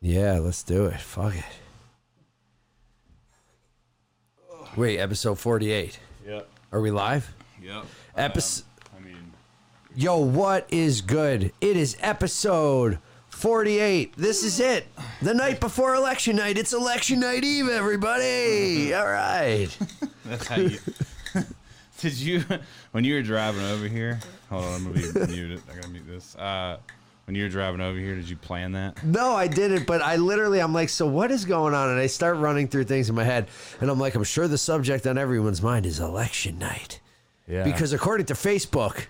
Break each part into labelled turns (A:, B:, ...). A: Yeah, let's do it. Fuck it. Wait, episode 48.
B: Yep.
A: Are we live?
B: Yep. Um,
A: Epis-
B: I mean,
A: Yo, what is good? It is episode 48. This is it. The night before election night. It's election night eve, everybody. All right.
B: that's how you. Did you when you were driving over here? Hold on, I'm gonna be muted. I gotta mute this. Uh, when you were driving over here, did you plan that?
A: No, I didn't, but I literally, I'm like, so what is going on? And I start running through things in my head, and I'm like, I'm sure the subject on everyone's mind is election night.
B: Yeah.
A: Because according to Facebook,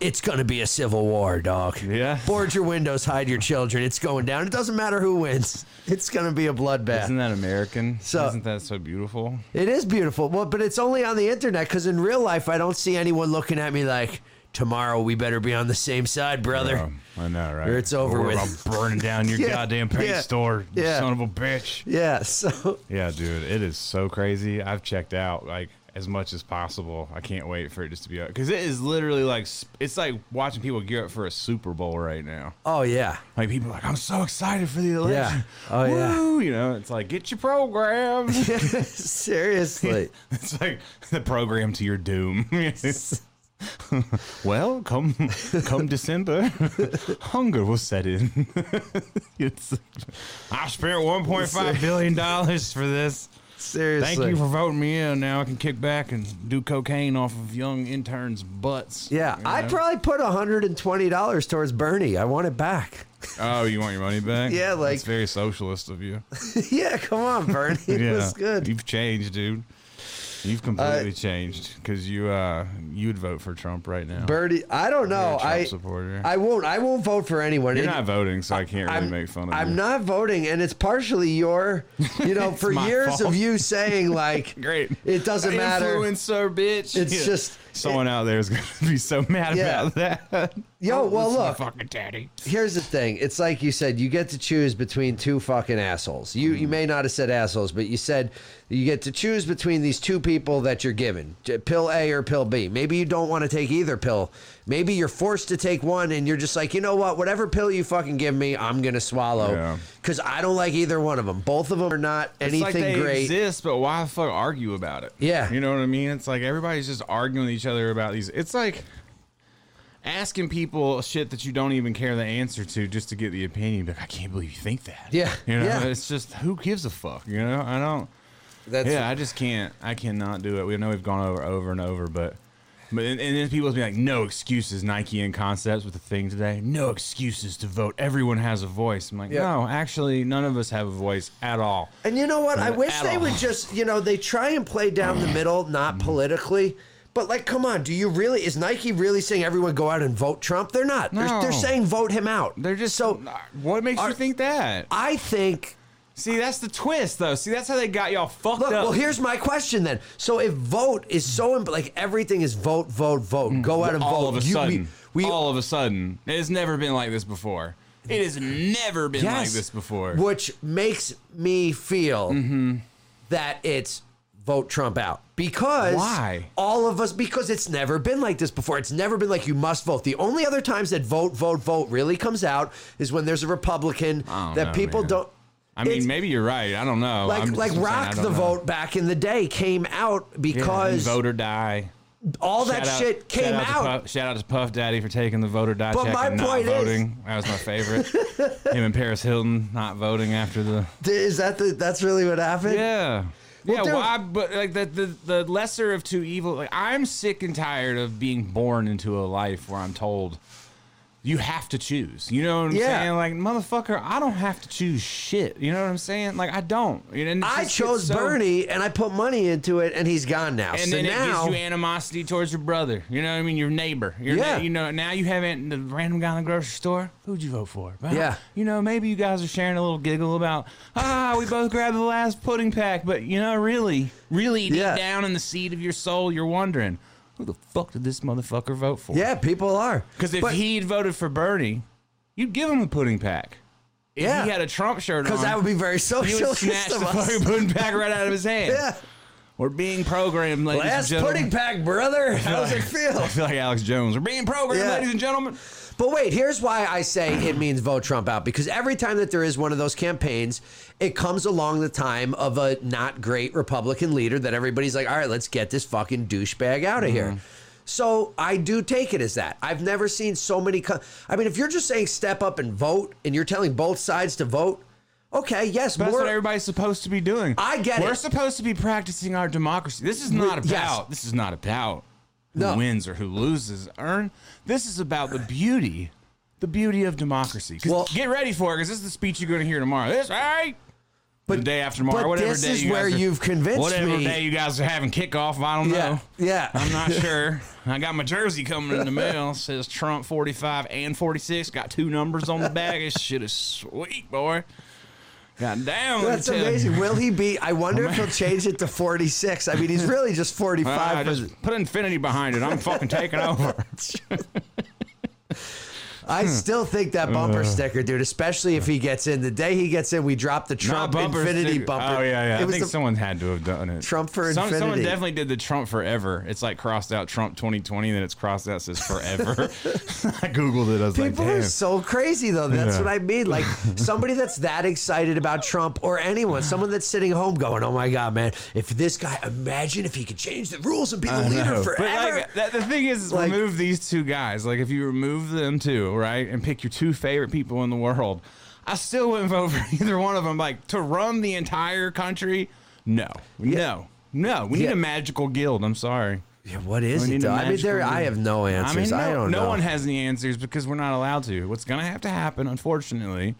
A: it's going to be a civil war, dog.
B: Yeah.
A: Board your windows, hide your children. It's going down. It doesn't matter who wins, it's going to be a bloodbath.
B: isn't that American?
A: So-
B: isn't that so beautiful?
A: It is beautiful. Well, but it's only on the internet because in real life, I don't see anyone looking at me like, tomorrow we better be on the same side, brother.
B: Um, I know, right?
A: Or it's over
B: We're
A: with.
B: about burning down your
A: Yeah,
B: goddamn paint
A: yeah,
B: store, you
A: yeah.
B: son of a bitch.
A: Yeah, so
B: Yeah, dude, it is so crazy. I've checked out like as much as possible. I can't wait for it just to be out because it is literally like sp- it's like watching people gear up for a Super Bowl right now.
A: oh yeah,
B: Like people are like, I'm so excited for the election.
A: Oh, yeah.
B: Woo! You know, it's like get your program.
A: seriously.
B: it's like the program to your doom. well, come come December, hunger will set in. it's, I spent 1.5 billion dollars for this.
A: Seriously.
B: Thank you for voting me in. Now I can kick back and do cocaine off of young interns' butts.
A: Yeah,
B: You
A: I
B: know?
A: probably put hundred and twenty dollars towards Bernie. I want it back.
B: oh, you want your money back?
A: Yeah, like-
B: it's very socialist of you.
A: yeah, come on, Bernie. It was good. Uh,
B: You've changed, dude. You've completely changed because you uh you'd vote for Trump right now.
A: Bernie, I don't
B: You're
A: know.
B: a Trump
A: I
B: supporter.
A: I won't. I won't vote for anyone.
B: You're
A: And
B: not voting, so I can't really
A: I'm,
B: make fun of
A: I'm
B: you.
A: not voting, and it's partially your, you know, for
B: my
A: years
B: fault.
A: of you saying like,
B: Great.
A: it doesn't matter.
B: Influencer, bitch.
A: It's just-
B: someone out there is gonna be so mad
A: Yeah.
B: about that.
A: Yo, well,
B: Listen to
A: look.
B: fucking daddy.
A: Here's the thing. It's like you said, you get to choose between two fucking assholes. You
B: Mm-hmm.
A: you may not have said assholes, but you said you get to choose between these two people that you're given, j- pill A or pill B. Maybe you don't want to take either pill. Maybe you're forced to take one, and you're just like, you know what? Whatever pill you fucking give me, I'm gonna
B: Yeah.
A: swallow because I don't like either one of them. Both of them are not
B: It's like
A: anything
B: they
A: great.
B: exist, but why the fuck argue about it?
A: Yeah.
B: you know what I mean. It's like everybody's just arguing with each other about these. It's like asking people shit that you don't even care the answer to just to get the opinion. Like I can't believe you think that.
A: Yeah.
B: you know,
A: Yeah.
B: it's just who gives a fuck. You know, I don't.
A: That's
B: Yeah, I just can't. I cannot do it. We know we've gone over over and over, but. But, and and then people be like, no excuses, Nike and concepts with the thing today. No excuses to vote. Everyone has a voice. I'm like,
A: Yeah.
B: no, actually, none of us have a voice at all.
A: And you know what? I
B: Not
A: wish
B: Uh, at
A: they
B: all. Mm-hmm.
A: would just, you know, they try and play down the middle, not politically. But like, come on, do you really? Is Nike really saying everyone go out and vote Trump? They're not. They're, they're
B: No.
A: saying vote him out.
B: They're just
A: so.
B: What makes
A: Are-
B: you think that?
A: I think.
B: See, that's the twist, though. See, that's how they got y'all fucked
A: Look,
B: up.
A: well, here's my question then. So if vote is so imp- like everything is vote, vote, vote, go out and
B: Mm. all
A: vote.
B: of a
A: You-
B: sudden,
A: we, we
B: all of a sudden, it has never been like this before. It has never been like
A: Yes.
B: this before. Mm-hmm.
A: Which makes me feel that it's vote Trump out. Because
B: Why?
A: all of us because it's never been like this before. It's never been like you must vote. The only other times that vote, vote, vote really comes out is when there's a Republican
B: I don't
A: that
B: know,
A: people
B: man.
A: don't
B: I mean,
A: it's-
B: maybe you're right. I don't know.
A: like
B: I'm just
A: like
B: saying, I
A: rock
B: don't
A: the
B: know.
A: vote back in the day came out
B: Yeah,
A: because
B: vote or die.
A: all that
B: Shout out-
A: shit came
B: shout
A: out.
B: To Puff, shout out to Puff Daddy for taking the vote or die
A: But
B: check
A: my
B: and
A: point is-
B: not voting. that was my favorite. Him and Paris Hilton not voting after the
A: Is that the that's really what happened?
B: Yeah. yeah,
A: dude-
B: why? But like the, the the lesser of two evil. Like I'm sick and tired of being born into a life where I'm told you have to choose. You know what I'm
A: Yeah.
B: saying? Like motherfucker, I don't have to choose shit. You know what I'm saying? Like I don't. And it's
A: I
B: just- it's
A: chose
B: so-
A: Bernie and I put money into it and he's gone now.
B: And
A: so
B: then
A: now
B: it gives you animosity towards your brother. You know what I mean? Your neighbor. Your
A: Yeah.
B: yeah. you know now you haven't the random guy in the grocery store. Who'd you vote for? Well,
A: Yeah.
B: You know maybe you guys are sharing a little giggle about ah we both grabbed the last pudding pack, but you know really really deep
A: Yeah.
B: down in the seat of your soul you're wondering who the fuck did this motherfucker vote for?
A: Yeah, people are.
B: Because if
A: But-
B: he'd voted for Bernie, you'd give him the pudding pack. If
A: Yeah.
B: He had a Trump shirt on.
A: Because that would be very
B: He would
A: socialist
B: snatch the
A: of us.
B: fucking pudding pack right out of his hand.
A: Yeah.
B: We're being programmed, ladies and
A: Last
B: gentlemen.
A: pudding pack, brother. How does it
B: I
A: feel?
B: feel like Alex Jones. We're being programmed,
A: Yeah.
B: ladies and gentlemen.
A: But wait, here's why I say it means vote Trump out because every time that there is one of those campaigns, it comes along the time of a not great Republican leader that everybody's like, all right, let's get this fucking douchebag out
B: Mm-hmm.
A: of here. So I do take it as that. I've never seen so many. Co- I mean, if you're just saying step up and vote and you're telling both sides to vote, okay, yes,
B: That's what
A: more.
B: everybody's supposed to be doing.
A: I get
B: We're
A: it.
B: supposed to be practicing our democracy. This is not about.
A: yes.
B: This is not about who
A: No.
B: wins or who loses. Earn. This is about the beauty, the beauty of democracy. 'Cause
A: Well-
B: get ready for it, because this is the speech you're going to hear tomorrow. This all right. But the day after tomorrow,
A: but
B: whatever
A: this
B: day
A: is
B: you guys
A: where
B: are-
A: you've convinced
B: whatever
A: me.
B: day you guys are having kickoff. I don't
A: yeah,
B: know.
A: yeah.
B: I'm not sure. I got my jersey coming in the mail. It says Trump 45 and 46. Got two numbers on the back. This shit is sweet, boy. God damn. let me
A: That's
B: tell you.
A: amazing. Will he be? I wonder if he'll change it to 46. I mean, he's really just 45.
B: I
A: for
B: Uh, just put infinity behind it. I'm fucking taking over. hmm.
A: I still think that bumper
B: Uh.
A: sticker, dude, especially if he gets in. The day he gets in, we drop the
B: Not
A: Trump
B: bumper
A: Infinity
B: sticker.
A: bumper.
B: Oh yeah, yeah.
A: It
B: I
A: was
B: think
A: the-
B: someone had to have done it.
A: Trump for
B: Some- Someone
A: infinity.
B: definitely did the Trump forever. It's like crossed out Trump 2020, then it's crossed out says forever. I googled it. I was
A: People
B: like,
A: are
B: damn.
A: so crazy, though. That's
B: Yeah.
A: what I mean. Like somebody that's that excited about Trump or anyone, someone that's sitting home going, "Oh my god, man! If this guy, imagine if he could change the rules and be the leader forever."
B: But like, that, the thing is, is
A: Like-
B: remove these two guys. Like, if you remove them two, right, and pick your two favorite people in the world, I still wouldn't vote for either one of them. Like, to run the entire country, no, no, no. We
A: Yeah.
B: need a magical guild. I'm sorry.
A: yeah, what is
B: We
A: it?
B: need
A: Though?
B: a
A: I mean, there.
B: magical
A: I
B: guild.
A: have no
B: I mean,
A: answers.
B: no,
A: I, don't
B: no
A: know.
B: one has any answers because we're not allowed to. What's gonna have to happen, unfortunately,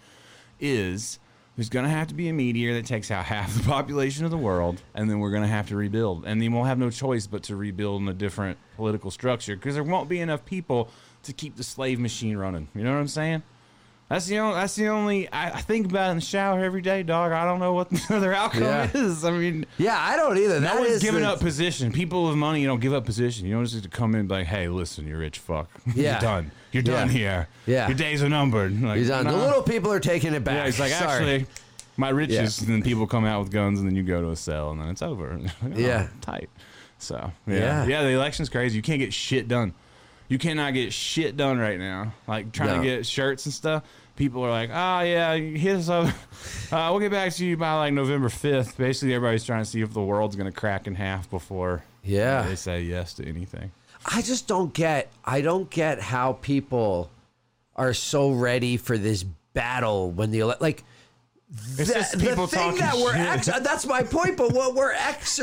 B: is there's gonna have to be a meteor that takes out half the population of the world, and then we're gonna have to rebuild, and then we'll have no choice but to rebuild in a different political structure because there won't be enough people to keep the slave machine running. You know what I'm saying? That's the only. That's the only. I, I think about it in the shower every day, dog. I don't know what the other outcome
A: Yeah.
B: is. I mean,
A: yeah, I don't either. That
B: no one's
A: is
B: giving
A: the-
B: up position. People with money don't give up position. You don't just have to come in and be like, hey, listen, you rich fuck.
A: Yeah.
B: You're done. You're done
A: Yeah.
B: here.
A: Yeah.
B: Your days are numbered. Like,
A: He's on. The
B: "Nah."
A: little people are taking it back.
B: Yeah, he's like,
A: Sorry.
B: actually, my riches. And then people come out with guns and then you go to a cell and then it's over. Oh,
A: Yeah.
B: Tight. So,
A: Yeah.
B: yeah. yeah. the election's crazy. You can't get shit done. You cannot get shit done right now. Like trying
A: No.
B: to get shirts and stuff. People are like, oh, yeah, hit us up. Uh, we'll get back to you by like November 5th. Basically, everybody's trying to see if the world's going to crack in half before
A: Yeah.
B: they say yes to anything.
A: I just don't get I don't get how people are so ready for this battle when the ele- like
B: It's
A: the,
B: just
A: the
B: people
A: thing
B: talking
A: that we're
B: shit.
A: ex- that's my point but what we're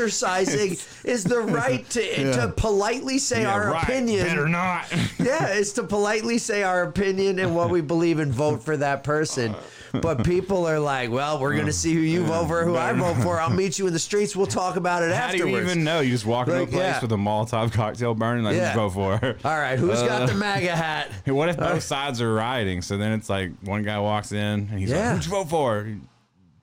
A: exercising is the right to to politely say
B: Yeah,
A: our
B: right.
A: opinion
B: Better not.
A: yeah, it's to politely say our opinion and what we believe and vote for that person. But people are like, well, we're
B: Mm.
A: going to see who you vote for, who I vote for. I'll meet you in the streets. We'll talk about it
B: How
A: afterwards.
B: do you even know? You just walk into
A: Like,
B: a place
A: yeah.
B: with a Molotov cocktail burning, like,
A: Yeah.
B: yeah. go for it.
A: All right, who's got
B: Uh,
A: the MAGA hat?
B: Hey, What if both sides are rioting? So then it's like one guy walks in and he's
A: Yeah.
B: like, "Who'd you vote for?"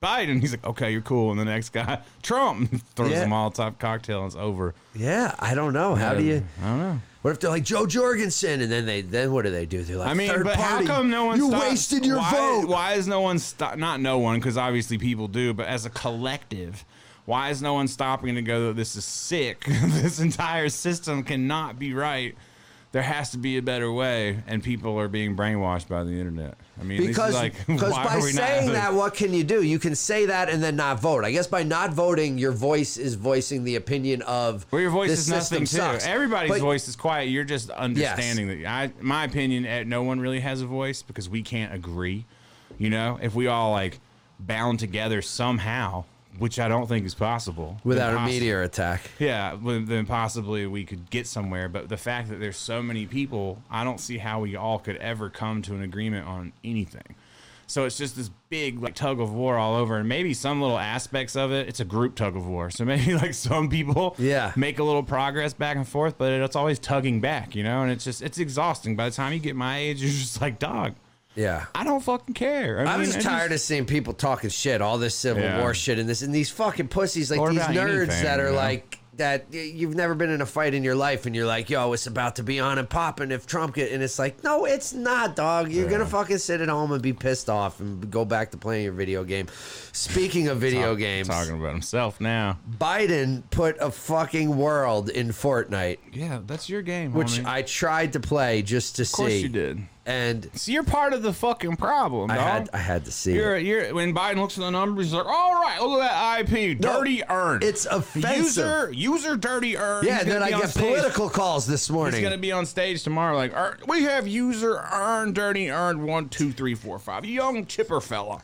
B: Biden. He's like, "Okay, you're cool." And the next guy, Trump, throws
A: Yeah.
B: a Molotov cocktail and it's over.
A: Yeah, I don't know. How do you?
B: I don't know.
A: What if they're like Joe Jorgensen, and then they then what do they do? They're like,
B: I mean,
A: third
B: but
A: party.
B: how come no one?
A: You
B: stops-
A: wasted your
B: why,
A: vote.
B: Why is no one stop? Not no one, because obviously people do. But as a collective, why is no one stopping to go? This is sick. this entire system cannot be right. There has to be a better way, and people are being brainwashed by the internet. I mean, this is
A: because
B: like,
A: because
B: why
A: by
B: are we not-
A: saying that, what can you do? You can say that and then not vote. I guess by not voting, your voice is voicing the opinion of
B: Well, your voice
A: this
B: is nothing too.
A: system sucks.
B: Everybody's
A: But-
B: voice is quiet. You're just understanding that. I, my opinion, eh, no one really has a voice because we can't agree. You know, if we all like bound together somehow, which I don't think is possible then
A: without a
B: possi-
A: meteor attack.
B: Yeah, well, then possibly we could get somewhere. But the fact that there's so many people, I don't see how we all could ever come to an agreement on anything. So it's just this big like tug of war all over, and maybe some little aspects of it. It's a group tug of war, so maybe like some people
A: Yeah.
B: make a little progress back and forth, but it's always tugging back, you know. And it's just it's exhausting. By the time you get my age, you're just like, dog,
A: Yeah.
B: I don't fucking care. I
A: I'm
B: mean,
A: just
B: I
A: tired of seeing people talking shit, all this Civil
B: Yeah.
A: War shit, and this, and these fucking pussies, like
B: Or
A: these
B: about
A: nerds
B: anything,
A: that are
B: you know?
A: like that. y- You've never been in a fight in your life, and you're like, "Yo, it's about to be on and popping if Trump get." And it's like, no, it's not, dog. You're gonna fucking sit at home and be pissed off and go back to playing your video game. Speaking of video games,
B: talking about himself now.
A: Biden put a fucking world in Fortnite,
B: Yeah, that's your game,
A: which
B: homie.
A: I tried to play just to see.
B: of course you did.
A: And
B: So you're part of the fucking problem,
A: I
B: dog.
A: had I had to see
B: you're,
A: it.
B: you're, when Biden looks at the numbers, he's like, all right, look at that IP,
A: No,
B: dirty earned.
A: it's offensive.
B: User, user dirty earned.
A: Yeah,
B: He's
A: and then
B: gonna
A: I
B: be on
A: get
B: stage.
A: political calls this
B: He's
A: morning.
B: going to be on stage tomorrow like, "Er, we have user earned, dirty earned, one, two, three, four, five. Young chipper fella.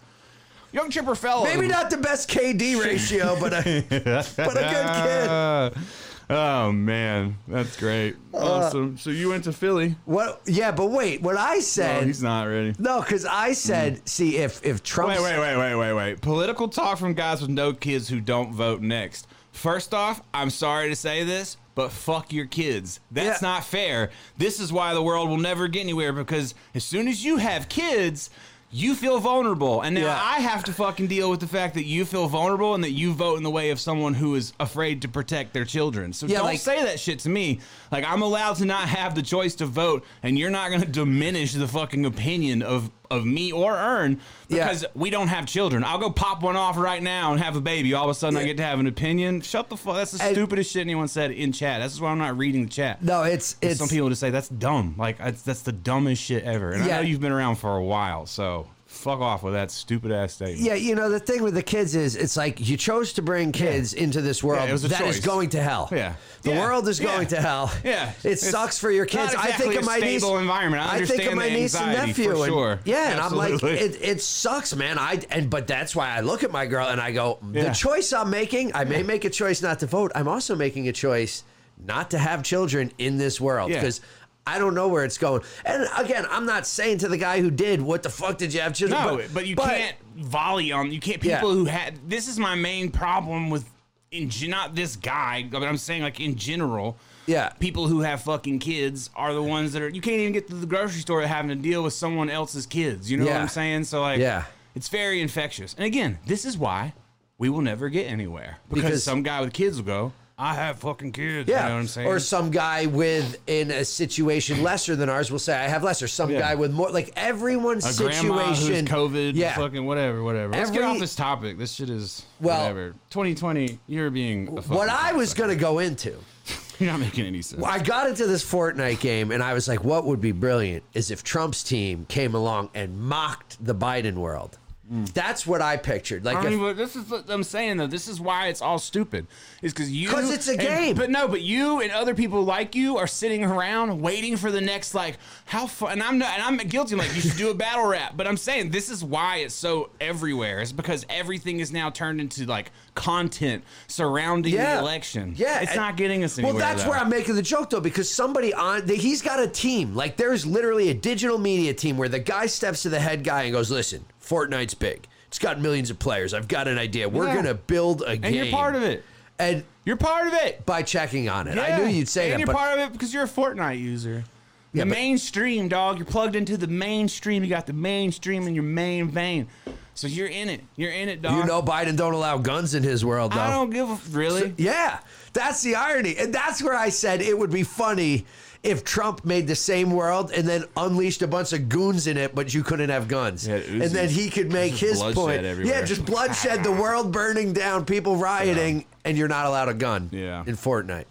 B: Young chipper fella.
A: Maybe not the best KD ratio, but uh, a, but a Uh,
B: Uh, oh, man. That's great. awesome. So you went to Philly.
A: good kid. What? Yeah, but wait. What I
B: Oh,
A: said?
B: he's not ready.
A: no, because I said, see, if if Trump,
B: Wait, wait, wait, wait, wait, wait. Political talk from guys with no kids who don't vote next. First off, I'm sorry to say this, but fuck your kids. That's
A: Yeah.
B: not fair. This is why the world will never get anywhere because as soon as you have kids, you feel vulnerable. And now
A: Yeah.
B: I have to fucking deal with the fact that you feel vulnerable and that you vote in the way of someone who is afraid to protect their children. So
A: Yeah,
B: don't
A: like-
B: say that shit to me. Like I'm allowed to not have the choice to vote and you're not going to diminish the fucking opinion of of me or Earn
A: Yeah.
B: because we don't have children. I'll go pop one off right now and have a baby. All of a sudden, I get to have an opinion. Shut the fuck. That's the
A: And-
B: stupidest shit anyone said in chat. That's why I'm not reading the chat.
A: no, it's it's
B: Some people just say that's dumb. Like that's, that's the dumbest shit ever. And
A: Yeah.
B: I know you've been around for a while, so fuck off with that stupid ass statement.
A: Yeah, you know the thing with the kids is it's like you chose to bring kids into this world
B: Yeah,
A: that
B: it
A: is
B: was a choice.
A: going to hell.
B: Yeah.
A: the
B: Yeah.
A: world is
B: Yeah.
A: going to hell.
B: Yeah.
A: it
B: It's
A: sucks for your kids.
B: not
A: I think
B: exactly
A: of
B: a
A: my niece.
B: stable environment.
A: think
B: I
A: of
B: understand
A: my
B: the
A: niece and
B: anxiety,
A: nephew.
B: for
A: and-
B: sure.
A: Yeah, and I'm
B: Absolutely.
A: like, it, it sucks, man. I and but that's why I look at my girl and I go, the
B: Yeah.
A: choice I'm making. I may make a choice not to vote. I'm also making a choice not to have children in this world
B: Yeah.
A: because. I don't know where it's going. And again, I'm not saying to the guy who did, what the fuck did you have children?
B: No, but, you can't volley on. You can't.
A: Yeah.
B: People who had this is my main problem with in gen- not this guy, but I'm saying like in general.
A: Yeah.
B: people who have fucking kids are the ones that are. You can't even get to the grocery store having to deal with someone else's kids. You know what
A: Yeah.
B: I'm saying? So like,
A: Yeah.
B: it's very infectious. And again, this is why we will never get anywhere because,
A: Because-
B: some guy with kids will go. I have fucking kids.
A: Yeah.
B: you know what I'm saying.
A: Or some guy with in a situation lesser than ours will say, I have lesser. Some
B: Yeah.
A: guy with more like everyone's
B: a
A: situation.
B: grandma who's COVID,
A: Yeah.
B: fucking whatever, whatever. Let's get
A: Every-
B: off this topic. This shit is
A: Well-
B: whatever. 2020, you're being a fucking
A: What I was
B: cocksucker.
A: gonna go into.
B: You're not making any sense.
A: I got into this Fortnite game and I was like, what would be brilliant is if Trump's team came along and mocked the Biden world. That's what I pictured.
B: Mm. I
A: Like
B: don't
A: if-
B: even- this is what I'm saying though. This is why it's all stupid. Is because you
A: 'Cause it's a
B: and-
A: game.
B: but no, but you and other people like you are sitting around waiting for the next like how fun. And I'm not, and I'm guilty. I'm like you should do a battle rap. But I'm saying this is why it's so everywhere. It's because everything is now turned into like content surrounding
A: Yeah.
B: the election.
A: Yeah,
B: it's
A: and-
B: not getting us
A: Well,
B: anywhere.
A: that's
B: though.
A: where I'm making the joke though, because somebody on they, he's got a team. Like there's literally a digital media team where the guy steps to the head guy and goes, "Listen, Fortnite's big. It's got millions of players. I've got an idea. We're
B: Yeah.
A: gonna build a game,
B: and you're part of it.
A: And
B: You're part of it.
A: by checking on it, I
B: Yeah.
A: knew you'd say
B: and
A: that.
B: You're
A: But
B: part of it because you're a Fortnite user. The
A: Yeah, but-
B: mainstream, dog. You're plugged into the mainstream. You got the mainstream in your main vein. So you're in it. You're in it, dog.
A: you know, Biden don't allow guns in his world though.
B: I don't give a f- really.
A: Yeah, that's the irony, and that's where I said it would be funny. If Trump made the same world and then unleashed a bunch of goons in it, but you couldn't have guns,
B: Yeah, Uzis.
A: and then he could make
B: Just
A: his
B: bloodshed
A: point. Yeah,
B: everywhere.
A: just bloodshed, the world burning down, people rioting, and you're not allowed a gun.
B: Yeah.
A: in Fortnite,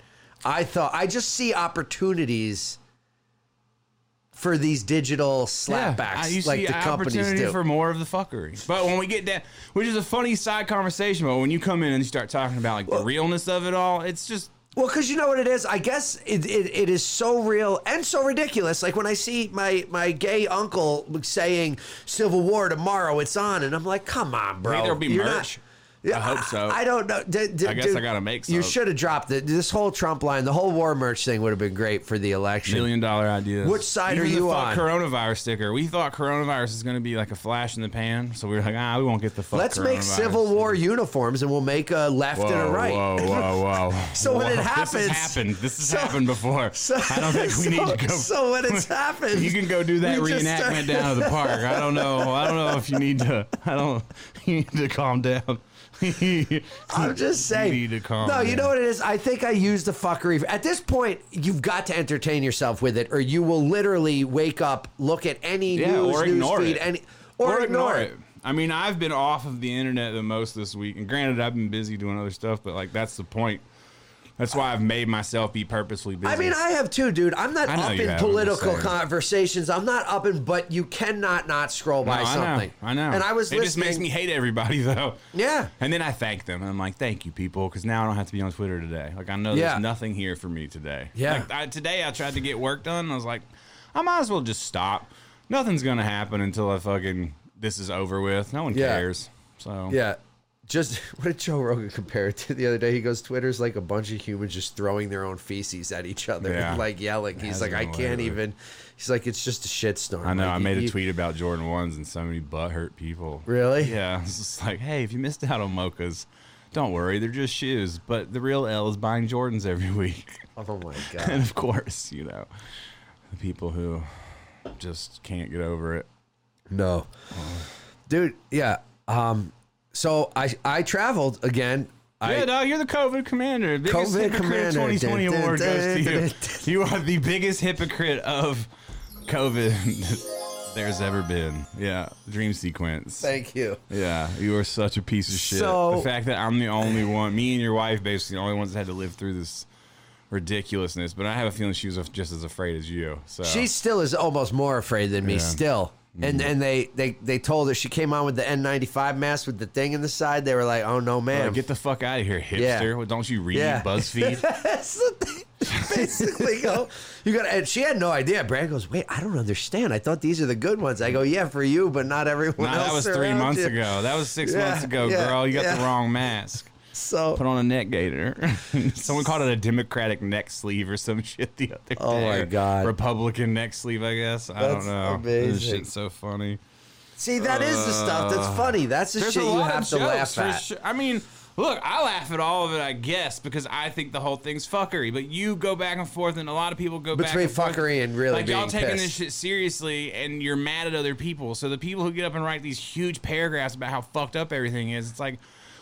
A: I thought I just see opportunities for these digital slapbacks
B: I- you
A: like
B: see
A: the companies
B: opportunity
A: do.
B: for more of the fuckery. But when we get down, which is a funny side conversation, but when you come in and you start talking about like the realness of it all, it's just
A: Well, because you know what it is. I guess it, it, it is so real and so ridiculous. Like when I see my my gay uncle saying "Civil War tomorrow, it's on," and I'm like, "Come on, bro."
B: Maybe there'll be
A: You're not-
B: merch.
A: Yeah,
B: I hope so.
A: I, don't know. D- d-
B: I guess
A: dude,
B: I gotta make
A: You
B: some.
A: should have dropped it. This whole Trump line, the whole war merch thing would have been great for the election.
B: million dollar ideas.
A: Which side
B: Even
A: are
B: the
A: you
B: fuck
A: on?
B: Coronavirus sticker. We thought coronavirus is going to be like a flash in the pan, so we were like, ah, we won't get the fuck.
A: Let's make
B: coronavirus.
A: Civil War uniforms, and we'll make a left
B: Whoa,
A: and a right.
B: Whoa, whoa, whoa!
A: So when it
B: Whoa,
A: happens-
B: this has happened. This has
A: so-
B: happened before.
A: So,
B: I don't think we
A: so-
B: need to go.
A: So when it's happened,
B: you can go do that
A: we just start-
B: reenactment down to the park. I don't know. I don't know if you need to. I don't. You need to calm down.
A: I'm just saying.
B: You need to calm.
A: no, you
B: down.
A: know what it is. I think I use the fuckery. At this point, you've got to entertain yourself with it, or you will literally wake up, look at any
B: Yeah,
A: news,
B: or ignore
A: news feed,
B: it.
A: any, or, ignore it.
B: I mean, I've been off of the internet the most this week, and granted, I've been busy doing other stuff, but like that's the point. That's why I've made myself be purposely busy.
A: I mean, I have too, dude. I'm not
B: I know
A: up
B: you
A: in
B: have, I'm
A: political
B: just saying.
A: conversations. I'm not up in, but you cannot not scroll
B: No,
A: by something.
B: I know. I know.
A: And I was
B: It just
A: listening.
B: makes me hate everybody though.
A: Yeah.
B: And then I thank them, and I'm like, "Thank you, people," because now I don't have to be on Twitter today. Like I know
A: Yeah.
B: there's nothing here for me today.
A: Yeah.
B: Like, I, today I tried to get work done. And I was like, I might as well just stop. Nothing's gonna happen until I fucking this is over with. No one
A: Yeah.
B: cares. So
A: Yeah. Just what did Joe Rogan compare it to the other day? He goes, Twitter's like a bunch of humans just throwing their own feces at each other
B: Yeah.
A: and like yelling. He's
B: Hasn't
A: like, I
B: been
A: can't
B: lately.
A: even. He's like, it's just a shit storm.
B: I know.
A: Like,
B: I
A: you-
B: made a
A: you-
B: tweet about Jordan ones and so many butthurt people.
A: Really?
B: Yeah. It's just like, hey, if you missed out on mochas, don't worry, they're just shoes. But the real L is buying Jordans every week.
A: Oh my
B: and
A: God.
B: of course, you know, the people who just can't get over it.
A: no.
B: Oh.
A: Dude, yeah. Um, so I I traveled again. I,
B: yeah, dog, you're the COVID commander. Biggest
A: COVID
B: hypocrite
A: commander.
B: 2020
A: Dun,
B: award
A: dun,
B: goes
A: dun,
B: to you. You are the biggest hypocrite of COVID there's ever been. Yeah, dream sequence.
A: Thank you.
B: Yeah, you are such a piece of shit.
A: So-
B: the fact that I'm the only one, me and your wife, basically the only ones that had to live through this ridiculousness. But I have a feeling she was af- just as afraid as you. So
A: She still is almost more afraid than me.
B: Yeah. Mm-hmm.
A: Still. And and they, they they told her she came on with the N95 mask with the thing in the side. They were like, "Oh no,
B: Like,
A: ma'am,
B: get the fuck out of here, hipster!
A: Yeah.
B: Well, Don't you read
A: Yeah.
B: BuzzFeed?
A: That's the thing. Basically, go. You got. And she had no idea. Brad goes, wait, I don't understand. I thought these are the good ones. I go, yeah, for you, but not everyone
B: Nah,
A: else.
B: that was three
A: around
B: months
A: you."
B: ago. That was six
A: Yeah,
B: months ago,
A: yeah,
B: girl. You got the
A: yeah.
B: wrong mask. Put
A: So,
B: on a neck gaiter. Someone called it a Democratic neck sleeve or some shit the other
A: Oh,
B: day.
A: my
B: Or
A: God.
B: Republican neck sleeve, I guess. I
A: That's
B: don't know. This
A: amazing.
B: shit's so funny.
A: see, that is the stuff
B: Uh,
A: that's funny. That's the shit you have to laugh
B: for
A: at.
B: sure. I mean, look, I laugh at all of it, I guess, because I think the whole thing's fuckery. But you go back and forth, and a lot of people go back
A: Between
B: and forth.
A: fuckery and really
B: like y'all
A: being
B: taking this
A: pissed.
B: shit seriously, and you're mad at other people. So the people who get up and write these huge paragraphs about how fucked up everything is, it's like,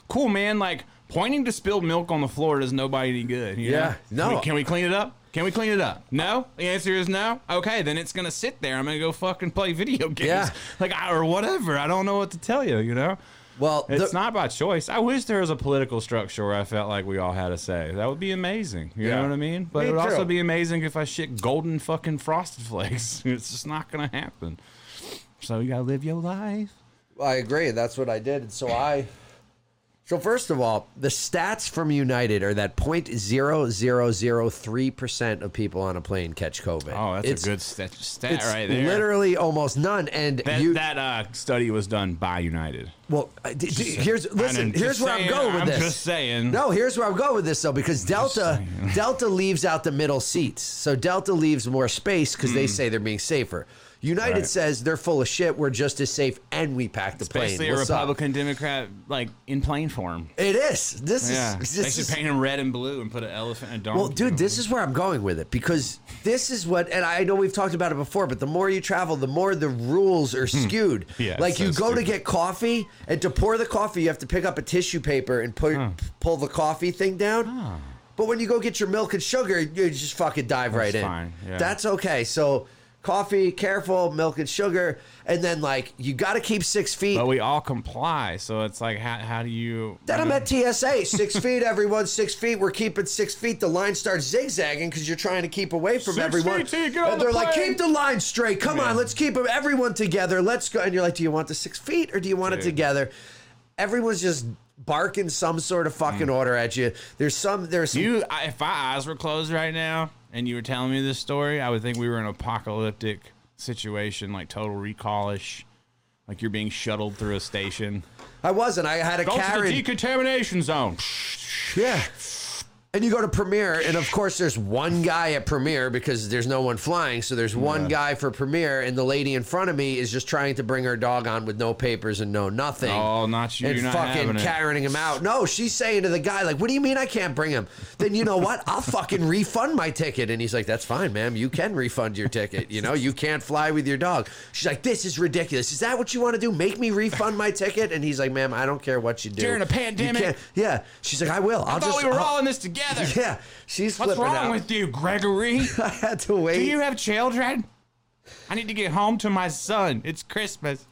B: cool, man. Like pointing to spilled milk on the floor does nobody any good. you
A: Yeah,
B: know?
A: no.
B: Can we, can we clean it up? Can we clean it up? No. The answer is no. Okay, then it's gonna sit there. I'm gonna go fucking play video games
A: Yeah.
B: like I- or whatever. I don't know what to tell you. You know,
A: Well,
B: it's
A: the-
B: not by choice. I wish there was a political structure where I felt like we all had a say. That would be amazing. You
A: Yeah.
B: know what I mean? But
A: Me
B: it would
A: too.
B: also be amazing if I shit golden fucking frosted flakes. It's just not gonna happen. So you gotta live your life.
A: I agree. That's what I did. And so I. So first of all, the stats from United are that 0.0003 percent of people on a plane catch COVID.
B: Oh, that's
A: It's-
B: a good stat, stat
A: It's
B: right there.
A: literally almost none, and
B: that
A: you,
B: that uh, study was done by United.
A: Well, I- d- d- here's
B: I know,
A: listen.
B: just
A: Here's where I'm
B: saying,
A: going with
B: I'm
A: this.
B: just saying.
A: No, here's where I'm going with this though, because Delta Delta leaves out the middle seats, so Delta leaves more space because they say they're being safer. United
B: Hmm. Right.
A: says they're full of shit. We're just as safe, and we pack the plane.
B: Basically, a
A: What's up?
B: Republican Democrat like in plain form.
A: It is. This
B: Yeah,
A: is.
B: they
A: This
B: should
A: is
B: paint him red and blue and put an elephant and a donkey.
A: well, dude,
B: on
A: this is where I'm going with it because this is what, and I know we've talked about it before, but the more you travel, the more the rules are skewed.
B: Yeah,
A: like
B: so
A: you go to
B: stupid.
A: get coffee, and to pour the coffee, you have to pick up a tissue paper and put, pull the coffee thing down. But when you go get your milk and sugar, you just fucking dive right in.
B: fine, yeah.
A: That's okay. So coffee, careful, milk and sugar, and then like you got to keep six feet.
B: But we all comply, so it's like, how, how do you?
A: Then I'm at TSA, six feet, everyone, six feet. We're keeping six feet. The line starts zigzagging because you're trying to keep away from
B: Six
A: everyone.
B: feet till you get
A: and
B: on the
A: they're like,
B: plane.
A: keep the line straight. Come on, let's keep 'em- everyone together. Let's go. And you're like, do you want the six feet or do you want it
B: Dude.
A: together? Everyone's just barking some sort of fucking order at you. There's some, there's some,
B: Mm. You, I, if my eyes were closed right now and you were telling me this story, I would think we were in an apocalyptic situation, like Total Recall ish, like you're being shuttled through a station.
A: I wasn't. I had a
B: Go to the
A: carriage.
B: decontamination zone.
A: Yeah. And you go to Premiere, and of course, there's one guy at Premiere because there's no one flying. So there's one guy for Premiere, and the lady in front of me is just trying to bring her dog on with no papers and no nothing.
B: Oh, not you.
A: And
B: You're not
A: fucking
B: having it.
A: carrying him out. No, she's saying to the guy, like, what do you mean I can't bring him? Then you know what? I'll fucking refund my ticket. And he's like, that's fine, ma'am. You can refund your ticket. You know, you can't fly with your dog. She's like, this is ridiculous. Is that what you want to do? Make me refund my ticket? And he's like, ma'am, I don't care what you do.
B: During a
A: You
B: pandemic?
A: can't- yeah. She's like, I will. I'll
B: I thought
A: just.
B: we were
A: I'll-
B: all in this together.
A: yeah, she's
B: What's
A: flipping
B: wrong
A: out.
B: with you, Gregory?
A: I had to wait,
B: Do you have children? I need to get home to my son. It's Christmas.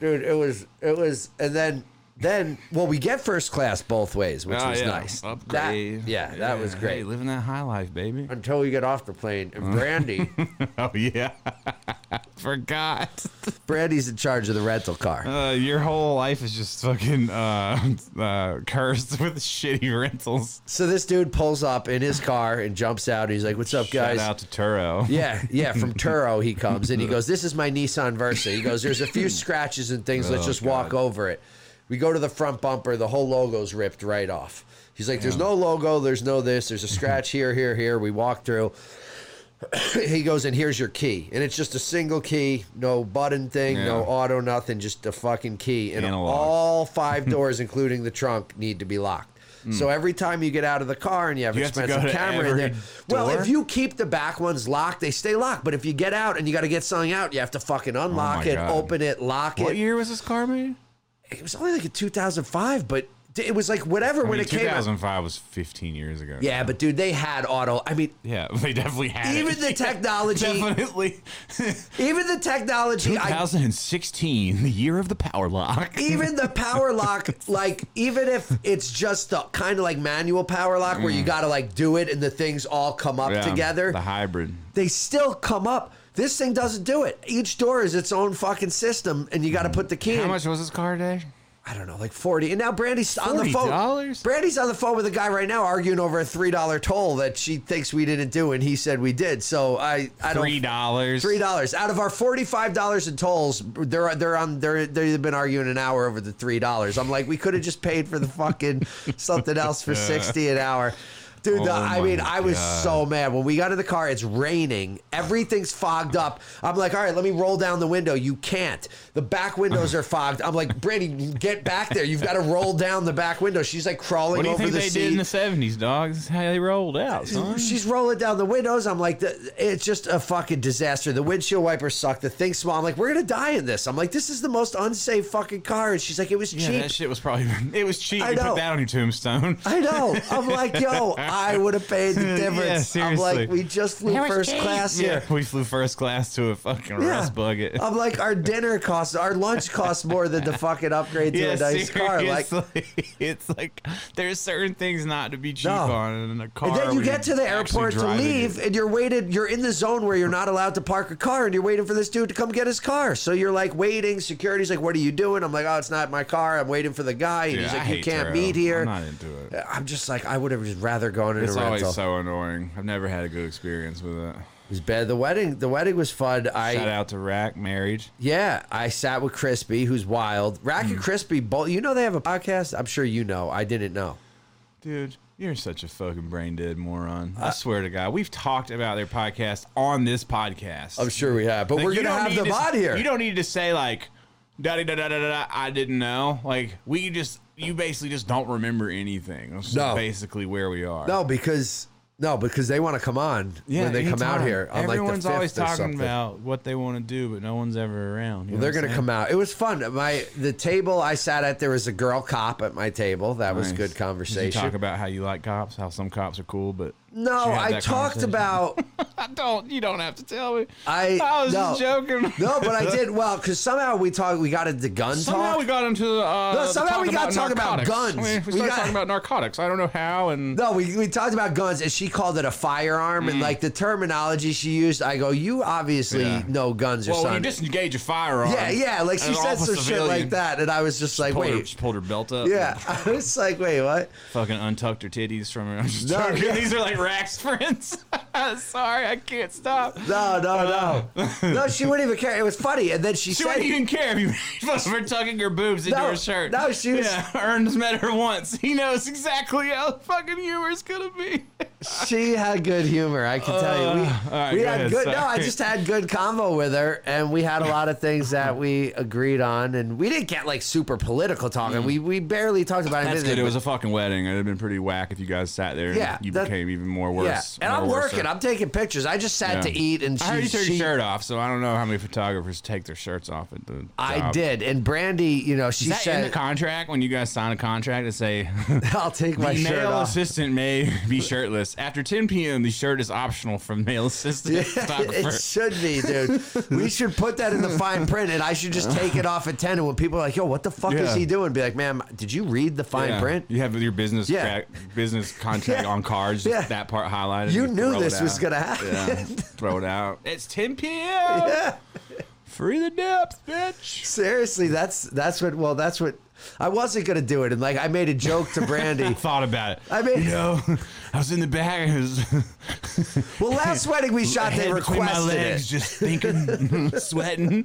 A: dude. It was it was, and then Then, well, we get first class both ways, which
B: Oh,
A: was
B: yeah.
A: nice. That-
B: Upgrade.
A: yeah, that was
B: hey,
A: great.
B: living that high life, baby.
A: Until we get off the plane, and Brandy,
B: Oh yeah, forgot.
A: Brandy's in charge of the rental car.
B: Uh, your whole life is just fucking uh, uh, cursed with shitty rentals.
A: So this dude pulls up in his car and jumps out. And he's like, "What's up, guys?"
B: Shout out to Turo.
A: Yeah, yeah, from Turo he comes and he goes, "This is my Nissan Versa." He goes, "There's a few scratches and things. Let's
B: Oh,
A: just
B: God.
A: walk over it." We go to the front bumper. The whole logo's ripped right off. He's like, "There's no logo. There's no this. There's a scratch here, here, here." We walk through. he goes, "And here's your key." And it's just a single key, no button thing, no
B: Yeah.
A: auto, nothing. Just a fucking key. And
B: Analog.
A: all five doors, including the trunk, need to be locked. So every time you get out of the car and you have
B: Hmm. You have to
A: expensive
B: go to
A: camera in
B: every
A: there. Well,
B: door?
A: if you keep the back ones locked, they stay locked. But if you get out and you got to get something out, you have to fucking unlock
B: Oh my
A: it,
B: God.
A: open it, lock
B: What
A: it.
B: year was this car made?
A: It was only like in 2005, but d- it was like whatever
B: I
A: when
B: mean,
A: it came out.
B: 2005 was 15 years ago.
A: Yeah, but dude, they had auto. I mean,
B: yeah, they definitely had it.
A: even the technology,
B: definitely.
A: even the technology, I,
B: 2016, the year of the power lock.
A: even the power lock, like even if it's just the kind of like manual power lock where you got to like do it and the things all come up
B: Mm. Yeah,
A: together.
B: the hybrid.
A: they still come up. This thing doesn't do it. Each door is its own fucking system, and you got to put the key
B: Mm. How
A: in.
B: much was this car today?
A: I don't know, like forty. And now Brandy's on the phone.
B: $40?
A: Brandy's on the phone with a guy right now arguing over a three dollar toll that she thinks we didn't do, and he said we did. So I, I don't.
B: Three dollars.
A: Three dollars out of our forty-five dollars in tolls. They're they're on they're they've been arguing an hour over the three dollars. I'm like, we could have just paid for the fucking something else for sixty an hour. Dude, the,
B: Oh
A: I mean,
B: my
A: I was
B: God.
A: so mad when we got in the car. It's raining, everything's fogged up. I'm like, all right, let me roll down the window. You can't. The back windows are fogged. I'm like, Brandy, get back there. You've got to roll down the back window. She's like crawling
B: What do you
A: over
B: think
A: the
B: they
A: seat.
B: did in the 70s, dogs? This is how they rolled out, son.
A: She's rolling down the windows. I'm like, "The- it's just a fucking disaster. The windshield wipers suck. The thing's small. I'm like, we're gonna die in this. I'm like, this is the most unsafe fucking car. And she's like, it was
B: Yeah,
A: cheap.
B: that shit was probably it was cheap.
A: I
B: You
A: know.
B: put that on your tombstone.
A: I know. I'm like, yo, I would have paid the
B: Yeah,
A: difference. I'm
B: seriously.
A: like, we just flew
C: That was
A: first
C: cheap.
A: class
B: yeah,
A: here.
B: we flew first class to a fucking rust bucket.
A: I'm like, our dinner costs, our lunch costs more than the fucking upgrade to
B: yeah,
A: a nice car. Like,
B: seriously. it's like there's certain things not to be cheap
A: No.
B: on in a car.
A: And then you
B: when
A: get to
B: you're
A: the
B: actually
A: airport to
B: driving
A: leave,
B: it.
A: and you're waited. You're in the zone where you're not allowed to park a car, and you're waiting for this dude to come get his car. So you're like waiting. Security's like, "What are you doing?" I'm like, "Oh, it's not my car. I'm waiting for the guy." And
B: Dude,
A: he's
B: I
A: like, "You
B: hate
A: can't
B: Turo.
A: meet here."
B: I'm
A: I'm,
B: not into it.
A: just like, I would have just rather gone in
B: It's
A: a rental.
B: always so annoying. I've never had a good experience with it.
A: it was bad. The wedding, the wedding was fun. I
B: Shout out to Rack Married.
A: yeah, I sat with Crispy, who's wild. Rack and Crispy, both. You know they have a podcast. I'm sure you know. I didn't know.
B: Dude, you're such a fucking brain dead moron. I swear to God, we've talked about their podcast on this podcast.
A: I'm sure we have, but
B: Like,
A: we're
B: you
A: gonna
B: don't
A: have
B: need
A: them
B: to-
A: on here.
B: You don't need to say like da da da da da da. I didn't know. Like we can just you basically just don't remember anything. That's
A: No.
B: basically where we are.
A: No, because no, because they want to come on when they come out
B: anytime.
A: here. On like
B: everyone's
A: the 5th
B: always
A: or
B: talking
A: something.
B: about what they want to do, but no one's ever around. you know
A: They're
B: what I'm
A: gonna
B: saying?
A: come out. It was fun. My the table I sat at, there was a girl cop at my table. That was
B: Nice.
A: good
B: You
A: conversation.
B: talk about how you like cops, how some cops are cool, but
A: no,
B: Did you have
A: I
B: that
A: talked
B: conversation?
A: about
B: I don't. You don't have to tell me.
A: I.
B: I was
A: no,
B: just joking.
A: no, but I did well because somehow we talked. We got into gun
B: Somehow
A: talk.
B: we got into uh,
A: No,
B: the
A: somehow
B: talk
A: we got
B: about
A: talking about
B: narcotics.
A: guns.
B: We, we
A: We
B: started
A: got-
B: talking about narcotics. I don't know how and
A: No, we, we talked about guns, and she called it a firearm,
B: Mm.
A: and like the terminology she used, I go, "You obviously
B: Yeah.
A: know guns, or
B: well, when
A: something."
B: you disengage a firearm.
A: yeah, yeah, like she
B: and
A: said
B: off a
A: some shit
B: civilian,
A: like that, and I was just like,
B: Pulled her,
A: "Wait,
B: she pulled her belt up.
A: yeah." I was like, "Wait, what?"
B: and fucking untucked her titties from her. I'm just
A: No,
B: joking.
A: yeah.
B: These are like Rax friends. Sorry, I can't stop.
A: No, no, no. no, she wouldn't even care. It was funny. And then she,
B: Uh. She
A: said,
B: wouldn't even care if you were tucking her boobs into
A: No,
B: her shirt.
A: no, she was-
B: Yeah, Ernst met her once. He knows exactly how fucking humor's gonna be.
A: she had good humor. I can tell you. We,
B: Uh, all right,
A: we
B: go
A: had
B: ahead,
A: good, no, I
B: sorry.
A: just had good convo with her. And we had a lot of things that we agreed on. And we didn't get like super political talking. We, we barely talked about
B: Mm. That's
A: anything.
B: good. It
A: but-
B: was a fucking wedding. It'd have been pretty whack if you guys sat there.
A: Yeah,
B: and you
A: that-
B: became even more
A: yeah.
B: worse.
A: And I'm
B: more worser.
A: working. I'm taking pictures. I just sat
B: Yeah.
A: to eat and she,
B: I heard you took
A: she-
B: your shirt off, so I don't know how many photographers take their shirts off at the.
A: I
B: job.
A: did. And Brandy, you know, she
B: Is that in the
A: said,
B: contract when you guys sign a contract to say
A: I'll take my
B: the
A: shirt
B: male
A: off.
B: assistant may be shirtless this. After 10 p.m., the shirt is optional from male assistant photographer.
A: It should be, dude. we should put that in the fine print, and I should just take it off at ten. And when people are like, "Yo, what the fuck is
B: Yeah.
A: he doing?" Be like, "Ma'am, did you read the fine
B: Yeah.
A: print?
B: You have your business
A: Yeah.
B: crack- business contract
A: Yeah.
B: on cards. just
A: Yeah.
B: That part highlighted.
A: You knew
B: throw it
A: this was
B: out.
A: gonna happen.
B: Yeah. throw it out. It's 10 p.m. Free the depth, bitch.
A: Seriously, that's that's what. Well, that's what. I wasn't gonna do it, and like I made a joke to Brandy.
B: Thought about it.
A: I mean-
B: you know, I was in the back. I was
A: well, last wedding we shot, they
B: Head between my
A: requested
B: legs,
A: it.
B: just thinking, sweating.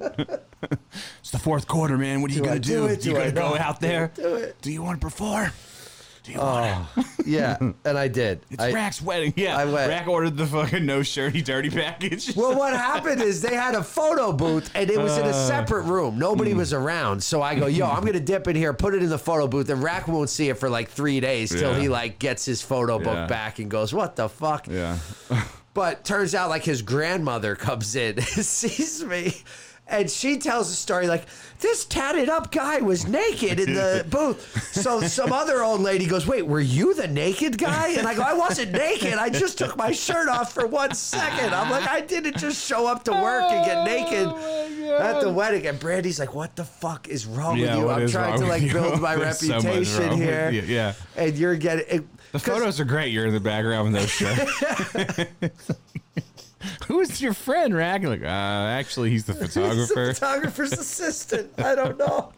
B: it's the fourth quarter, man. What are you
A: Do I
B: gonna
A: do
B: do?
A: it?
B: you
A: Do I
B: gonna go
A: not?
B: out there?
A: Do it?
B: you want to perform? Do you want to?
A: Oh. Yeah, and I did.
B: It's
A: I-
B: Rack's wedding. Yeah,
A: I went.
B: Rack ordered the fucking no shirty dirty package.
A: Well, what happened is they had a photo booth and it was in a
B: Uh.
A: separate room. Nobody
B: Hmm.
A: was around. So I go, yo, I'm going to dip in here, put it in the photo booth, and Rack won't see it for like three days till
B: Yeah.
A: he like gets his photo book
B: Yeah.
A: back and goes, what the fuck?
B: yeah,
A: But turns out, like, his grandmother comes in, sees me, and she tells a story like, this tatted up guy was naked in the booth. So some other old lady goes, wait, were you the naked guy? And I go, I wasn't naked. I just took my shirt off for one second. I'm like, I didn't just show up to work and get naked.
B: Oh
A: At the wedding, and Brandy's like, "What the fuck is wrong
B: Yeah,
A: with you?
B: what
A: I'm
B: is
A: trying
B: wrong
A: to
B: with
A: like
B: you?
A: build my
B: There's so much
A: reputation
B: wrong with
A: here,
B: you, yeah.
A: and you're getting it,
B: the
A: 'cause-
B: photos are great. You're in the background with no shirt. Who is your friend, Rack? Like, uh, actually, he's the photographer.
A: He's the photographer's assistant. I don't know.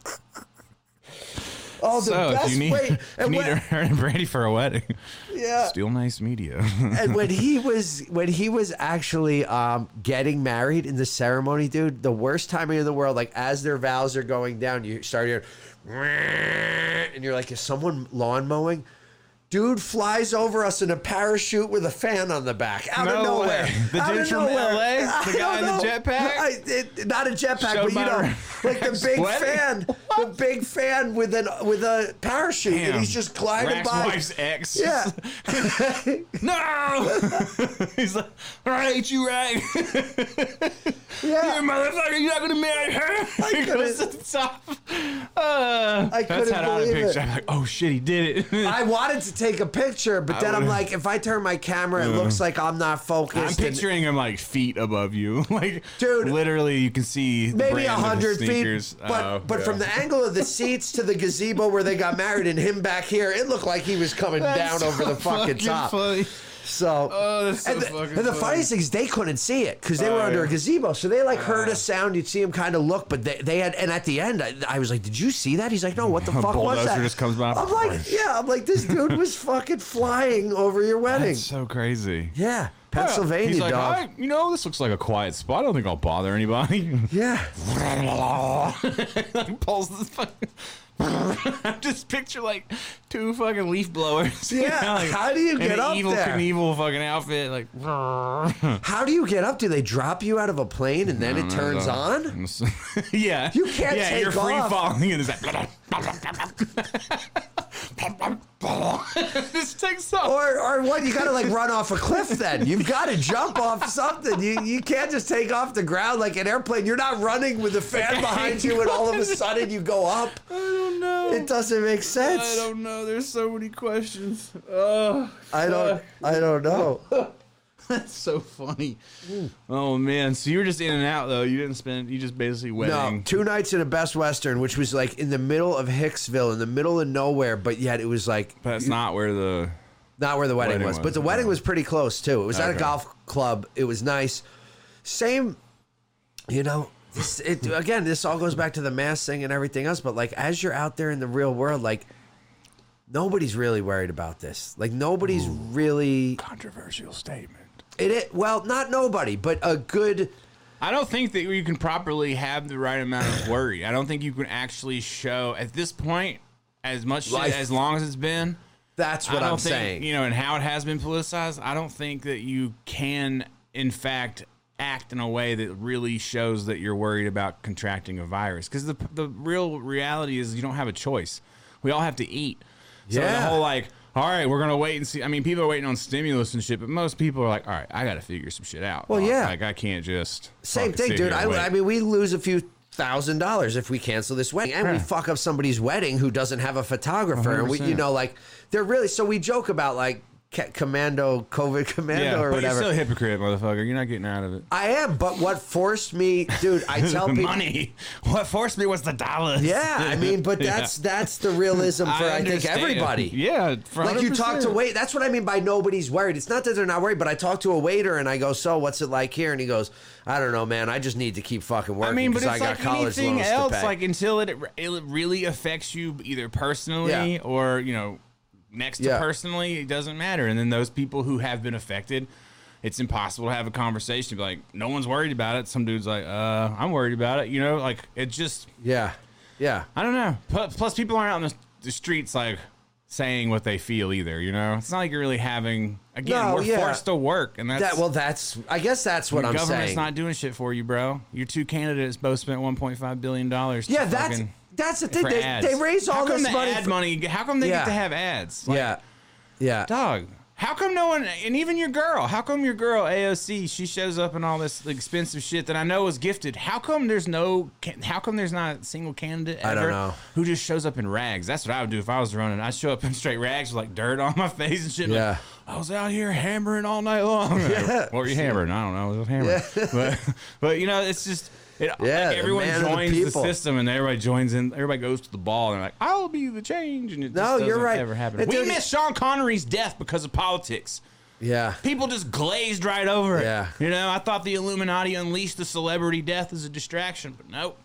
A: Oh, the
B: so if
A: best
B: you need,
A: way.
B: if you
A: And
B: need
A: when,
B: her and Brandy for a wedding,
A: yeah,
B: steal nice media.
A: and when he was when he was actually um, getting married in the ceremony, dude, the worst timing in the world. Like as their vows are going down, you start hearing, and you're like, is someone lawn mowing? Dude flies over us in a parachute with a fan on the back, out of
B: No way.
A: nowhere.
B: The
A: Out
B: dude
A: of
B: from
A: nowhere.
B: LA? The
A: I
B: guy
A: don't
B: in the
A: know.
B: jetpack?
A: I- it- not a jetpack,
B: Showed
A: but you
B: my
A: know, like the big
B: sweating?
A: fan, the big fan with an with a parachute, and
B: Damn.
A: he's just gliding
B: Rack's
A: by.
B: wife's ex.
A: Yeah.
B: no. He's like, I hate you, right?
A: yeah.
B: you motherfucker, you're not gonna marry her. He goes to
A: couldn't-
B: the top. Uh,
A: I
B: that's
A: couldn't
B: how I
A: believe it.
B: picture. I'm like, oh shit, he did it.
A: I wanted to take a picture, but then I'm
B: would've-
A: like, if I turn my camera, it looks like I'm not focused.
B: I'm
A: and
B: picturing him like feet above you, like
A: Dude.
B: Literally, you can see the
A: Maybe
B: brand
A: a
B: of his
A: hundred feet,
B: sneakers.
A: but
B: Oh,
A: but
B: yeah.
A: from the angle of the seats to the gazebo where they got married and him back here, it looked like he was coming
B: That's
A: down over
B: so
A: the fucking, top.
B: funny.
A: So,
B: Oh, that's so
A: and, the,
B: fucking
A: and the
B: funny.
A: funniest thing is they couldn't see it because they
B: Oh,
A: were under a
B: yeah. Ah.
A: gazebo, so they like heard a sound. You'd see him kind of look, but they, they had. And at the end, I, I was like, "Did you see that?" He's like, "No, what the
B: A
A: fuck was
B: bulldozer
A: that?"
B: just comes by.
A: I'm like, "Yeah," I'm like, "This dude was fucking flying over your wedding."
B: That's so crazy.
A: yeah,
B: Yeah.
A: Pennsylvania
B: He's like,
A: dog.
B: "All right, you know, this looks like a quiet spot. I don't think I'll bother anybody.
A: Yeah.
B: like pulls this fucking. I just picture like two fucking leaf blowers. you
A: Yeah,
B: know, like,
A: how do you
B: in
A: get
B: an
A: up
B: evil
A: there?
B: Knievel fucking outfit, like.
A: How do you get up? Do they drop you out of a plane and then
B: Mm,
A: it turns
B: uh,
A: on?
B: yeah,
A: You can't
B: Yeah,
A: take
B: you're free
A: off.
B: falling, and it's like. this takes off.
A: Or, or what? You gotta like run off a cliff then. You've gotta jump off something. You, you can't just take off the ground like an airplane. You're not running with the fan behind you and all of a sudden you go up.
B: I don't know.
A: It doesn't make
B: I
A: sense.
B: don't know. There's so many questions. Oh,
A: I don't, I don't know.
B: that's so funny. Oh man, so you were just in and out though. You didn't spend. You just basically
A: No,
B: wedding.
A: two nights in a Best Western, which was like in the middle of Hicksville, in the middle of nowhere, but yet it was like
B: But that's not where the
A: Not where the wedding,
B: Wedding
A: was,
B: was,
A: but the wedding
B: okay.
A: was pretty close too. It was at a
B: Okay.
A: golf club. It was nice. Same, you know. This, it, again, this all goes back to the mass thing and everything else. But like, as you're out there in the real world, like nobody's really worried about this. Like nobody's really
B: controversial statement.
A: it, it. Well, not nobody, but a good.
B: I don't think that you can properly have the right amount of worry. I don't think you can actually show at this point as much shit,
A: Life-
B: as long as it's been.
A: That's what
B: I don't
A: I'm
B: think,
A: saying.
B: You know, and how it has been politicized. I don't think that you can, in fact, act in a way that really shows that you're worried about contracting a virus. Because the the real reality is you don't have a choice. We all have to eat. So the
A: Yeah.
B: whole like, all right, we're gonna wait and see. I mean, people are waiting on stimulus and shit, but most people are like, all right, I got to figure some shit out.
A: Well, yeah.
B: like I can't just
A: Same
B: fucking
A: thing,
B: sit
A: dude.
B: here
A: I,
B: and wait.
A: I mean, we lose a few thousand dollars if we cancel this wedding, and we
B: Yeah.
A: fuck up somebody's wedding who doesn't have a photographer, and we, you
B: 100%.
A: know, like they're really. So we joke about like ca- commando, COVID commando,
B: yeah,
A: or
B: but
A: whatever.
B: you're still a hypocrite, motherfucker. You're not getting out of it.
A: I am, but what forced me, dude? I tell people,
B: money. What forced me was the dollars.
A: yeah, I mean, but that's that's the realism for I, think
B: understand.
A: everybody.
B: Yeah, for
A: Like you
B: 100%.
A: talk to wait, that's what I mean by nobody's worried. It's not that they're not worried, but I talk to a waiter and I go, "So, what's it like here?" And he goes, "I don't know, man. I just need to keep fucking
B: I
A: working
B: mean, but
A: 'cause
B: it's
A: I got
B: like
A: college
B: anything
A: loans
B: else.
A: to pay."
B: Like until it it really affects you either personally
A: Yeah.
B: or you know next
A: Yeah.
B: to personally, it doesn't matter. And then those people who have been affected, it's impossible to have a conversation. Be like, no one's worried about it. Some dude's like, uh, I'm worried about it. You know, like it just
A: yeah, yeah,
B: I don't know. Plus, plus people aren't out in the, the streets like saying what they feel either. You know, it's not like you're really having. Again,
A: No,
B: we're
A: yeah.
B: forced to work, and that's
A: that. Well, that's. I guess that's what
B: the
A: I'm
B: government's
A: saying.
B: not doing shit for you, bro. Your two candidates both spent 1.5 billion dollars.
A: yeah, that's that's the thing. They, they raise all
B: how come
A: this
B: the
A: money.
B: Ad
A: for-
B: money. How come they
A: Yeah.
B: get to have ads? Like,
A: yeah, yeah.
B: dog. How come no one, and even your girl, how come your girl AOC, she shows up in all this expensive shit that I know is gifted? How come there's no, how come there's not a single candidate ever
A: I don't know.
B: who just shows up in rags? That's what I would do if I was running. I'd show up in straight rags with like dirt on my face and shit. like,
A: Yeah.
B: I was out here hammering all night long.
A: Yeah.
B: What were you hammering? I don't know. I was hammering. But, but, you know, it's just, it,
A: Yeah,
B: like
A: the
B: everyone
A: man and the
B: joins the,
A: people.
B: system and everybody joins in. Everybody goes to the ball and they're like, I'll be the change. And it
A: No,
B: just
A: you're
B: doesn't
A: right.
B: Ever happen.
A: It
B: we
A: doesn't-
B: miss Sean Connery's death because of politics.
A: Yeah.
B: People just glazed right over it.
A: Yeah.
B: You know, I thought the Illuminati unleashed the celebrity death as a distraction, but nope.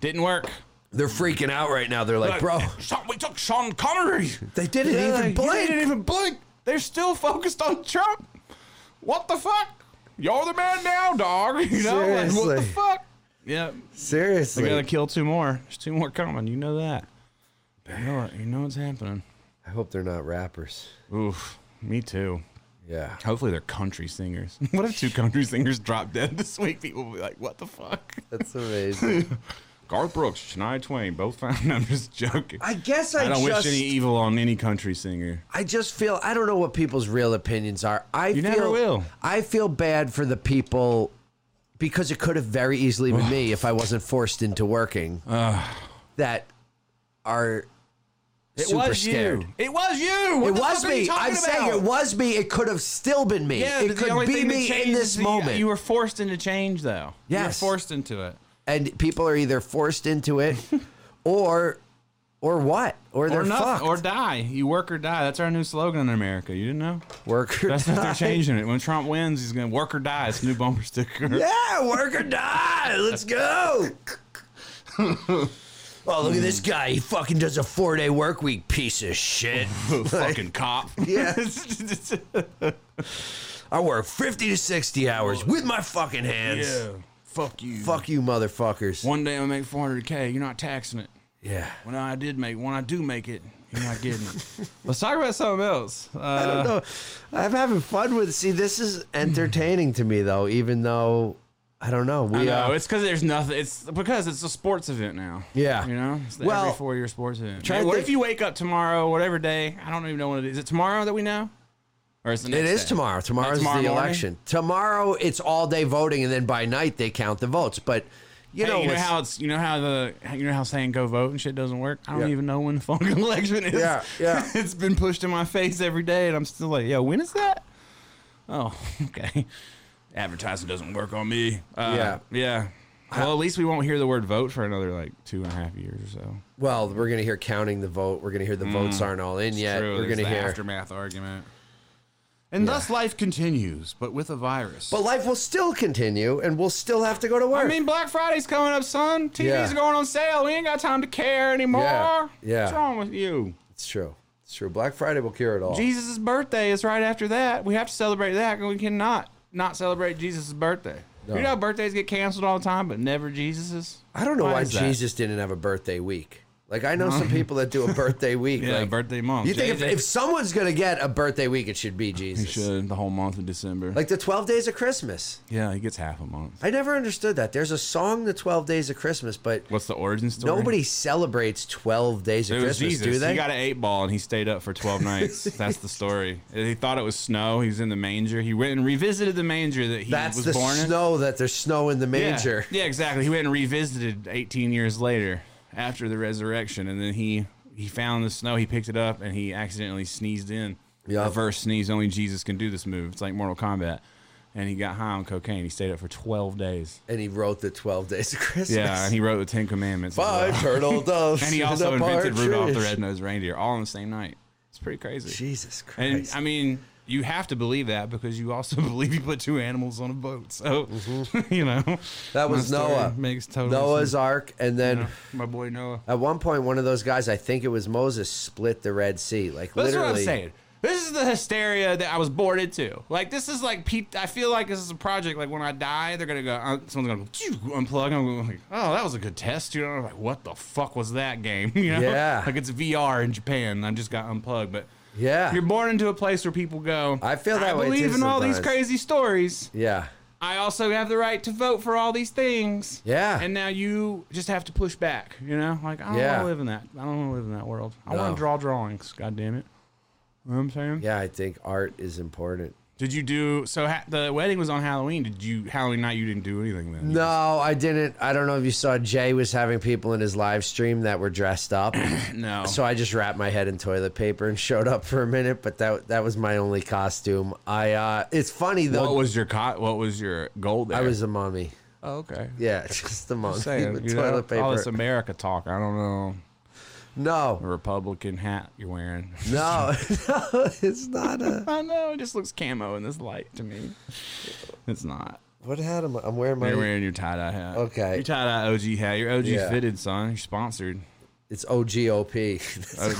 B: Didn't work.
A: They're freaking out right now. They're like,
B: Like,
A: bro,
B: Sean- we took Sean Connery.
A: they didn't
B: Yeah,
A: even
B: like, They
A: blink.
B: didn't even blink. They're still focused on Trump. What the fuck? You're the man now, dog. You know, like, what the
A: Seriously.
B: fuck? Yeah.
A: Seriously.
B: We gotta kill two more. There's two more coming. You know that. You know it. You know what's happening.
A: I hope they're not rappers.
B: Oof. Me too.
A: Yeah.
B: Hopefully they're country singers. what if two country singers drop dead this week? People will be like, what the fuck?
A: That's amazing.
B: Garth Brooks, Shania Twain, both found. I'm just joking.
A: I guess I,
B: I don't
A: just
B: wish any evil on any country singer.
A: I just feel I don't know what people's real opinions are. I
B: You
A: feel,
B: never will.
A: I feel bad for the people because it could have very easily been me if I wasn't forced into working. that are super scared.
B: you. It was you. What
A: It
B: the
A: was
B: fuck are you
A: me.
B: talking
A: I'm saying
B: about?
A: it was me. It could have still been me.
B: Yeah,
A: it
B: but the
A: could
B: only
A: be
B: thing that
A: me in
B: changed
A: this
B: is you-
A: moment.
B: You were forced into change, though. You were
A: Yes.
B: forced into it.
A: and people are either forced into it or or what? Or they're
B: or nothing,
A: fucked.
B: or die. You work or die. That's our new slogan in America. You didn't know?
A: work or
B: That's what they're
A: die.
B: changing it. When Trump wins, he's gonna work or die. It's a new bumper sticker.
A: Yeah, work or die. Let's go. oh, look at this guy. He fucking does a four day work week, piece of shit.
B: Fucking cop.
A: Yeah. I work 50 to 60 hours with my fucking hands.
B: Fuck you.
A: Fuck you, motherfuckers.
B: One day I make 400k. You're not taxing it.
A: Yeah.
B: When I did make, when I do make it, you're not getting it. Let's talk about something else. Uh,
A: I don't know. I'm having fun with See, this is entertaining to me, though, even though. I don't know. We
B: I know.
A: uh,
B: It's because there's nothing. It's because it's a sports event now.
A: Yeah.
B: You know, it's the
A: Well,
B: every four year sports event.
A: try to
B: what
A: think-
B: if you wake up tomorrow, whatever day? I don't even know what it is. Is it tomorrow that we know? Or is it
A: It
B: next
A: is
B: day?
A: tomorrow. Tomorrow's
B: tomorrow
A: the
B: morning?
A: election. Tomorrow it's all day voting, and then by night they count the votes. But you
B: Hey,
A: know,
B: you know
A: what's-
B: how it's you know how the you know how saying go vote and shit doesn't work. I don't
A: Yeah.
B: even know when the fucking election is.
A: Yeah, yeah.
B: it's been pushed in my face every day, and I'm still like, yo, when is that? Oh, okay. Advertising doesn't work on me. Uh,
A: Yeah.
B: yeah. Well, at least we won't hear the word vote for another like two and a half years or so.
A: well, we're gonna hear counting the vote. We're gonna hear the votes aren't all in yet.
B: Mm, True,
A: we're
B: there's
A: gonna
B: the
A: hear.
B: aftermath argument. And thus life continues, but with a virus.
A: But life will still continue, and we'll still have to go to work.
B: I mean, Black Friday's coming up, son. TV's
A: Yeah.
B: going on sale. We ain't got time to care anymore.
A: Yeah, yeah.
B: What's wrong with you?
A: it's true. It's true. Black Friday will cure it all.
B: Jesus' birthday is right after that. We have to celebrate that, and we cannot not celebrate Jesus' birthday. You know, how birthdays get canceled all the time, but never Jesus's.
A: I don't know why,
B: is that?
A: Jesus didn't have a birthday week. Like I know some people that do a birthday week.
B: Yeah,
A: like,
B: birthday month.
A: You think if,
B: JJ
A: if someone's gonna get a birthday week, it should be Jesus.
B: should the whole month of December?
A: Like the twelve days of Christmas.
B: yeah, he gets half a month.
A: I never understood that. There's a song, "The Twelve Days of Christmas," but
B: What's the origin story?
A: Nobody celebrates 12 days of
B: It was
A: Christmas,
B: Jesus.
A: do they?
B: He got an eight ball and he stayed up for twelve nights. That's the story. He thought it was snow. He was in the manger. He went and revisited the manger that he
A: That's
B: was
A: the
B: born in.
A: snow that there's snow in the
B: Yeah.
A: manger.
B: Yeah, exactly. He went and revisited 18 years later after the resurrection, and then he he found the snow. He picked it up and he accidentally sneezed in.
A: Yeah.
B: reverse sneeze. Only Jesus can do this move. It's like Mortal Kombat. And he got high on cocaine. He stayed up for 12 days.
A: And he wrote the Twelve Days of Christmas.
B: Yeah, and he wrote the Ten Commandments. as well.
A: Five turtle doves.
B: and he
A: in
B: also
A: a
B: invented Rudolph the
A: partridge.
B: Red-Nosed Reindeer all on the same night. It's pretty crazy.
A: Jesus Christ.
B: And I mean, you have to believe that because you also believe he put two animals on a boat. So, you know,
A: Mm-hmm. that was
B: my story
A: Noah.
B: Makes total
A: Noah's
B: sense.
A: Ark, and then
B: You know, my boy Noah.
A: at one point, one of those guys, I think it was Moses, split the Red Sea. Like
B: That's
A: literally.
B: what I'm saying. This is the hysteria that I was born into. Like this is like pe- I feel like this is a project. Like when I die, they're gonna go. Uh, someone's gonna go, "Phew," unplug. I'm gonna be like, oh, that was a good test. You know, I'm like what the fuck was that game? You know,
A: Yeah.
B: Like it's VR in Japan. and I just got unplugged, but
A: Yeah.
B: you're born into a place where people go.
A: I feel that
B: I
A: way,
B: believe
A: too,
B: in all these
A: sometimes."
B: crazy stories.
A: Yeah.
B: I also have the right to vote for all these things.
A: Yeah.
B: And now you just have to push back. You know, like I don't
A: Yeah.
B: want to live in that. I don't want to live in that world. I want
A: No.
B: to draw drawings. God damn it. You know what I'm saying?
A: Yeah, I think art is important.
B: Did you do so? Ha- the wedding was on Halloween. Did you Halloween night? You didn't do anything then.
A: No, I didn't. I don't know if you saw Jay was having people in his live stream that were dressed up.
B: No.
A: so I just wrapped my head in toilet paper and showed up for a minute, but that that was my only costume. I uh it's funny though.
B: what was your co- What was your goal there?
A: I was a mummy.
B: Oh, okay.
A: Yeah, just a mummy
B: Saying,
A: with
B: you know,
A: toilet
B: All this
A: paper.
B: America talk. I don't know. The
A: No.
B: Republican hat you're wearing.
A: No. No, it's not a
B: I know. It just looks camo in this light to me. It's not.
A: What hat am I? I'm wearing
B: You're
A: my
B: wearing your tie dye hat.
A: Okay.
B: Your tie dye OG hat. Your OG
A: Yeah.
B: fitted, son. You're sponsored.
A: It's OGOP.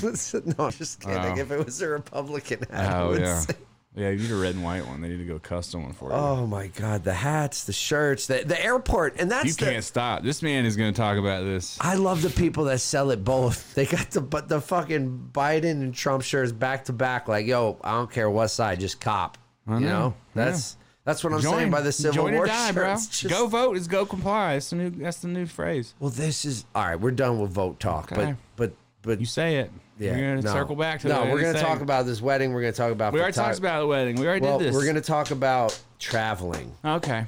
A: That's- no, I'm just kidding.
B: Oh.
A: If it was a Republican hat, I
B: Oh
A: would
B: yeah.
A: say.
B: Yeah, you need a red and white one. They need to go custom one for you.
A: Oh my God, the hats, the shirts, the, the airport, and that's
B: you
A: the.
B: can't stop. This man is going to talk about this.
A: I love the people that sell it both. They got the but the fucking Biden and Trump shirts back to back. Like, yo, I don't care what side, just cop. You know,
B: know,
A: that's that's what I'm saying by the Civil
B: join
A: War
B: or die, bro.
A: shirts. Just-
B: Go vote is go comply. That's the new. That's the new phrase.
A: Well, this is all right. We're done with vote talk,
B: Okay.
A: but but but
B: You say it.
A: yeah,
B: We're going to
A: no.
B: circle back to
A: no.
B: that in
A: We're
B: a
A: gonna
B: second.
A: talk about this wedding. We're gonna talk about.
B: We already
A: photog-
B: talked about the wedding. We already
A: Well,
B: did this.
A: we're gonna talk about traveling
B: Okay.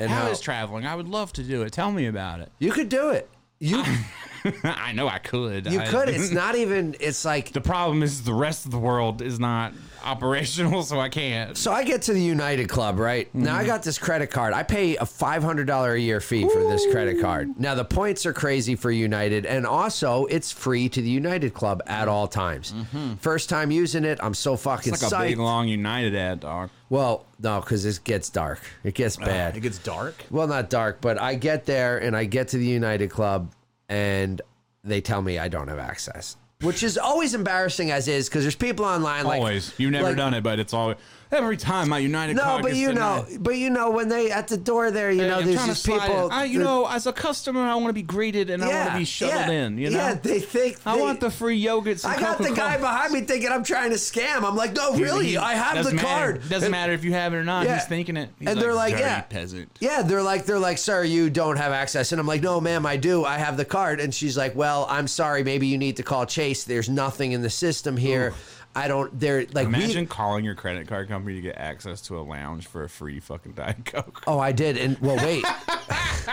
A: and
B: How
A: how
B: is traveling? I would love to do it. Tell me about it.
A: you could do it. You
B: I know I could.
A: you
B: I-
A: could. It's not even. It's like
B: The problem is the rest of the world is not operational, so I can't.
A: So I get to the United Club, right? Now
B: Mm-hmm.
A: I got this credit card. I pay a $500 a year fee for this credit card. Now the points are crazy for United and also it's free to the United Club at all times. First time using it, I'm so fucking
B: Mm-hmm. It's like a
A: psyched.
B: big long United ad, dog.
A: well, no, cuz it gets dark. It gets bad.
B: It gets dark.
A: well, not dark, but I get there and I get to the United Club and they tell me I don't have access. Which is always embarrassing as is because there's people online like
B: Always. You've never
A: like-
B: done it, but it's always every time my United.
A: No,
B: card
A: but
B: gets
A: you know,
B: denied.
A: but you know when they at the door there, you know,
B: I'm
A: there's
B: trying to
A: just
B: slide
A: people.
B: in. I, you
A: that-
B: know, as a customer, I want to be greeted and I want to be shuttled
A: yeah,
B: in. You know,
A: yeah, they think
B: I
A: they-
B: want the free yogurts. And
A: I got the guy
B: Coca-Cola.
A: behind me thinking I'm trying to scam. I'm like, no, really, I have the
B: Doesn't matter.
A: card.
B: Doesn't
A: And-
B: matter if you have it or not.
A: Yeah.
B: He's thinking it. He's
A: and they're like,
B: "Dirty
A: yeah,
B: peasant.
A: yeah, they're like, they're like, sir, you don't have access, and I'm like, no, ma'am, I do, I have the card, and she's like, well, I'm sorry, maybe you need to call Chase. There's nothing in the system here. I don't. They're like, we-
B: Imagine calling your credit card company to get access to a lounge for a free fucking Diet Coke.
A: Oh, I did. And well, wait.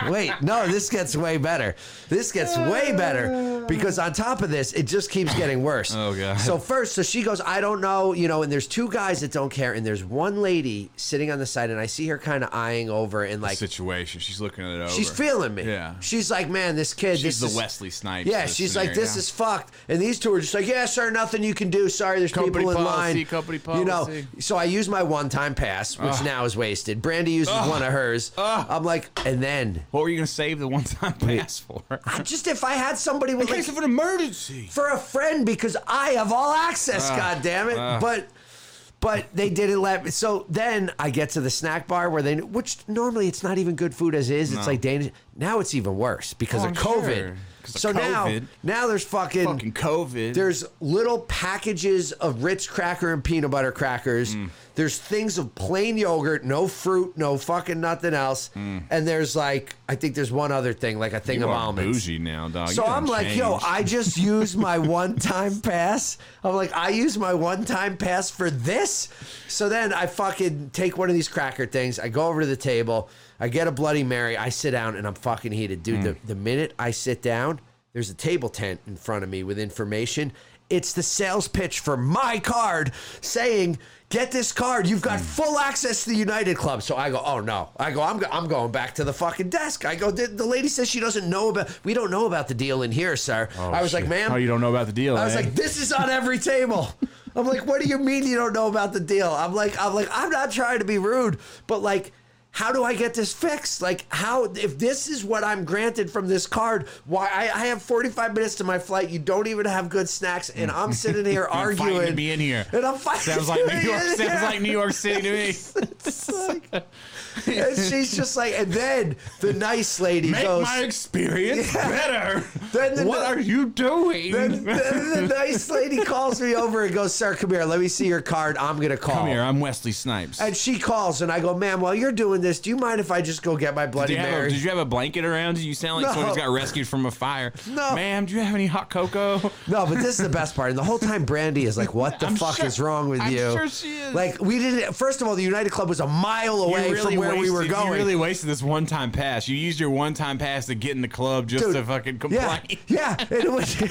A: wait. No, this gets way better. This gets way better because on top of this, it just keeps getting worse.
B: Oh, God.
A: So first, so she goes, I don't know, you know, and there's two guys that don't care and there's one lady sitting on the side and I see her kind of eyeing over and like
B: Situation. She's looking at it over.
A: she's feeling me.
B: Yeah.
A: She's like, "Man, this kid, this
B: She's the
A: is
B: Wesley Snipes.
A: Yeah,
B: of
A: she's like,
B: scenario.
A: this is fucked. And these two are just like, yeah, sir, nothing you can do. Sorry, there's
B: Company
A: people in
B: policy,
A: line.
B: company
A: You know,
B: policy.
A: so I use my one time pass, which now is wasted. Brandy uses one of hers. I'm like, and then
B: What were you gonna save the one time pass for?
A: I just if I had somebody with like,
B: an emergency.
A: for a friend because I have all access, God damn it. but but they didn't let me. So then I get to the snack bar where they, which normally it's not even good food as is. It's like Danish. Now it's even worse because
B: Oh,
A: of
B: I'm
A: COVID.
B: sure. 'Cause of
A: So now,
B: COVID.
A: now there's
B: Fucking COVID.
A: there's little packages of Ritz cracker and peanut butter crackers.
B: Mm.
A: There's things of plain yogurt, no fruit, no fucking nothing else. And there's like, I think there's one other thing, like a thing
B: Mm. you
A: of
B: are
A: almonds.
B: bougie now, dog.
A: So
B: You
A: I'm
B: done
A: like, yo,
B: changed.
A: I just used my one time pass. I'm like, I used my one time pass for this. So then I fucking take one of these cracker things. I go over to the table. I get a Bloody Mary. I sit down and I'm fucking
B: Mm.
A: heated. Dude, the, the minute I sit down, there's a table tent in front of me with information. It's the sales pitch for my card saying, get this card. You've
B: Hmm.
A: got full access to the United Club. So I go, oh no. I go, I'm, go- I'm going back to the fucking desk. I go, the, the lady says she doesn't know about, we don't know about the deal in here, sir. I was like, ma'am.
B: Oh, you don't know about the deal.
A: I was
B: eh?
A: like, this is on every table. I'm like, what do you mean you don't know about the deal? I'm like, I'm like, I'm not trying to be rude, but like, how do I get this fixed? Like, how if this is what I'm granted from this card? Why I, I have 45 minutes to my flight. You don't even have good snacks, and I'm sitting here
B: I'm fighting
A: arguing.
B: to be in here.
A: And I'm fighting.
B: sounds like
A: to
B: New
A: be
B: York.
A: in
B: Sounds
A: here.
B: like New York City to me.
A: It's like- and she's just like, and then the nice lady
B: Make
A: goes.
B: my experience better.
A: Then the-
B: what are you doing?
A: Then, then the nice lady calls me over and goes, "Sir, come here. Let me see your card. I'm gonna call."
B: Come here, I'm Wesley Snipes.
A: And she calls, and I go, "Ma'am, while you're doing this, do you mind if I just go get my Bloody
B: Did you, have a,
A: Mary?"
B: did you have a blanket around you? You sound like
A: No.
B: someone who's got rescued from a fire.
A: No.
B: Ma'am, do you have any hot cocoa?
A: no, but this is the best part. And the whole time, Brandy is like, "What the
B: I'm
A: fuck
B: sure-
A: is wrong with
B: I'm
A: you?"
B: sure she is.
A: Like, we didn't. First of all, the United Club was a mile
B: You
A: away from where we
B: wasted-
A: were going.
B: You really wasted this one time pass. You used your one time pass to get in the club just to fucking
A: yeah,
B: complain.
A: yeah, and it was, and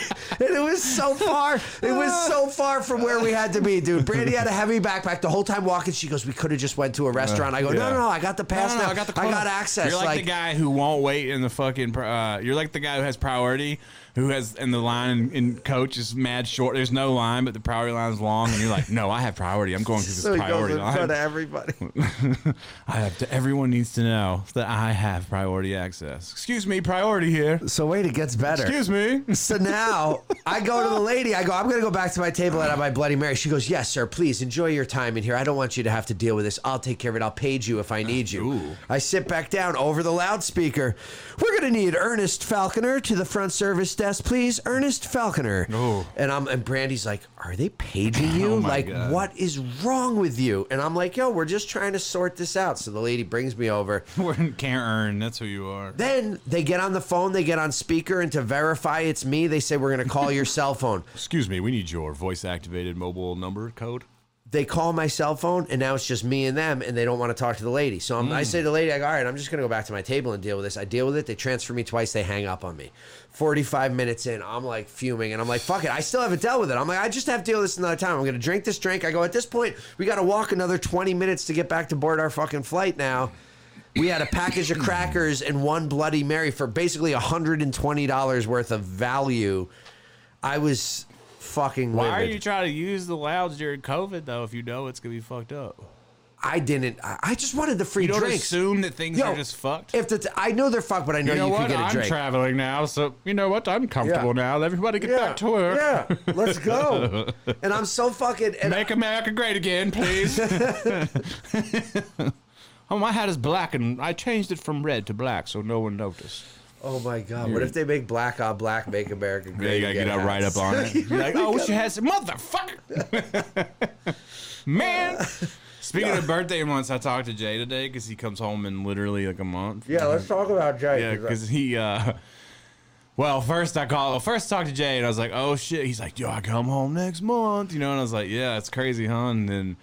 A: it was so far, it was so far from where we had to be, dude. Brandy had a heavy backpack the whole time walking. She goes, "We could have just went to a restaurant." I go,
B: yeah.
A: "No, no, no, I got the
B: No,
A: pass
B: no, no,
A: now.
B: I got the club.
A: access."
B: You're like, the guy who won't wait in the fucking. pr- Uh, you're like the guy who has priority, who has and the line in, in coach is mad short. There's no line, but the priority line's long, and you're like, no, I have priority. I'm going through this
A: so he goes
B: priority
A: in front of
B: line.
A: everybody.
B: I have to, everyone needs to know that I have priority access. Excuse me, priority here.
A: So wait, it gets better.
B: Excuse me.
A: So now I go to the lady. I go, I'm going to go back to my table and have my Bloody Mary. She goes, Yes, sir. Please enjoy your time in here. I don't want you to have to deal with this. I'll take care of it. I'll page you if I need you.
B: Ah, Ooh.
A: I sit back down over the loudspeaker. We're going to need Ernest Falconer to the front service desk, please. Ernest Falconer.
B: Ooh.
A: And I'm and Brandy's like, Are they paging you?
B: Oh my
A: like,
B: God.
A: what is wrong with you? And I'm like, Yo, we're just trying to sort this out. So the lady brings me over.
B: We're in Karen. That's who you are.
A: Then they get on the phone, they get on speaker, and to verify it's me, they say, We're going to call your cell phone.
B: Excuse me. We need your voice activated mobile number code.
A: They call my cell phone, and now it's just me and them, and they don't want to talk to the lady. So I'm, I
B: Mm.
A: say to the lady, I go, All right, I'm just going to go back to my table and deal with this. I deal with it. They transfer me twice, they hang up on me. 45 minutes in, I'm like fuming, and I'm like, Fuck it. I still haven't dealt with it. I'm like, I just have to deal with this another time. I'm going to drink this drink. I go, At this point, we got to walk another 20 minutes to get back to board our fucking flight now. We had a package of crackers and one Bloody Mary for basically $120 worth of value. I was fucking
B: Why are
A: livid.
B: you trying to use the lounge during COVID though? If you know it's gonna be fucked up,
A: I didn't. I I just wanted the free
B: you don't
A: drinks.
B: assume that things
A: Yo,
B: are just fucked.
A: If the t- I know they're fucked, but I know
B: you
A: you,
B: know
A: could
B: what?
A: get a
B: I'm
A: drink.
B: traveling now, so you know what? I'm comfortable now. Everybody get back to work.
A: yeah, let's go. And I'm so fucking. And
B: Make America great again, please. oh, my hat is black, and I changed it from red to black, so no one noticed.
A: oh my god, what if they make black on black, make America great?
B: Yeah, you gotta
A: again
B: get out right up
A: hats?
B: on it. You're like, oh, wish you had some motherfucker. Man. Speaking of birthday months, I talked to Jay today because he comes home in literally like a month.
A: yeah, let's talk about Jake.
B: Yeah, because he. Uh, well, first I call. First I talked to Jay, and I was like, "Oh shit!" He's like, "Yo, I come home next month," you know, and I was like, "Yeah, it's crazy, huh?" And then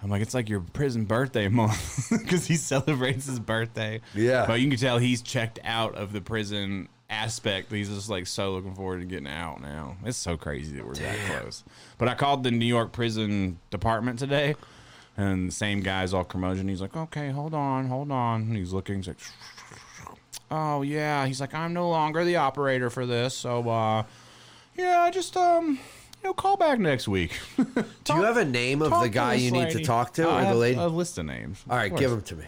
B: I'm like, "It's like your prison birthday month," because he celebrates his birthday.
A: Yeah.
B: but you can tell he's checked out of the prison aspect. He's just like so looking forward to getting out now. It's so crazy that we're that close. But I called the New York prison department today. And the same guy's all curmudgeon. He's like, okay, hold on, hold on. And he's looking. He's like, oh yeah he's like i'm no longer the operator for this so uh yeah just um you know call back next week
A: do you have a name of the guy you need to talk to or the lady?
B: a list of names
A: All right, give him to me.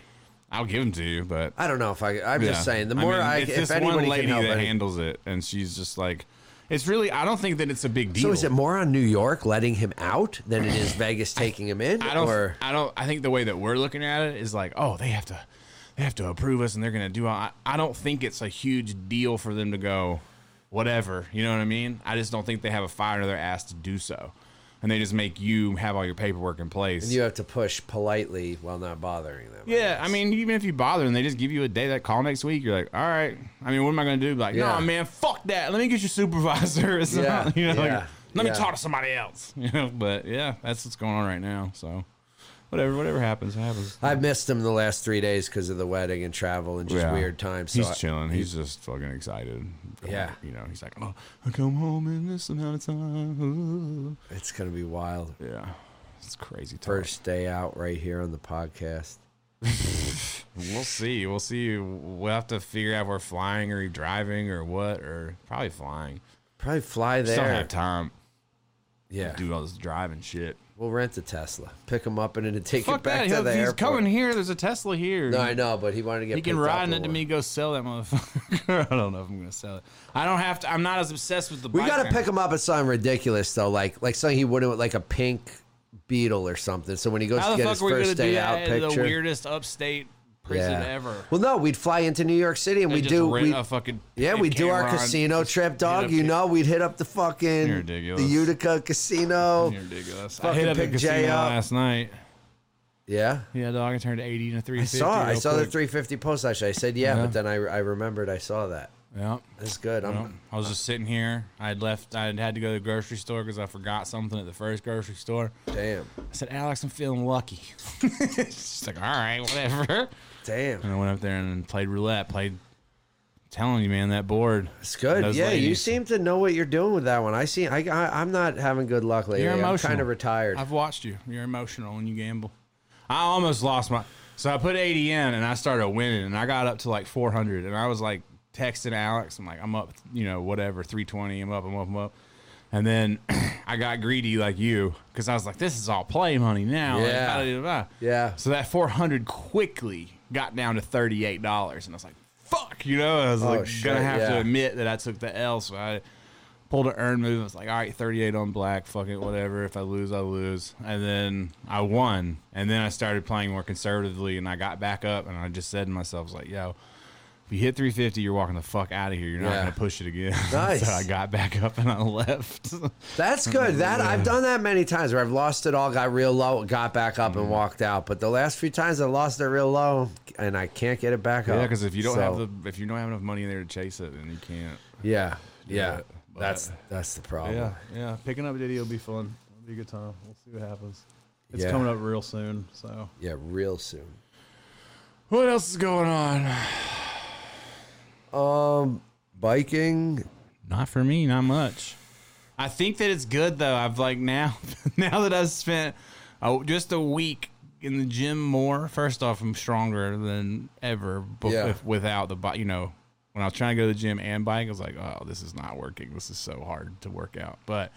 B: i'll give them to you but
A: I don't know if I. I'm
B: yeah.
A: just saying. The more
B: mean,
A: I,
B: it's
A: if
B: this
A: anybody
B: one lady
A: can help,
B: that
A: any-
B: handles it and she's just like it's really i don't think that it's a big deal
A: so is it more on New York letting him out than it is Vegas taking him in?
B: I don't.
A: Or
B: I don't. I think the way that we're looking at it is like, oh, they have to, they have to approve us, and they're gonna do. All, I, I don't think it's a huge deal for them to go, whatever. You know what I mean? I just don't think they have a fire under their ass to do so, and they just make you have all your paperwork in place.
A: you have to push politely while not bothering them.
B: yeah, I mean, even if you bother and they just give you a day that call next week, you're like, all right. I mean, what am I gonna do? Be Like, no,
A: Yeah.
B: man, fuck that. Let me get your supervisor. Or something.
A: Yeah,
B: You know, like,
A: yeah,
B: let
A: yeah.
B: me talk to somebody else. You know, but yeah, that's what's going on right now. So. whatever, whatever happens, happens.
A: I've missed him the last three days because of the wedding and travel and just
B: Yeah.
A: weird times. So
B: He's
A: I-
B: chilling. He's just fucking excited.
A: Yeah.
B: you know, he's like, oh, I come home in this amount of time.
A: it's gonna be wild.
B: Ooh. Yeah, it's crazy. Talk.
A: First day out right here on the podcast.
B: We'll see. We'll see. We'll have to figure out if we're flying or driving or what, or probably flying.
A: Probably fly
B: Still
A: there.
B: have time
A: yeah,
B: to do all this driving shit.
A: we'll rent a Tesla, pick him up, and then take
B: Fuck
A: it back
B: that.
A: to
B: He'll-
A: the
B: He's
A: airport.
B: coming here. There's a Tesla here.
A: No, I know, but he wanted to get.
B: he can
A: picked up
B: ride in
A: in
B: it to
A: one.
B: me. Go sell that motherfucker. I don't know if I'm gonna sell it. I don't have to. I'm not as obsessed with the.
A: We
B: bike
A: got to
B: thing.
A: pick him up at something ridiculous though, like like something he wouldn't like a pink beetle or something. So when he goes
B: How
A: to
B: the
A: get
B: fuck
A: his
B: are we gonna
A: first
B: do
A: day out
B: that? in The
A: picture,
B: weirdest upstate prison ever.
A: Well, no, we'd fly into New York City and
B: They
A: we
B: just
A: do
B: rent
A: we,
B: a fucking
A: yeah we do our
B: camera on-
A: casino trip,
B: up
A: dog. You
B: ca-
A: know, we'd hit up the fucking
B: You're ridiculous.
A: the Utica casino.
B: You're ridiculous. I
A: Fucking
B: hit up the
A: pick Jay
B: casino
A: up.
B: last night.
A: Yeah,
B: Yeah, dog. I turned 80 and a
A: I
B: 350.
A: saw it. I
B: real
A: saw the
B: quick.
A: 350 post actually. I said yeah,
B: Yeah.
A: but then I I remembered I saw that.
B: Yeah.
A: That's good. I'm,
B: Well, I was just sitting here. I had left. I had had to go to the grocery store because I forgot something at the first grocery store.
A: Damn,
B: I said, Alex, I'm feeling lucky. She's like, all right, whatever.
A: damn,
B: And I went up there and played roulette. Played. telling you, man, that board.
A: it's good.
B: Those
A: yeah, you
B: ladies.
A: seem to know what you're doing with that one. I see. I, I I'm not having good luck lately.
B: You're
A: I'm
B: emotional.
A: kind of retired.
B: I've watched you. You're emotional when you gamble. I almost lost my. So I put 80 in and I started winning and I got up to like 400 and I was like texting Alex. I'm like, I'm up, you know, whatever, 320. I'm up, I'm up, I'm up. And then I got greedy like you because I was like, this is all play money now. Like,
A: Yeah.
B: blah, blah, blah.
A: Yeah.
B: So that 400 quickly got down to $38. And I was like, fuck, you know, I was like,
A: Oh, shit,
B: gonna have to
A: yeah.
B: admit that I took the L. So I pulled an earn move. I was like, all right, 38 on black, fuck it, whatever. If I lose, I lose. And then I won. And then I started playing more conservatively and I got back up and I just said to myself, I was like, yo, if you hit 350, you're walking the fuck out of here. You're not
A: Yeah.
B: going to push it again.
A: Nice.
B: so I got back up and I left.
A: That's good. That I've done that many times where I've lost it all, got real low, got back up,
B: Mm.
A: and walked out. But the last few times I lost it real low, and I can't get it back up.
B: yeah, because if you don't
A: So,
B: have the, if you don't have enough money in there to chase it, then you can't. Oh,
A: yeah, yeah,
B: Yeah, but-
A: that's that's the problem.
C: Yeah, yeah. Picking up Diddy will be fun. It'll be a good time. We'll see what happens. It's
A: Yeah.
C: coming up real soon, so
A: Yeah, real soon.
B: What else is going on?
A: Um, biking.
B: Not for me, not much. I think that it's good though. I've like now, now that I've spent oh, just a week in the gym more. First off, I'm stronger than ever. But
A: Yeah.
B: if, without the bike, you know, when I was trying to go to the gym and bike, I was like, oh, this is not working. This is so hard to work out. But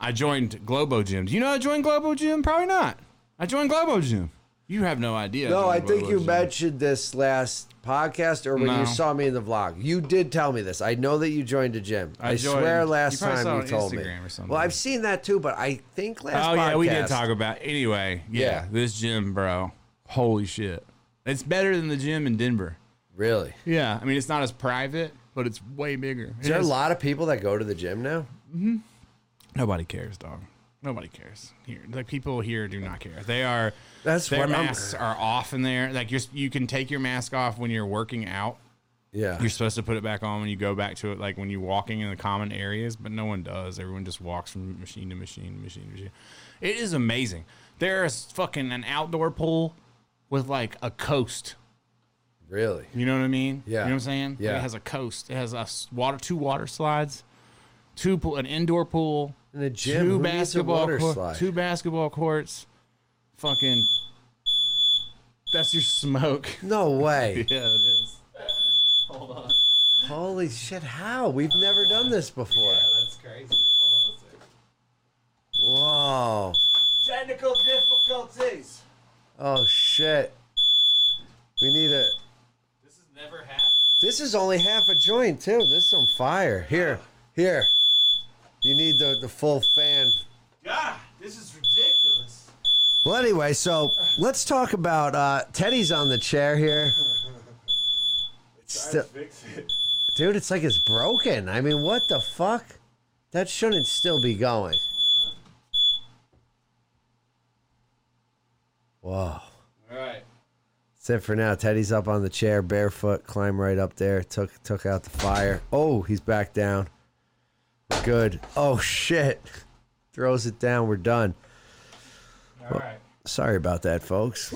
B: I joined Globo Gym. Do you know I joined Globo Gym? Probably not. I joined Globo Gym. You have no idea.
A: No, I
B: joined
A: think
B: Globo
A: you
B: Gym.
A: mentioned this last podcast or when
B: No.
A: you saw me in the vlog. You did tell me this. I know that you joined a gym. I,
B: joined-
A: swear
B: you
A: last
B: probably saw
A: time
B: it
A: you
B: on
A: told me.
B: Instagram or something.
A: Well, I've seen that too, but I think last.
B: Oh yeah, we did
A: podcast-
B: talk about. Anyway, yeah,
A: Yeah.
B: this gym, bro. Holy shit, it's better than the gym in Denver.
A: Really, is
B: Yeah, I mean it's not as private, but it's way bigger. It
A: there a
B: has-
A: lot of people that go to the gym now?
B: Nobody cares, dog. Nobody cares here. Like people here do not care. They are.
A: That's
B: their
A: what I'm-
B: masks are off in there. Like you're, you can take your mask off when you're working out.
A: Yeah,
B: You're supposed to put it back on when you go back to it, like when you're walking in the common areas, but no one does. Everyone just walks from machine to machine, machine to machine. It is amazing. There is fucking an outdoor pool with like a coast.
A: really.
B: You know what I mean?
A: Yeah.
B: You know what I'm saying?
A: Yeah.
B: It has a coast. It has a s- water, two water slides, two pool, an indoor pool,
A: In the gym,
B: two
A: who needs a
B: basketball,
A: water
B: cour-
A: slide?
B: two basketball courts. Fucking. That's your smoke.
A: No way.
B: yeah, it is.
A: Holy shit, how? We've never done this before.
B: That's crazy.
A: Whoa.
B: Technical difficulties.
A: Oh shit. We need a
B: This has never happened.
A: This is only half a joint too. This is on fire. Here. Here. You need the, the full fan.
B: God, this is ridiculous.
A: Well anyway, so let's talk about uh Teddy's on the chair here. It's still,
C: fix it.
A: dude, it's like it's broken. I mean, what the fuck? That shouldn't still be going. Whoa.
B: All right.
A: That's it for now. Teddy's up on the chair, barefoot, climb right up there, took took out the fire. Oh, he's back down. Good. Oh shit. Throws it down. We're done.
B: All right.
A: Sorry about that, folks.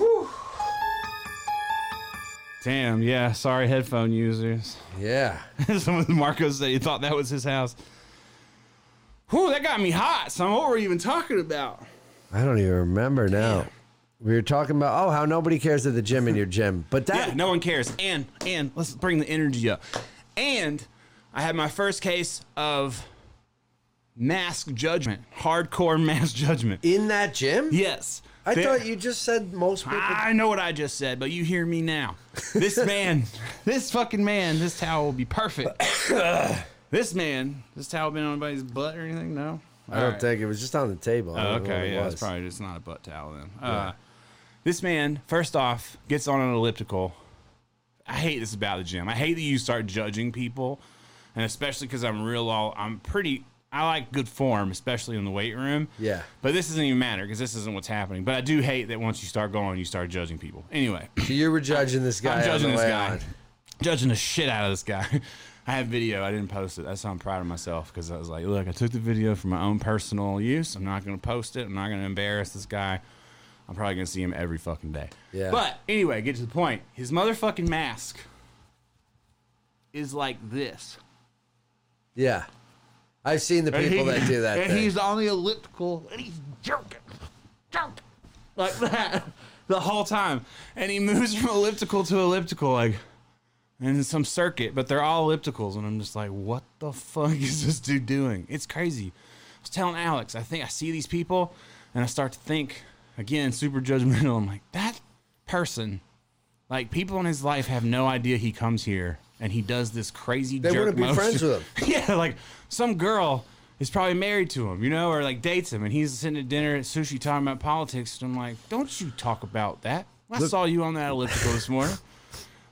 B: Damn, yeah. Sorry, headphone users.
A: Yeah.
B: Someone Marco said he thought that was his house. Whew, that got me hot. So what were we even talking about?
A: I don't even remember now. We were talking about oh how nobody cares at the gym in your gym, but that
B: Yeah, no one cares. And and let's bring the energy up. And I had my first case of mask judgment, hardcore mask judgment.
A: in that gym.
B: Yes.
A: I
B: There-
A: thought you just said most people.
B: I know what I just said, but you hear me now. This man, this fucking man, this towel will be perfect. this man, this towel been on anybody's butt or anything? No.
A: I don't think it was just on the table. I
B: Oh,
A: don't know what
B: okay,
A: it
B: yeah, it's
A: was.
B: probably just not a butt towel then. Uh, this man, first off, gets on an elliptical. I hate this about the gym. I hate that you start judging people, and especially because I'm real all. I'm pretty. I like good form, especially in the weight room.
A: Yeah.
B: But this doesn't even matter because this isn't what's happening. But I do hate that once you start going, you start judging people. Anyway.
A: So you were judging this guy.
B: I'm judging
A: on the
B: this
A: way
B: guy.
A: on.
B: Judging the shit out of this guy. I have video. I didn't post it. That's how I'm proud of myself because I was like, look, I took the video for my own personal use. I'm not going to post it. I'm not going to embarrass this guy. I'm probably going to see him every fucking day.
A: Yeah.
B: But anyway, get to the point. His motherfucking mask is like this.
A: Yeah, I've seen the people
B: And he-
A: that do that.
B: And
A: thing.
B: he's on the elliptical and he's jerking, jerking like that the whole time. And he moves from elliptical to elliptical, like, and it's some circuit, but they're all ellipticals. And I'm just like, what the fuck is this dude doing? It's crazy. I was telling Alex, I think I see these people and I start to think, again, super judgmental. I'm like, that person. Like people in his life have no idea he comes here and he does this crazy.
A: They
B: jerk
A: wouldn't be
B: motion.
A: friends with him.
B: Yeah, like some girl is probably married to him, you know, or like dates him, and he's sitting at dinner at sushi talking about politics. And I'm like, don't you talk about that. I saw you on that elliptical this morning.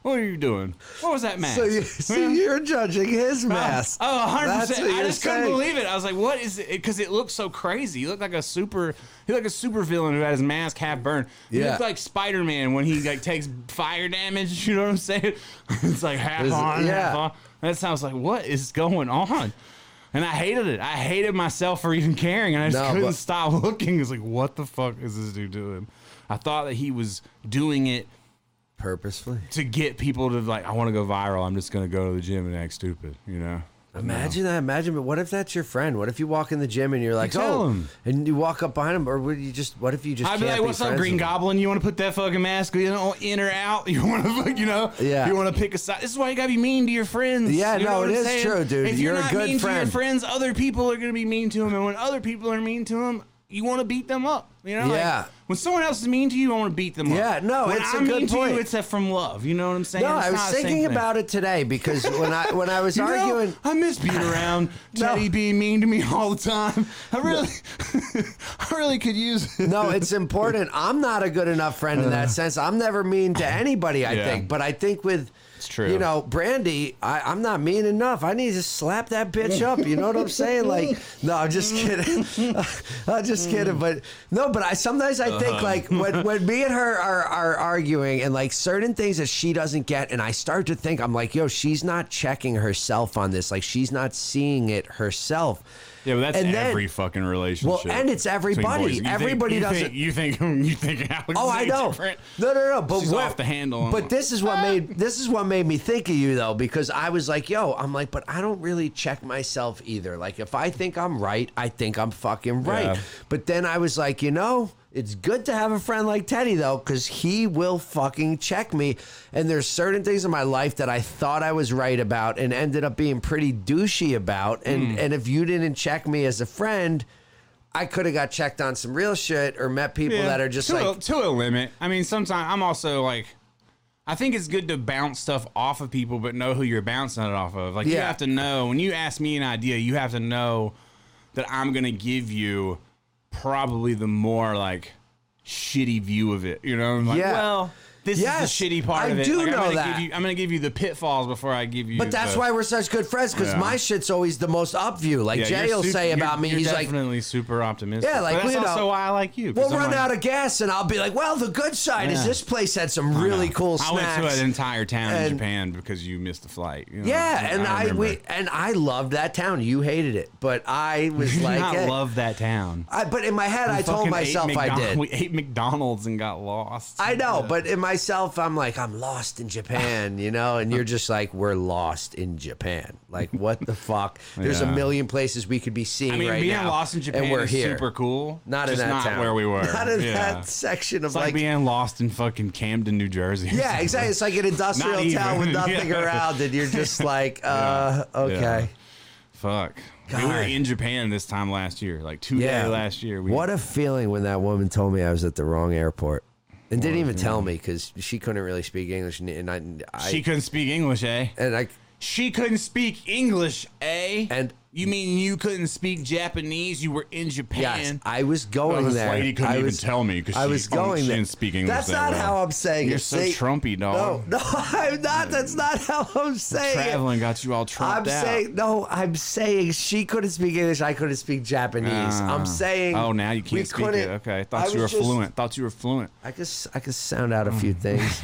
B: What were you doing? What was that mask?
A: So, you, so you're judging his mask.
B: Oh, 100
A: That's
B: percent.
A: what
B: I
A: you're
B: just
A: saying.
B: couldn't believe it. I was like, "What is it?" Because it looked so crazy. He looked like a super. He looked like a super villain who had his mask half burned. He
A: Yeah.
B: looked like Spider Man when he like takes fire damage. You know what I'm saying? it's like half
A: Is it-
B: on, half
A: yeah.
B: on. That sounds like what is going on? And I hated it. I hated myself for even caring, and I just
A: No,
B: couldn't
A: but-
B: stop looking. It's like, what the fuck is this dude doing? I thought that he was doing it
A: Purposefully.
B: to get people to like, I want to go viral. I'm just gonna go to the gym and act stupid, you know?
A: Imagine that. Imagine, but what if that's your friend? What if you walk in the gym and you're like,
B: tell
A: oh,
B: him.
A: and you walk up behind him, or would you just? What if you just?
B: I'd be
A: can't
B: like, "What's up,
A: friends
B: Green
A: with him?
B: Goblin? You want to put that fucking mask, you know, in or out? You want to, you know,
A: Yeah.
B: You want to pick a side. This is why you gotta be mean to your friends.
A: Yeah,
B: You know
A: no,
B: what
A: it
B: I'm
A: is
B: saying?
A: true, dude.
B: If
A: You're a
B: not
A: good
B: mean To your
A: friend.
B: friends, other people are gonna be mean to them, and when other people are mean to them, you want to beat them up. You know, like,
A: Yeah.
B: when someone else is mean to you, I want to beat them
A: Yeah,
B: up.
A: no,
B: when
A: it's a
B: I'm
A: good
B: mean to
A: point.
B: you, it's uh, from love. You know what I'm saying?
A: No,
B: It's
A: I was
B: not the same
A: thinking
B: thing.
A: about it today because when I when I was
B: You know,
A: arguing,
B: I miss being around Teddy being mean to me all the time. I really, I really could use it.
A: no, it's important. I'm not a good enough friend in that sense. I'm never mean to anybody, I
B: Uh. Yeah.
A: think. But I think with it's
B: true.
A: You know, Brandy, I, I'm not mean enough. I need to slap that bitch up. You know what I'm saying? Like, no, I'm just kidding. I'm just kidding. But no, but I sometimes I
B: Uh-huh.
A: think like when, when me and her are, are arguing and like certain things that she doesn't get, and I start to think I'm like, yo, she's not checking herself on this. Like, she's not seeing it herself.
B: Yeah, but that's
A: And then-
B: every fucking relationship.
A: Well, and it's
B: between
A: everybody.
B: boys. You think-
A: Everybody
B: you
A: doesn't-
B: Think, you think you think Alex?
A: Oh,
B: is
A: I know.
B: different?
A: No, no, no. But
B: She's
A: what,
B: off the Ah. handle on
A: But
B: it.
A: this is what made this is what made me think of you though, because I was like, yo, I'm like, but I don't really check myself either. Like, if I think I'm right, I think I'm fucking right.
B: Yeah.
A: But then I was like, you know, it's good to have a friend like Teddy though, because he will fucking check me. And there's certain things in my life that I thought I was right about and ended up being pretty douchey about. And
B: Hmm.
A: and if you didn't check me as a friend. I could have got checked on some real shit or met people that are just
B: to
A: like
B: a, to a limit. I mean, sometimes I'm also like, I think it's good to bounce stuff off of people, but know who you're bouncing it off of. Like you
A: Yeah.
B: have to know when you ask me an idea, you have to know that I'm gonna give you probably the more like shitty view of it. You know, I'm like,
A: Yeah.
B: well, This
A: Yes,
B: is the shitty part
A: I
B: of it.
A: do
B: Like, I'm
A: know
B: gonna
A: that.
B: Give you, I'm going to give you the pitfalls before I give you.
A: But that's
B: the-
A: why we're such good friends because
B: Yeah.
A: my shit's always the most up view. Like
B: Yeah,
A: Jay
B: you're
A: will
B: sup-
A: say
B: you're-
A: about me,
B: you're
A: he's like,
B: definitely super optimistic.
A: Yeah, like,
B: but that's
A: you know,
B: also why I like you. 'cause
A: we'll
B: I'm
A: run
B: like-
A: out of gas, and I'll be like, well, the good side is
B: Yeah.
A: this place had some
B: I
A: really
B: know.
A: cool
B: I
A: snacks.
B: went to an entire town in
A: and-
B: Japan because you missed the flight. you know?
A: yeah, and I,
B: remember.
A: we and I loved that town. You hated it, but I was
B: You do
A: like,
B: not
A: eh.
B: love that town.
A: I, but in my head, I
B: We
A: told
B: fucking ate
A: myself I
B: McDonald-
A: did.
B: We ate McDonald's and got lost.
A: I know, but in myself, I'm like, I'm lost in Japan, you know? And you're just like, we're lost in Japan. Like, what the fuck? There's
B: Yeah.
A: a million places we could be seeing
B: I mean,
A: right
B: being
A: now.
B: lost in Japan
A: and we're
B: is
A: here.
B: super cool.
A: Not
B: just
A: in that
B: not
A: town.
B: where we were.
A: Not in
B: yeah.
A: that section of
B: It's like,
A: like.
B: being lost in fucking Camden, New Jersey. or
A: yeah,
B: something.
A: exactly. It's like an industrial
B: Not
A: town with
B: even,
A: nothing
B: yeah.
A: around, and you're just like, uh,
B: Yeah,
A: okay.
B: Fuck. We were
A: God.
B: in Japan this time last year, like two
A: Yeah.
B: day last year. We,
A: What a feeling when that woman told me I was at the wrong airport. And didn't even tell me because she couldn't really speak English, and- and I, I
B: Mm-hmm. she couldn't speak English, eh?
A: and I
B: She couldn't speak English, eh?
A: And-
B: you mean you couldn't speak Japanese? You were in Japan.
A: Yes, I was going
B: this
A: there.
B: lady couldn't
A: I
B: even
A: was,
B: tell me 'cause
A: I
B: she-
A: was
B: oh,
A: going
B: she
A: there.
B: didn't speak English
A: That's
B: that
A: not
B: well.
A: how I'm saying
B: You're
A: it.
B: so
A: See?
B: Trumpy,
A: No,
B: dog.
A: no, I'm not. That's not how I'm saying it.
B: Traveling got you all trumped
A: I'm
B: out.
A: saying no. I'm saying she couldn't speak English. I couldn't speak Japanese.
B: Ah.
A: I'm saying.
B: Oh, now you
A: we
B: can't speak it.
A: couldn't-
B: Okay, I
A: I
B: thought you were
A: was just-
B: fluent. Thought you were fluent.
A: I could. s- I could sound out a few things.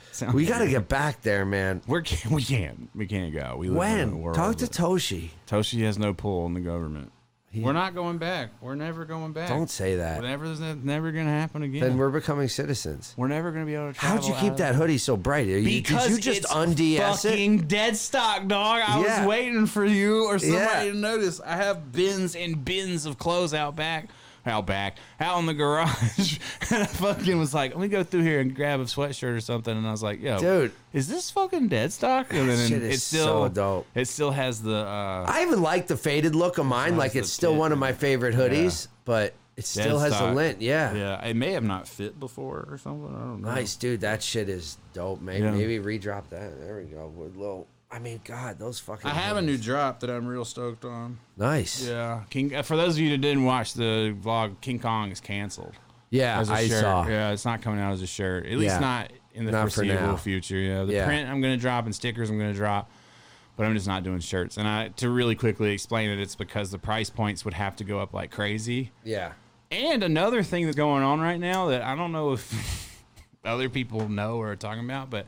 B: Sound-
A: we got to get back there, man.
B: We're can't, we can't we can't go. We live in a
A: When
B: world
A: talk to
B: that-
A: Toshi.
B: Toshi has no pull in the government. we're not going back. We're never going back.
A: Don't say that.
B: Whatever is ne- never gonna happen again.
A: Then we're becoming citizens.
B: we're never gonna be able to. Travel
A: How'd you
B: out
A: keep
B: of-
A: that hoodie so bright? Are you,
B: Because
A: did you just
B: it's
A: unds it?
B: fucking dead stock, dog. I
A: Yeah.
B: was waiting for you or somebody
A: Yeah.
B: to notice. I have bins and bins of clothes out back, out back, out in the garage, and I fucking was like, let me go through here and grab a sweatshirt or something. And I was like, yo,
A: Dude.
B: is this fucking dead stock? And
A: shit is
B: it still,
A: so dope.
B: It still has the. Uh,
A: I even like the faded look of mine.
B: Nice
A: Like it's
B: to
A: still
B: fit,
A: one of my favorite hoodies, but it
B: dead
A: still has the
B: stock.
A: lint. Yeah.
B: Yeah, it may have not fit before or something. I don't know.
A: Nice, dude. That shit is dope. Maybe
B: Yeah.
A: maybe redrop that. There we go. With little. I mean, God, those fucking.
B: I have a
A: hoodies.
B: new drop that I'm real stoked on.
A: Nice. Yeah,
B: Yeah, King. uh, For those of you that didn't watch the vlog, King Kong is canceled. as a
A: I
B: shirt.
A: saw.
B: Yeah, it's not coming out as a shirt. At least
A: Yeah.
B: not in the
A: Not for now.
B: foreseeable future. Yeah, the
A: Yeah.
B: print I'm gonna drop and stickers I'm gonna drop, but I'm just not doing shirts. And I to really quickly explain it, it's because the price points would have to go up like crazy.
A: Yeah.
B: And another thing that's going on right now that I don't know if other people know or are talking about, but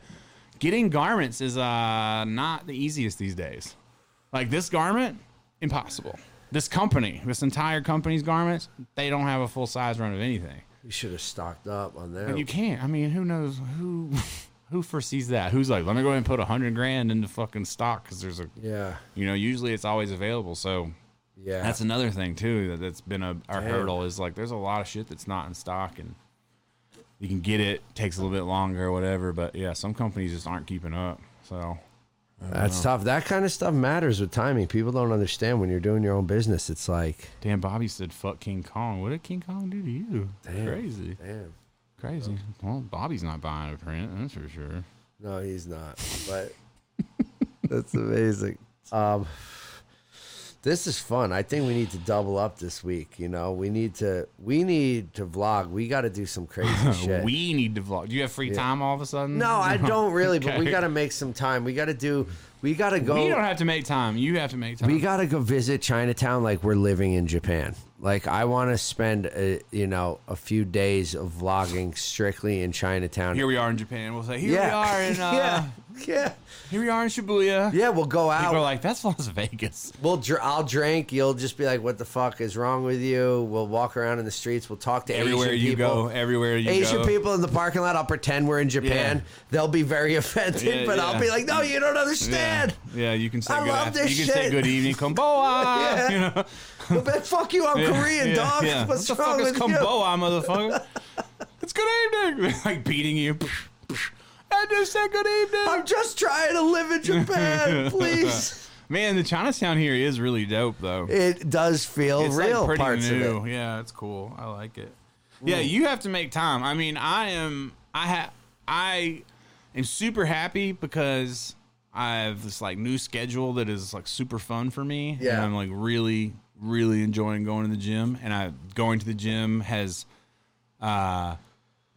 B: getting garments is uh, not the easiest these days. Like this garment, impossible. This company, this entire company's garments, they don't have a full size run of anything.
A: We should have stocked up on
B: But
A: there.
B: you can't. I mean, who knows who who foresees that? Who's like, let me go ahead and put a hundred grand into fucking stock because there's a,
A: yeah.
B: you know, usually it's always available. So
A: Yeah.
B: that's another thing too that, that's been a our
A: Damn.
B: hurdle is like there's a lot of shit that's not in stock and you can get it takes a little bit longer or whatever. But yeah, some companies just aren't keeping up. So
A: that's tough. That kind of stuff matters with timing. People don't understand when you're doing your own business. It's like,
B: damn, Bobby said, "Fuck King Kong." What did King Kong do to you? Crazy,
A: damn.
B: crazy. Well, Bobby's not buying a print, that's for sure.
A: No, he's not. But that's amazing. Um, this is fun. I think we need to double up this week. You know, we need to we need to vlog. We got to do some crazy shit.
B: We need to vlog. Do you have free time all of a sudden?
A: no, I don't really. But we
B: Okay.
A: got to make some time. We got to do. We got to go.
B: We don't have to make time. You have to make time.
A: We gotta go visit Chinatown like we're living in Japan. Like I want to spend, a, you know, a few days of vlogging strictly in Chinatown.
B: here we are in Japan. We'll say here
A: yeah,
B: we are in uh,
A: yeah, yeah,
B: here we are in Shibuya.
A: yeah. We'll go out.
B: People are like that's Las Vegas.
A: We'll dr- I'll drink. You'll just be like, "What the fuck is wrong with you?" We'll walk around in the streets. We'll talk to
B: Everywhere
A: Asian
B: you
A: people.
B: go, everywhere you
A: Asian
B: go.
A: people in the parking lot. I'll pretend we're in Japan.
B: Yeah.
A: They'll be very offended,
B: Yeah,
A: but I'll
B: yeah.
A: be like, "No, you don't
B: Yeah.
A: understand."
B: yeah, you can say
A: I
B: good
A: love
B: after-
A: this
B: You can say
A: shit.
B: good evening, Komboa.
A: Yeah.
B: You know?
A: Well, then fuck you, I'm
B: Yeah,
A: Korean,
B: yeah,
A: dog.
B: yeah.
A: What's
B: what the
A: wrong
B: fuck is
A: with you?
B: Komboa, motherfucker? it's good evening. like beating you. I just said good evening.
A: I'm just trying to live in Japan, please.
B: Man, the Chinatown here is really dope, though.
A: It does feel
B: it's
A: real
B: like pretty
A: parts
B: new.
A: of it. Mm.
B: Yeah, it's cool. I like it. Yeah, you have to make time. I mean, I am. I ha. I am super happy because I have this like new schedule that is like super fun for me.
A: Yeah.
B: and I'm like really, really enjoying going to the gym, and I going to the gym has. Uh,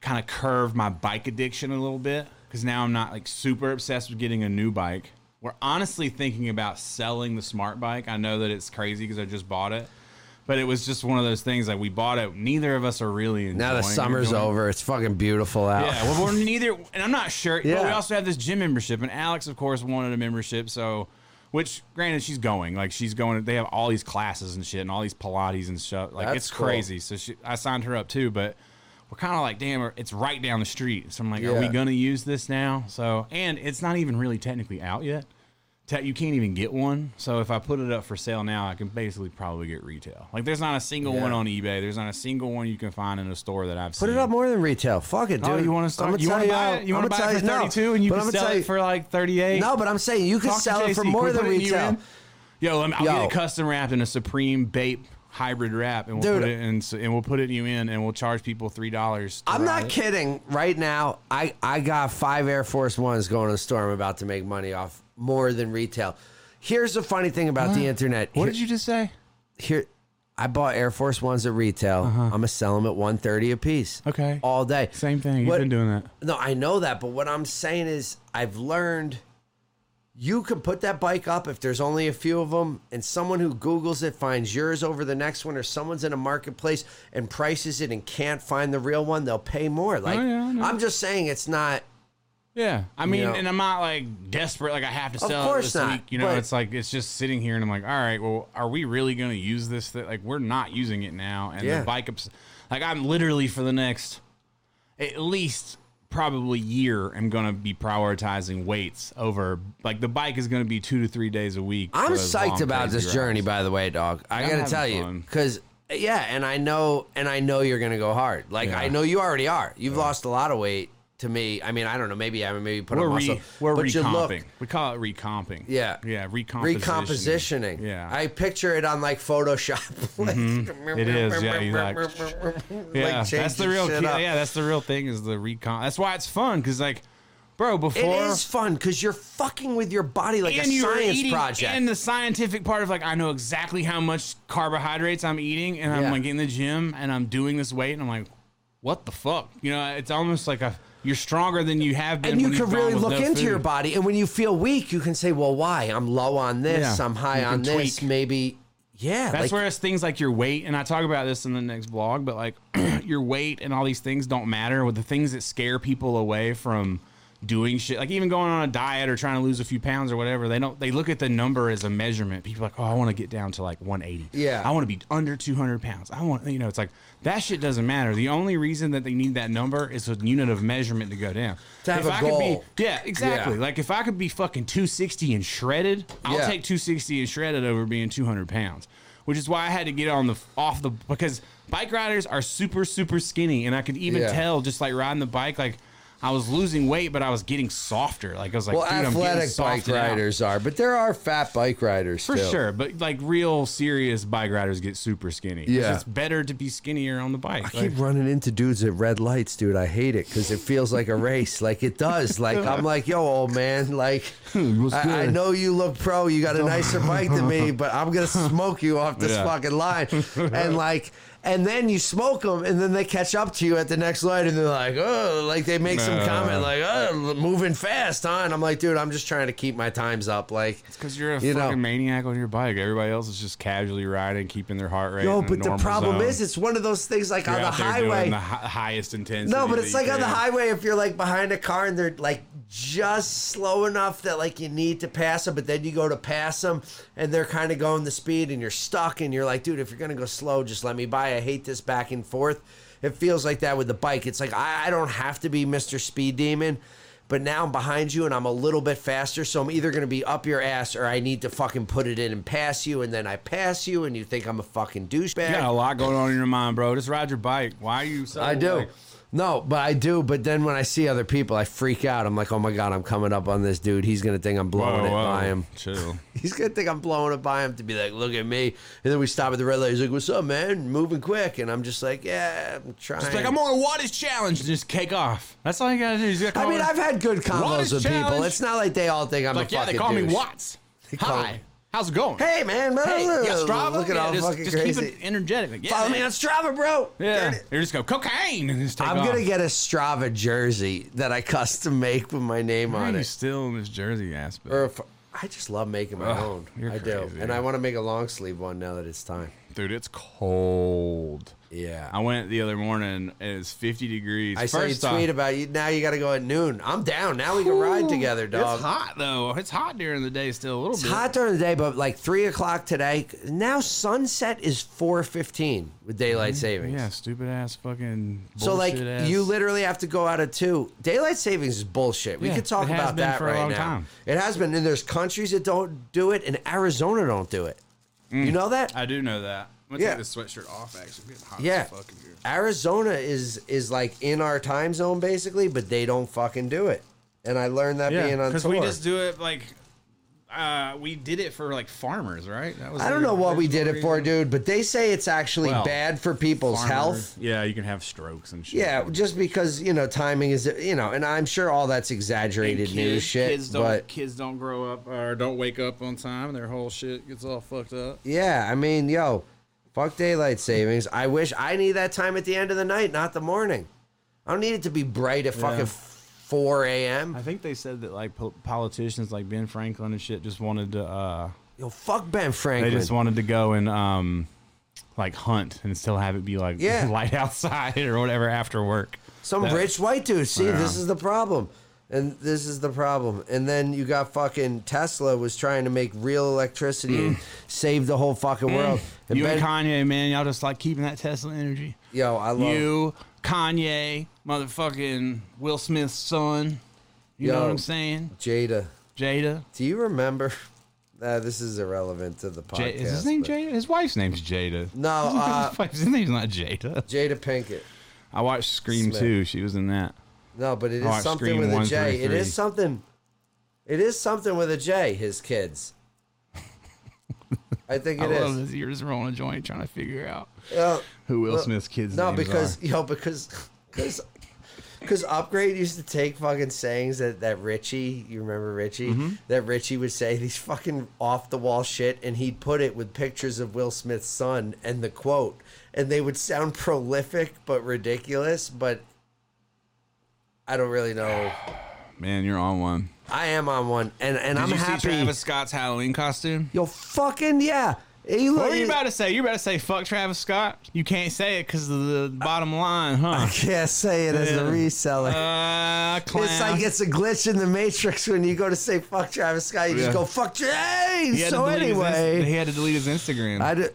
B: kind of curve my bike addiction a little bit because now I'm not like super obsessed with getting a new bike. We're honestly thinking about selling the smart bike. I know that it's crazy because I just bought it, but it was just one of those things like we bought it. Neither of us are really enjoying.
A: Now
B: it.
A: the summer's
B: We're-
A: over. It's fucking beautiful out.
B: yeah, well, we're neither, and I'm not sure. But we
A: Yeah.
B: also have this gym membership, and Alex, of course, wanted a membership. So, which, granted, she's going. Like, she's going. They have all these classes and shit, and all these Pilates and stuff. Like,
A: That's
B: it's
A: cool.
B: crazy. So, she, I signed her up too. But we're kind of like, damn, it's right down the street. So I'm like, are we
A: Yeah.
B: gonna use this now? So, and it's not even really technically out yet. Te- You can't even get one. So if I put it up for sale now, I can basically probably get retail. Like, there's not a single
A: Yeah.
B: one on eBay. There's not a single one you can find in a store that I've
A: Put
B: seen.
A: it up more than retail. Fuck it, dude.
B: Oh, you want to
A: I'ma
B: start? You
A: tell
B: want to buy
A: how-
B: it? You want to
A: I'ma
B: buy it for
A: tell you- no,
B: 32 and you
A: but
B: can
A: I'ma
B: sell
A: tell
B: it
A: you-
B: for like 38?
A: No, but I'm saying you can
B: Talk to
A: sell it
B: JC.
A: for
B: Can
A: more
B: we
A: than
B: put it in you
A: retail.
B: in? Yo, I'm, I'll get
A: Yo.
B: it custom wrapped in a Supreme Bape hybrid wrap, and we'll
A: Dude.
B: put it in, and we'll put it in you in, and we'll charge people three dollars.
A: I'm not kidding. Right now, I, I got five Air Force Ones going to the store. I'm about to make money off more than retail. Here's the funny thing about the internet.
B: What
A: Here-
B: did you just say?
A: here I bought Air Force Ones at retail. I'm gonna sell them at 130 a piece.
B: Uh-huh. Okay.
A: All day.
B: Same thing. You've
A: What-
B: been doing that.
A: No, I know that, but what I'm saying is I've learned you can put that bike up if there's only a few of them and someone who googles it finds yours over the next one or someone's in a marketplace and prices it and can't find the real one, they'll pay more. Like
B: Oh, yeah, I know.
A: I'm just saying it's not
B: Yeah, I mean,
A: know.
B: and I'm not like desperate. Like I have to sell
A: course
B: it this
A: not,
B: week. You know,
A: but-
B: it's like it's just sitting here, and I'm like, all right, well, are we really going to use this? That like we're not using it now, and
A: Yeah.
B: the bike ups. Like I'm literally for the next at least probably year, I'm going to be prioritizing weights over like the bike is going to be two to three days a week. for
A: I'm
B: those
A: psyched
B: long,
A: about
B: crazy
A: this
B: rides.
A: journey, by the way, dog. I
B: I'm
A: gotta
B: having
A: tell you,
B: fun.
A: because yeah, and I know, and I know you're gonna go hard. Like
B: Yeah.
A: I know you already are. You've lost a lot of weight. To me, I mean, I don't know. Maybe I maybe you put
B: We're
A: on
B: re,
A: muscle.
B: we're
A: but you look
B: recomping. We call it recomping.
A: Yeah.
B: yeah, recompositioning.
A: recompositioning.
B: Yeah, Mm-hmm.
A: I picture it on like Photoshop. like,
B: It is, yeah. You like, yeah, that's the
A: changing
B: real.
A: shit
B: key-
A: up.
B: Yeah, that's the real thing is the recon. That's why it's fun because like, bro,
A: It
B: before
A: is fun because you're fucking with your body like
B: and
A: a
B: you were
A: science
B: eating,
A: project.
B: and the scientific part of like I know exactly how much carbohydrates I'm eating, and I'm
A: Yeah.
B: like in the gym and I'm doing this weight, and I'm like, what the fuck? You know, it's almost like a you're stronger than you have been,
A: and you
B: when
A: can
B: you've gone
A: really
B: with
A: look
B: no
A: into your
B: food.
A: body and when you feel weak you can say well why i'm low on this
B: Yeah,
A: i'm
B: you
A: high
B: can
A: on this
B: tweak.
A: maybe yeah
B: That's
A: like,
B: where it's things like your weight, and I talk about this in the next vlog, but like your weight and all these things don't matter. With the things that scare people away from doing shit, like even going on a diet or trying to lose a few pounds or whatever, they don't. They look at the number as a measurement. People are like, oh, I want to get down to like 180.
A: Yeah.
B: I want to be under 200 pounds. I want, you know, it's like that shit doesn't matter. The only reason that they need that number is a unit of measurement to go down.
A: To have
B: if
A: a
B: I
A: goal.
B: Could be, yeah, exactly.
A: Yeah.
B: Like if I could be fucking 260 and shredded, I'll
A: Yeah.
B: take 260 and shredded over being 200 pounds, which is why I had to get on the off the because bike riders are super super skinny, and I could even
A: Yeah.
B: tell just like riding the bike like. I was losing weight, but I was getting softer. Like I was like,
A: well
B: dude, I'm getting
A: athletic bike
B: softened out."
A: riders are but there are fat bike riders
B: for sure. But like real serious bike riders get super skinny. 'Cause
A: Yeah.
B: it's better to be skinnier on the bike.
A: I
B: Like,
A: keep running into dudes at red lights, dude. I hate it because it feels like a race. Like it does. Like I'm like, yo, old man. Like
B: What's
A: I, I
B: good?
A: know you look pro. You got a nicer bike than me, but I'm gonna smoke you off this
B: Yeah.
A: fucking line. And like, and then you smoke them, and then they catch up to you at the next light, and they're like, oh, like they make some
B: Nah.
A: comment like, oh, moving fast, huh? And I'm like, dude, I'm just trying to keep my times up. Like,
B: Because you're a
A: You know.
B: fucking maniac on your bike. Everybody else is just casually riding, keeping their heart rate.
A: yo,
B: in a
A: but the
B: normal
A: problem
B: zone.
A: is, it's one of those things like
B: You're
A: on the
B: out there doing
A: highway.
B: the hi- highest intensity.
A: No, but
B: that
A: it's
B: you
A: like on the
B: can.
A: highway if you're like behind a car and they're like just slow enough that like you need to pass them, but then you go to pass them and they're kind of going the speed and you're stuck and you're like, dude, if you're gonna go slow, just let me by. I hate this back and forth. It feels like that with the bike. It's like I, I don't have to be Mr. Speed Demon. But now I'm behind you and I'm a little bit faster, so I'm either gonna be up your ass or I need to fucking put it in and pass you, and then I pass you and you think I'm a fucking douchebag.
B: You got a lot going on in your mind, bro. Just ride your bike. Why are you? So
A: I do.
B: like-
A: No, but I do. But then when I see other people, I freak out. I'm like, oh my god, I'm coming up on this dude. He's gonna think I'm blowing it by him.
B: Chill.
A: He's gonna think I'm blowing it by him to be like, look at me. And then we stop at the red light. He's like, what's up, man? Moving quick. And I'm just like, yeah, I'm trying.
B: It's like I'm on a wattage challenge. Just cake off. That's all you gotta do. You just gotta
A: I
B: come
A: mean,
B: over-
A: I've had good
B: What
A: combos
B: is
A: with people.
B: challenge?
A: It's not like they all think I'm
B: like
A: a
B: yeah,
A: fucking
B: they call me
A: douche.
B: Watts.
A: call
B: Hi.
A: me-
B: How's it going?
A: Hey, man. Bro,
B: Hey, you got Strava?
A: Look at
B: yeah,
A: all
B: just,
A: fucking
B: just
A: crazy.
B: keep it energetic. Like, yeah,
A: Follow me
B: man.
A: on Strava, bro.
B: Yeah,
A: Get it.
B: you just go cocaine and just take
A: I'm
B: off.
A: gonna get a Strava jersey that I custom make with my name
B: Why
A: on
B: are you
A: it.
B: still in this Jersey ass?
A: Or if, I just love making my
B: Ugh,
A: own.
B: you're
A: I do,
B: crazy.
A: and I want to make a long sleeve one now that it's time.
B: Dude, it's cold.
A: Yeah,
B: I went the other morning. and It was 50 degrees.
A: I saw you
B: First off-
A: tweet about you. Now you got to go at noon. I'm down. Now we can ride together, dog.
B: It's hot though. It's hot during the day still a little
A: It's
B: bit.
A: hot during the day, but like three o'clock today. Now sunset is four fifteen with daylight savings.
B: Mm-hmm. Yeah, stupid ass fucking.
A: So like
B: bullshit ass.
A: you literally have to go out at two. Daylight savings is bullshit. We
B: Yeah,
A: could talk
B: it has
A: about
B: been
A: that
B: for a
A: right
B: long
A: now.
B: time.
A: It has been, and there's countries that don't do it, and Arizona don't do it.
B: Mm.
A: You know that?
B: I do know that. I'm gonna
A: Yeah.
B: take this sweatshirt off. Actually, I'm getting hot.
A: yeah.
B: As fucking here.
A: Arizona is is like in our time zone basically, but they don't fucking do it. And I learned that being on
B: because
A: tour.
B: we just do it like. Uh, we did it for like farmers, right? That was
A: I don't
B: the
A: know what we did
B: original
A: it for,
B: reason.
A: dude, but they say it's actually
B: Well,
A: bad for people's
B: Farmers.
A: health.
B: Yeah, you can have strokes and shit.
A: Yeah, just because you know timing is you know, and I'm sure all that's
B: And
A: exaggerated news shit,
B: Kids don't,
A: but
B: kids don't grow up or don't wake up on time. Their whole shit gets all fucked up.
A: yeah, I mean, yo, fuck daylight savings. I wish I need that time at the end of the night, not the morning. I don't need it to be bright at fucking four a.m.
B: I think they said that like po- politicians like Ben Franklin and shit just wanted to uh,
A: Yo, fuck Ben
B: They
A: Franklin.
B: just wanted to go and um, like hunt and still have it be like
A: Yeah.
B: light outside or whatever after work.
A: Some
B: that-
A: rich white dude. See,
B: Yeah.
A: this is the problem. And this is the problem. And then you got fucking Tesla was trying to make real electricity and save the whole fucking world. And
B: Mm. you
A: Ben-
B: and Kanye, man, y'all just like keeping that Tesla energy.
A: yo, I love
B: You, Kanye, motherfucking Will Smith's son. You
A: Yo.
B: know what I'm saying?
A: Jada.
B: Jada.
A: Do you remember? Uh, this is irrelevant to the podcast.
B: Ja- is his name
A: but-
B: Jada? His wife's name's Jada.
A: No, uh,
B: his, wife's, his name's not Jada.
A: Jada Pinkett.
B: I watched Scream
A: Smith.
B: 2. She was in that.
A: No, but it is
B: All right,
A: something
B: Scream
A: with a
B: Oh, one
A: J.
B: through
A: It
B: three.
A: is something. It is something with a J. His kids. I think
B: I
A: it is.
B: love this. You're just rolling a joint trying to figure out
A: Yeah.
B: who Will
A: Well,
B: Smith's kids
A: No,
B: names
A: because
B: are.
A: yo, because because because upgrade used to take fucking sayings that that Richie, you remember Richie,
B: Mm-hmm.
A: that Richie would say these fucking off the wall shit, and he'd put it with pictures of Will Smith's son and the quote, and they would sound prolific but ridiculous, but. I don't really know.
B: Man, you're on one.
A: I am on one, and and I'm
B: Did you
A: happy.
B: see Travis Scott's Halloween costume?
A: Yo, fucking yeah! He
B: What
A: look-
B: were you about to say? You were about to say fuck Travis Scott. You can't say it because of the bottom line, huh?
A: Can't say it as a
B: Yeah.
A: reseller.
B: Uh, clown.
A: It's like it's a glitch in the Matrix when you go to say fuck Travis Scott, you
B: Yeah.
A: just go fuck
B: He
A: Jay.
B: had to
A: So
B: delete his Inst- he
A: anyway,
B: had to delete his Instagram.
A: I did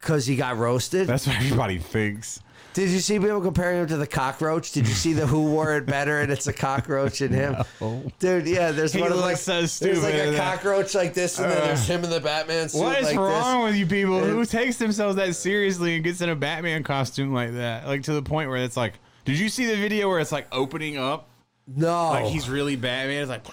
A: because he got roasted.
B: That's what everybody thinks.
A: Did you see people comparing him to the cockroach? Did you see the who wore it better and it's a cockroach in him? Dude, yeah, there's
B: He
A: one of
B: looks
A: like
B: so
A: there's like
B: stupid in
A: a
B: that.
A: cockroach like this, and then
B: Uh,
A: there's him in the Batman suit
B: What is
A: like
B: wrong
A: this.
B: with you people? Who takes themselves that seriously and gets in a Batman costume like that? Like to the point where it's like, did you see the video where it's like opening up?
A: No,
B: Like he's really Batman. It's like,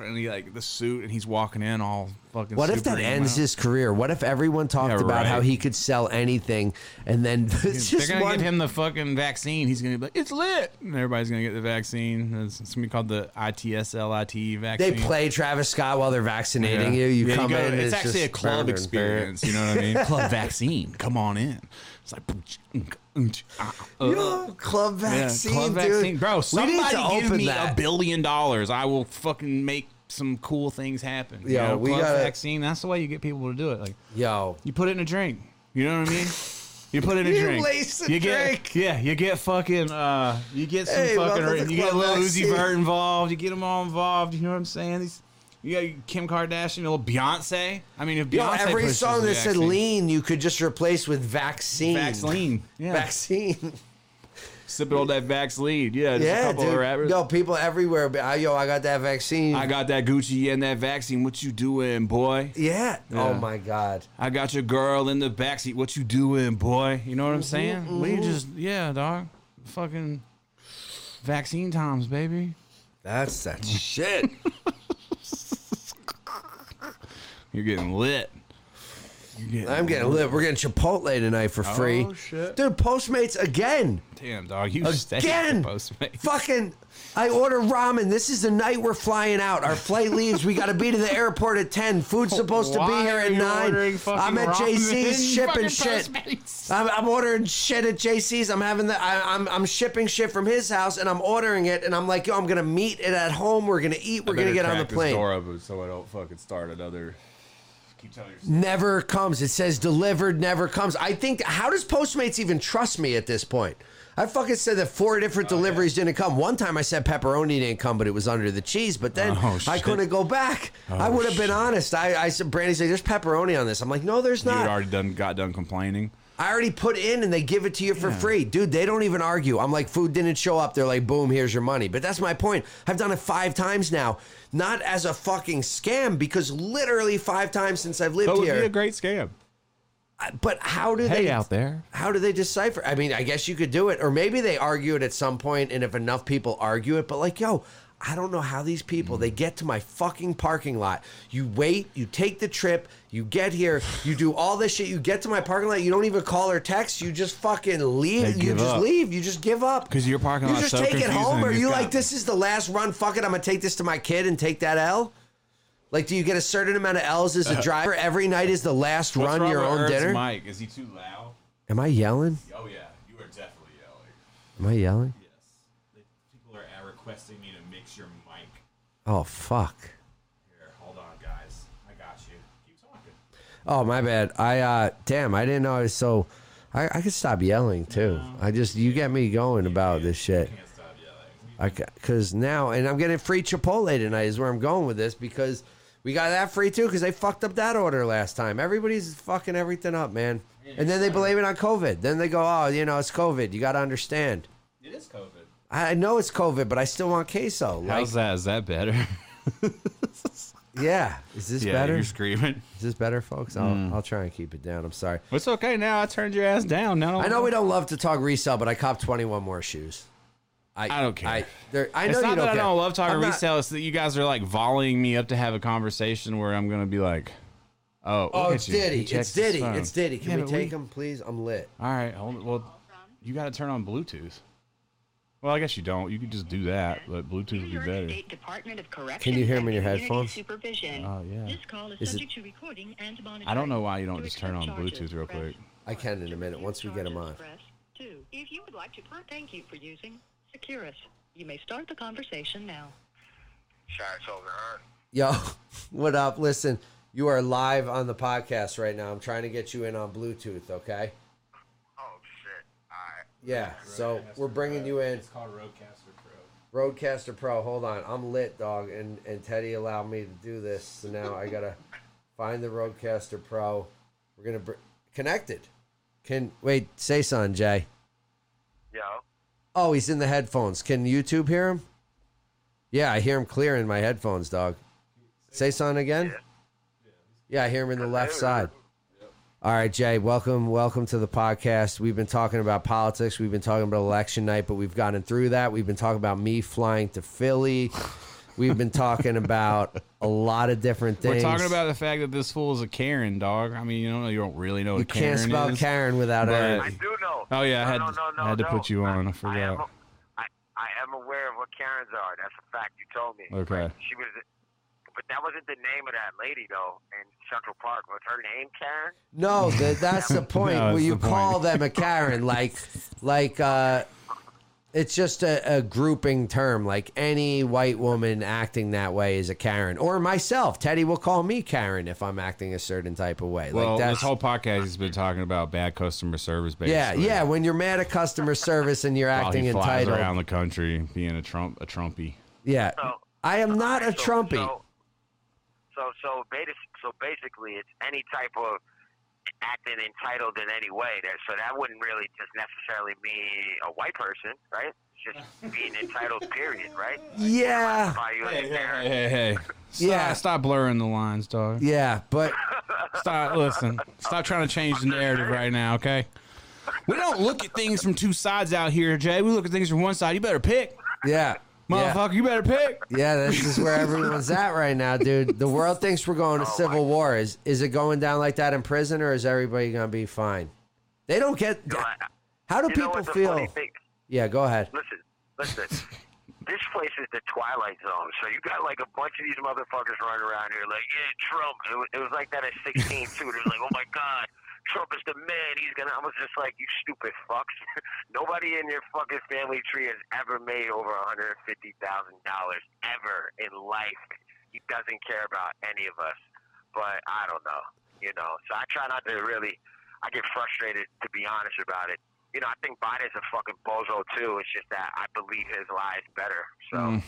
B: and he like the suit and he's walking in all fucking.
A: What if
B: super
A: that
B: emo.
A: ends his career? What if everyone talked
B: Yeah,
A: about how
B: right.
A: he could sell anything, and then it's
B: They're
A: just
B: gonna
A: one
B: give him the fucking vaccine. He's gonna be like, "It's lit," and everybody's gonna get the vaccine. It's, it's gonna be called the ITSLIT
A: They
B: E vaccine.
A: play Travis Scott while they're
B: Yeah.
A: vaccinating you. You
B: Yeah,
A: come
B: go-
A: in.
B: It's, actually a
A: just
B: club
A: founder and
B: experience. You know what I mean? club vaccine. Come on in. It's like. boonch, unk, unch, ah, uh.
A: parent. Yo, club
B: Yeah,
A: vaccine,
B: club
A: dude.
B: vaccine, bro.
A: we need
B: Somebody
A: to
B: give
A: open
B: me
A: that.
B: a billion dollars. I will fucking make some cool things happen. You
A: Yeah,
B: know,
A: we
B: club
A: gotta-
B: vaccine. That's the way you get people to do it. Like
A: Yo,
B: you put it in a drink. You know what I mean? You put it in a
A: You
B: drink.
A: lace the
B: you get,
A: drink.
B: Yeah, you get fucking. Uh, you get some
A: Hey, welcome to
B: fucking. You get
A: Club
B: little Uzi
A: Vaccine.
B: Vert involved. You get them all involved. You know what I'm saying? These. You got Kim Kardashian, little Beyonce. I mean, if Beyonce
A: yo, every
B: pushes
A: song
B: the
A: that said
B: vaccine-
A: lean, you could just replace with vaccine.
B: Vaccine. Yeah.
A: Vaccine.
B: Sipping all that Vaxlead. Yeah, just a
A: yeah,
B: couple of
A: dude.
B: rappers.
A: No, people everywhere. But, uh, yo, I got that vaccine.
B: I got that Gucci and that vaccine. What you doing, boy?
A: yeah. Oh
B: Yeah.
A: my god.
B: I got your girl in the backseat. What you doing, boy? You know
A: Mm-hmm,
B: what I'm saying? We just, yeah, dog. Fucking vaccine times, baby.
A: That's that shit.
B: You're getting lit.
A: I'm getting lit. We're getting Chipotle tonight
B: Oh,
A: for free.
C: shit.
A: Dude, Postmates again.
B: Damn, dog, you stay
A: Again. Fucking I order ramen. This is the night we're flying out. Our flight leaves. We gotta be to the airport at ten. Food's supposed to be
B: Why
A: here
B: are
A: at
B: you ordering
A: nine.
B: fucking
A: I'm at
B: ramen
A: JC's
B: in
A: shipping
B: fucking
A: shit.
B: Postmates?
A: I'm, I'm ordering shit at JC's. I'm having the I, I'm I'm shipping shit from his house and I'm ordering it and I'm like, yo, I'm gonna meet it at home. We're gonna eat. We're gonna get on the plane.
B: Door open so I don't fucking start another. Keep telling yourself.
A: never comes. It says delivered, never comes. I think how does Postmates even trust me at this point? I fucking said that four
B: Oh,
A: different deliveries didn't come. One time I said pepperoni didn't come, but it was under the cheese. But then
B: Oh,
A: I
B: shit.
A: couldn't go back. I
B: Oh,
A: would have been
B: shit.
A: honest. I, I said, Brandy's like, there's pepperoni on this. I'm like, no, there's
B: You
A: not.
B: had already done got done complaining.
A: I already put in and they give it to you for free. Dude, they don't even argue. I'm like, food didn't show up. They're like, boom, here's your money. But that's my point. I've done it five times now. Not as a fucking scam, because literally five times since I've lived
B: That would
A: here.
B: be a great scam.
A: I- but how do
B: Hey,
A: they
B: out there.
A: How do they decipher? I mean, I guess you could do it, or maybe they argue it at some point, and if enough people argue it, but like, yo, I don't know how these people they get to my fucking parking lot. You wait, you take the trip, you get here, you do all this shit, you get to my parking lot, you don't even call or text, you just fucking
B: They
A: leave, you
B: give
A: just
B: up.
A: leave, you just give up
B: 'Cause your parking
A: You
B: lot's
A: just
B: so
A: take it
B: confusing
A: home,
B: and
A: or
B: it's
A: you
B: got-
A: like this is the last run. Fuck it, I'm gonna take this to my kid and take that L. Like, do you get a certain amount of L's as a driver? Every night is the last
B: Uh-huh. What's
A: run
B: wrong
A: your
B: with
A: own
B: Herb's
A: dinner?
B: Mike, is he too loud?
A: Am I yelling?
B: Oh yeah, you are definitely yelling.
A: Am I yelling?
B: Yes, people are requesting me to mix your mic.
A: Oh fuck.
B: Here, hold on, guys. I got you. Keep talking.
A: Oh my bad. I uh damn, I didn't know I was so I, I could stop yelling too. I just you get me going about this shit.
B: Can't stop yelling.
A: I cuz now and I'm getting free Chipotle tonight is where I'm going with this because we got that free too cuz they fucked up that order last time. Everybody's fucking everything up, man. And then they blame it on COVID. Then they go, "Oh, you know, it's COVID. You got to understand."
B: It is COVID.
A: I I know it's COVID, but I still want queso. Like,
B: How's that? Is that better?
A: yeah. Is this
B: yeah,
A: better?
B: you're Mm.
A: Is
B: screaming.
A: this better, folks? I'll, I'll try and keep it down. I'm sorry.
B: It's okay now. I turned your ass down. Now
A: I know we don't love to talk resale, but I copped 21 more shoes.
B: I don't care.
A: I, there, I know
B: It's
A: you
B: not
A: don't
B: that
A: care.
B: I don't love talking
A: I'm not-
B: resale. It's that you guys are like volleying me up to have a conversation where I'm gonna be like, "Oh,
A: Oh,
B: look
A: it's
B: at you. He
A: Diddy.
B: checks
A: It's
B: his
A: Diddy.
B: phone.
A: It's Diddy. Can
B: Yeah,
A: we
B: but
A: take him, please? I'm lit.
B: All right, hold it. Well, you got to turn on Bluetooth. Well, I guess you don't. You could just do that, but Bluetooth
D: New
B: would be
D: York
B: better.
D: State Department of Corrections
A: Can you hear
D: and
A: me in your
D: Community
A: headphones?
D: Supervision.
B: Oh, yeah.
D: This call is,
A: Is it-
D: subject to recording and monitoring.
B: I don't know why you don't
D: To
B: just turn on
D: accept charges,
B: Bluetooth real
D: press
B: quick.
A: I can in a minute,
D: To
A: once we get 'em
D: charges,
A: on.
D: press Two. If you would like to, per- thank you for using Securus. You may start the conversation now.
E: Shots over her.
A: Yo, what up? Listen, you are live on the podcast right now. I'm trying to get you in on Bluetooth, okay?
E: Oh shit. Alright.
A: Yeah, so we're bringing you in.
B: called Roadcaster Pro.
A: Roadcaster Pro, hold on. I'm lit, dog, and, and Teddy allowed me to do this. So now I got to find the Roadcaster Pro. We're going to br- connect it. Can, wait, say something, Jay.
E: Yo.
A: Oh, he's in the headphones. Can YouTube hear him? Yeah, I hear him clear in my headphones, dog. Say something again? Yeah, I hear him in the left side. All right, Jay, welcome, welcome to the podcast. We've been talking about politics. We've been talking about election night, but we've gotten through that. We've been talking about me flying to Philly. We've been talking about a lot of different
B: We're
A: things.
B: talking about the fact that this fool is a Karen, dog. I mean, you don't know, you don't really know what
A: you
B: Karen
A: can't spell
B: is.
A: Karen without
B: but-
A: Aaron.
E: I do know.
B: Oh, yeah, I
E: No,
B: had-
E: no, no, no,
B: I had to
E: no.
B: put you on. I
E: I am,
B: forgot.
E: I, I am aware of what Karens are. That's a fact. You told me.
B: Okay.
E: She was, but that wasn't the name of that lady though in Central Park. Was her name Karen?
A: No, the, that's the point.
B: No,
A: Will
B: that's
A: you
B: the point.
A: call them a Karen, like, like uh, it's just a, a grouping term. Like any white woman acting that way is a Karen, or myself. Teddy will call me Karen if I'm acting a certain type of way.
B: Well,
A: like that's
B: this whole podcast has been talking about bad customer service, basically.
A: yeah, yeah. When you're mad at customer service and you're
B: While
A: acting
B: he flies
A: entitled,
B: around the country being a Trump, a Trumpy.
A: yeah.
E: So-
A: I am not a
E: Alright, so-
A: Trumpy.
E: So, so, so, beta, so basically, it's any type of acting entitled in any way. There, so that wouldn't really just necessarily mean a white person, right? It's just being entitled, period, right?
A: yeah,
E: By you as a Karen.
B: Hey, hey, hey. Stop,
A: Yeah.
B: stop blurring the lines, dog.
A: yeah. But
B: Stop. Listen. Stop trying to change the narrative right now. Okay. We don't look at things from two sides out here, Jay. We look at things from one side. You better pick.
A: yeah,
B: Motherfucker, you better pick.
A: Yeah, this is where everyone's at right now, dude. The world thinks we're going to
E: Oh,
A: civil war. Is is it going down like that in prison, or is everybody gonna be fine? They don't get. How do
E: you know
A: people
E: what the
A: feel?
E: funny thing?
A: Yeah, go ahead.
E: Listen, listen. this place is the twilight zone, so you got like a bunch of these motherfuckers running around here, like yeah, Trump. It was, it was like that at 16 too. They're like, oh my god, Trump is the man. He's gonna. I was just like, you stupid fucks. Nobody in your fucking family tree has ever made over 150 thousand dollars ever in life. He doesn't care about any of us. But I don't know, you know. So I try not to really. I get frustrated, to be honest about it you know, I think Biden's a fucking bozo too. It's just that I believe his lies better. So
A: Mm.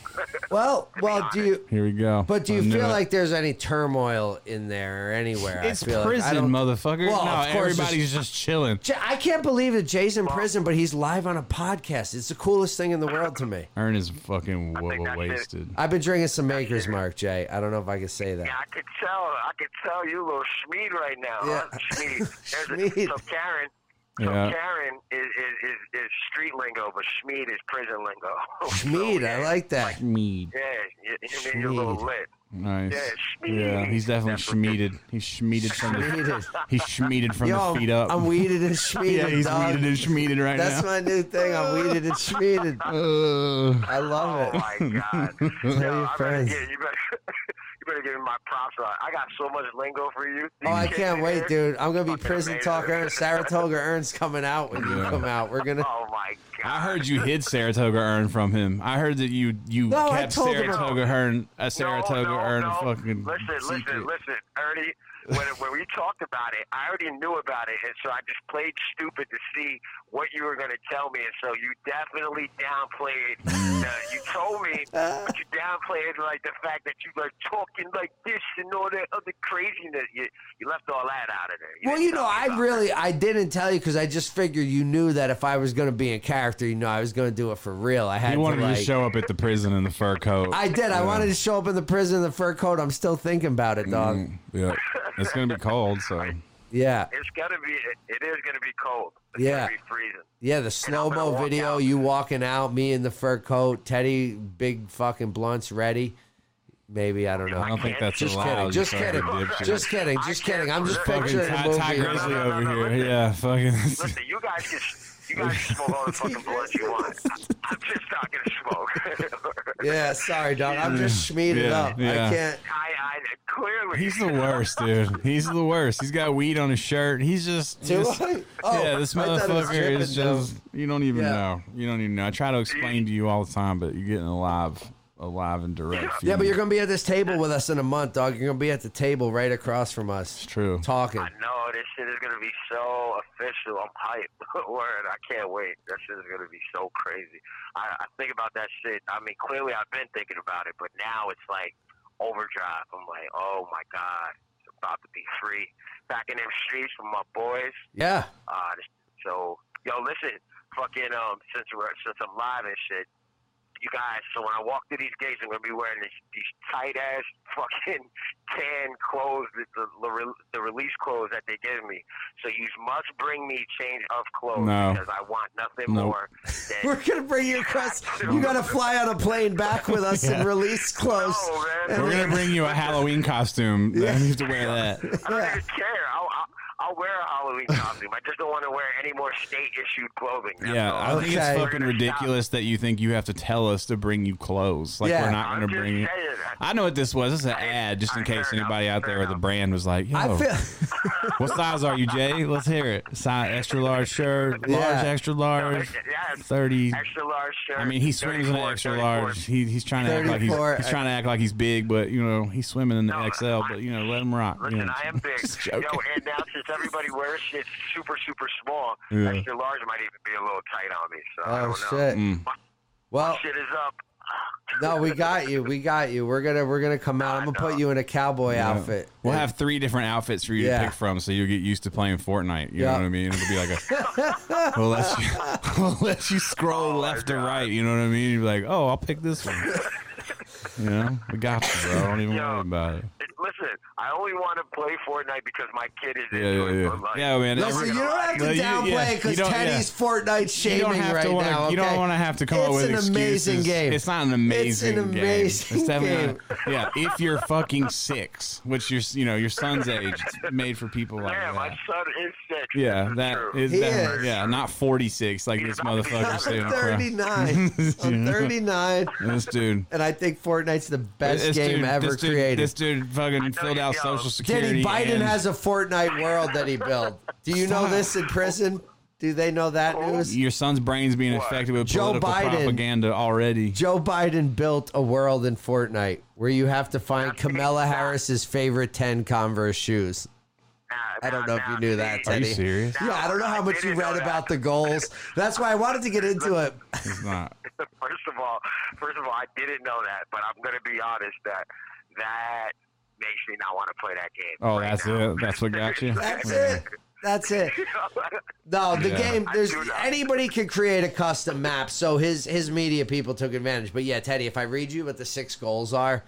A: Well, well, do you?
B: Here we go.
A: But do
B: I
A: you
B: knew
A: feel
B: it.
A: like there's any turmoil in there or anywhere? I
B: it's
A: feel like- I
B: prison,
A: don't-
B: motherfucker?
A: Well,
B: no,
A: of course it's-
B: everybody's just chilling.
A: Ja- I can't believe that Jay's in prison, but he's live on a podcast. It's the coolest thing in the world to me.
B: Ern is fucking
E: think
B: w-
E: that's it.
B: wasted.
A: I've been drinking some Maker's Mark, Jay. I don't know if I can say that.
E: yeah, I could tell. I could tell you, little Schmeed, right now.
A: Yeah.
E: Huh? Schmeed. There's
A: Schmeed.
E: A, so Karen. So
B: Yeah.
E: Karen is, is, is, is street lingo, but Schmeed is prison lingo. So,
A: Schmeed,
E: yeah.
A: I like that.
B: Schmeed.
E: Yeah, you, you mean you're a little
A: Schmeed.
E: lit.
B: Nice.
E: Yeah, Schmeed.
B: Yeah, he's definitely
E: That's what it-
B: schmeeded. He's schmeeded from the
A: Schmeeded.
B: he's schmeeded from
A: Yo,
B: the feet up.
A: I'm weeded and schmeeded.
B: yeah, he's
A: dog.
B: weeded and schmeeded right
A: That's
B: now.
A: my new thing. I'm weeded and schmeeded.
B: Ugh.
A: I love
E: Oh
A: it.
E: my god! Yo,
A: your
E: I better,
A: friends.
E: yeah, you better you better give me my props. Uh, I got so much lingo for you.
A: Oh, I
E: These
A: can't
E: kids
A: wait,
E: here.
A: dude. I'm gonna be
E: Fucking
A: prison
E: amazing.
A: talker. Ernst. Saratoga Ernst coming out when you
B: Yeah.
A: come out. We're gonna.
E: Oh my god!
B: I heard you hid Saratoga Ern from him. I heard that you you
A: No, I
B: kept
A: told him I-
B: Saratoga Ern a Saratoga
E: no,
B: Ern
E: no.
B: fucking
E: Listen, listen,
B: secret.
E: listen, Ernie. When, when we talked about it, I already knew about it, and so I just played stupid to see what you were going to tell me. And so you definitely downplayed. Uh, you told me, but you downplayed like the fact that you were talking like this and all that other craziness. You you left all that out of there.
A: Well,
E: didn't
A: you know,
E: tell me
A: I
E: about it.
A: really I didn't tell you because I just figured you knew that if I was gonna be in character, you know, I was gonna do it for real. I had
B: He wanted
A: to, like,
B: to show up at the prison in the fur coat.
A: I did. I wanted to show up in the prison in the fur coat. I'm still thinking about it, dog.
B: Mm, yeah, it's gonna be cold. So
A: Yeah,
E: It's gonna be. It is gonna be cold. It's
A: Yeah.
E: gonna be freezing.
A: yeah. The slow
E: gonna
A: mo
E: walk
A: video,
E: out.
A: you walking out, me in the fur coat, Teddy, big fucking blunts ready. Maybe I don't know.
B: I don't think that's
A: Just
B: allowed.
A: kidding.
B: you
A: Just
B: fucking
A: kidding.
B: dipshit.
A: Just kidding. Just kidding. I'm just
E: Fucking
B: fucking
A: picturing
B: Ty,
A: the
B: Ty
A: movie.
B: Grizzly
E: No, no, no,
B: over
E: no,
B: here.
E: listen.
B: Yeah, fucking.
E: Listen, you guys can you guys can smoke all the fucking blunt you want. I'm just not gonna smoke.
A: Yeah, sorry, dog. I'm just schmeeded
B: Yeah,
A: up.
B: yeah.
A: I can't.
E: I, I clearly
B: He's the worst, dude. He's the worst. He's got weed on his shirt. He's just.
A: Do
B: just-
A: I? Oh,
B: yeah, this
A: I thought it was
B: motherfucker is
A: dripping,
B: just. You don't even
A: Yeah.
B: know. You don't even know. I try to explain to you all the time, but you're getting alive, alive and direct.
A: Yeah, but
B: feed.
A: you're gonna be at this table with us in a month, dog. You're gonna be at the table right across from us,
B: It's true.
A: talking.
E: I know this shit is gonna be so official. I'm hyped. Word, I can't wait. That shit is gonna be so crazy. I, I think about that shit. I mean, clearly I've been thinking about it, but now it's like overdrive. I'm like, oh my god, it's about to be free. Back in them streets with my boys.
A: Yeah,
E: Uh, so, yo, listen, fucking, um, since we're since I'm live and shit, you guys. So when I walk through these gates, I'm gonna be wearing this, these tight ass fucking tan clothes, the, the the re- the release clothes that they give me. So you must bring me change of clothes
B: No.
E: because I want nothing
B: Nope.
E: more.
A: we're
E: Than,
A: gonna bring you across. You gotta fly on a plane back with us and release close.
E: no, man.
B: We're gonna bring you a Halloween costume. You have to wear that.
E: I don't even care. I'll, I'll, I'll wear a Halloween costume. I just don't want to wear any more state issued clothing. That's
B: Yeah,
E: all.
B: I think it's
A: Okay.
B: fucking ridiculous that you think you have to tell us to bring you clothes. Like
A: Yeah.
B: we're not
E: I'm
B: gonna
E: just
B: bring you.
E: saying that.
B: I know what this was. This is an ad, just in
E: Alright,
B: case
E: fair
B: anybody
E: enough,
B: out there
E: fair
B: with a
E: enough.
B: brand was like,
A: I
B: "Yo,
A: feel.
B: What size are you, Jay? Let's hear it. Size extra large shirt, large,
A: Yeah.
B: extra large,
E: Yeah, it's
B: thirty.
E: extra large shirt.
B: I mean, he swims in the
E: 34,
B: extra
E: 34.
B: large. He, he's trying to act like
A: 34.
B: he's, he's trying to act like he's big, but you know he's swimming in the
E: No,
B: XL.
E: I-
B: But you know, let him rock. you
E: Listen,
B: know.
E: I am big.
B: Just
E: Yo,
B: joking.
E: and now since everybody wears shit super, super small,
B: Yeah.
E: extra large might even be a little tight on me. So I
A: Oh
E: don't know.
A: shit.
B: Mm.
A: Well,
E: Shit is up.
A: no, we got you. We got you. We're gonna we're gonna come out. I'm gonna put you in a cowboy
B: Yeah.
A: outfit.
B: We'll have three different outfits for you
A: Yeah.
B: to pick from, so you'll get used to playing Fortnite. You
A: Yeah.
B: know what I mean? It'll be like a we'll let you, we'll let you
E: Oh,
B: scroll left to right. You know what I mean? You'll be like, oh, I'll pick this one. you know, we got you, bro. Don't even
E: Yo.
B: worry about it.
E: It- Listen, I only want to play Fortnite because my kid is
B: Yeah,
E: into
B: yeah,
E: it.
B: yeah.
E: but, like,
B: Yeah, man.
A: Listen,
B: every-
A: you don't
E: gonna
A: have to
B: Well, you- yeah,
A: downplay
B: you
A: because
B: don't- yeah.
A: Teddy's Fortnite
B: You
A: shaming
B: don't have
A: right
B: to wanna,
A: now.
B: You don't
A: okay?
B: want to have to come up
A: It's
B: with
A: an amazing
B: excuses.
A: game.
B: It's not an amazing game.
A: amazing
B: It's definitely
A: game.
B: not- yeah, if you're fucking six, which you're, you know, your son's age, it's made for people like
E: Yeah, my
B: that.
E: son is six.
B: Yeah,
E: This
B: that
E: true.
B: is
A: He
B: definitely-
A: is.
B: yeah, not forty six like
E: He's
B: this
E: about to be
B: motherfucker
E: seven.
B: Stephen
A: I'm
B: Fry.
A: 39. I'm
B: Yeah.
A: 39,
B: This dude.
A: and I think Fortnite's the best
B: this
A: game
B: dude,
A: ever
B: this dude,
A: created.
B: This dude fucking filled out
E: yo.
B: social
A: Diddy
B: security.
A: Biden
B: and-
A: has a Fortnite world that he built. Do you know this in prison? Do they know that news?
B: your son's brain's being
E: What?
B: affected with
A: Joe
B: political
A: Biden.
B: propaganda already.
A: Joe Biden built a world in Fortnite where you have to find Kamala Harris's favorite 10 Converse shoes.
E: Nah,
A: I don't
E: nah,
A: know if
E: nah,
A: you knew that,
E: see,
B: Are you
A: Teddy.
B: serious?
A: Yeah, I don't know how
E: I
A: much you
E: didn't know
A: read
E: that.
A: about the goals. That's why I wanted to get into it.
B: It's not.
E: First of all, first of all, I didn't know that, but I'm gonna be honest that that makes me not want to play that game.
B: Oh,
E: right
B: that's
E: now.
B: it. That's what got you.
A: That's
B: Yeah.
A: it. That's it.
B: Oh.
A: No, the
B: Yeah.
A: game.
E: I
A: There's
E: do not.
A: anybody could create a custom map, so his his media people took advantage. But yeah, Teddy, if I read you what the six goals are,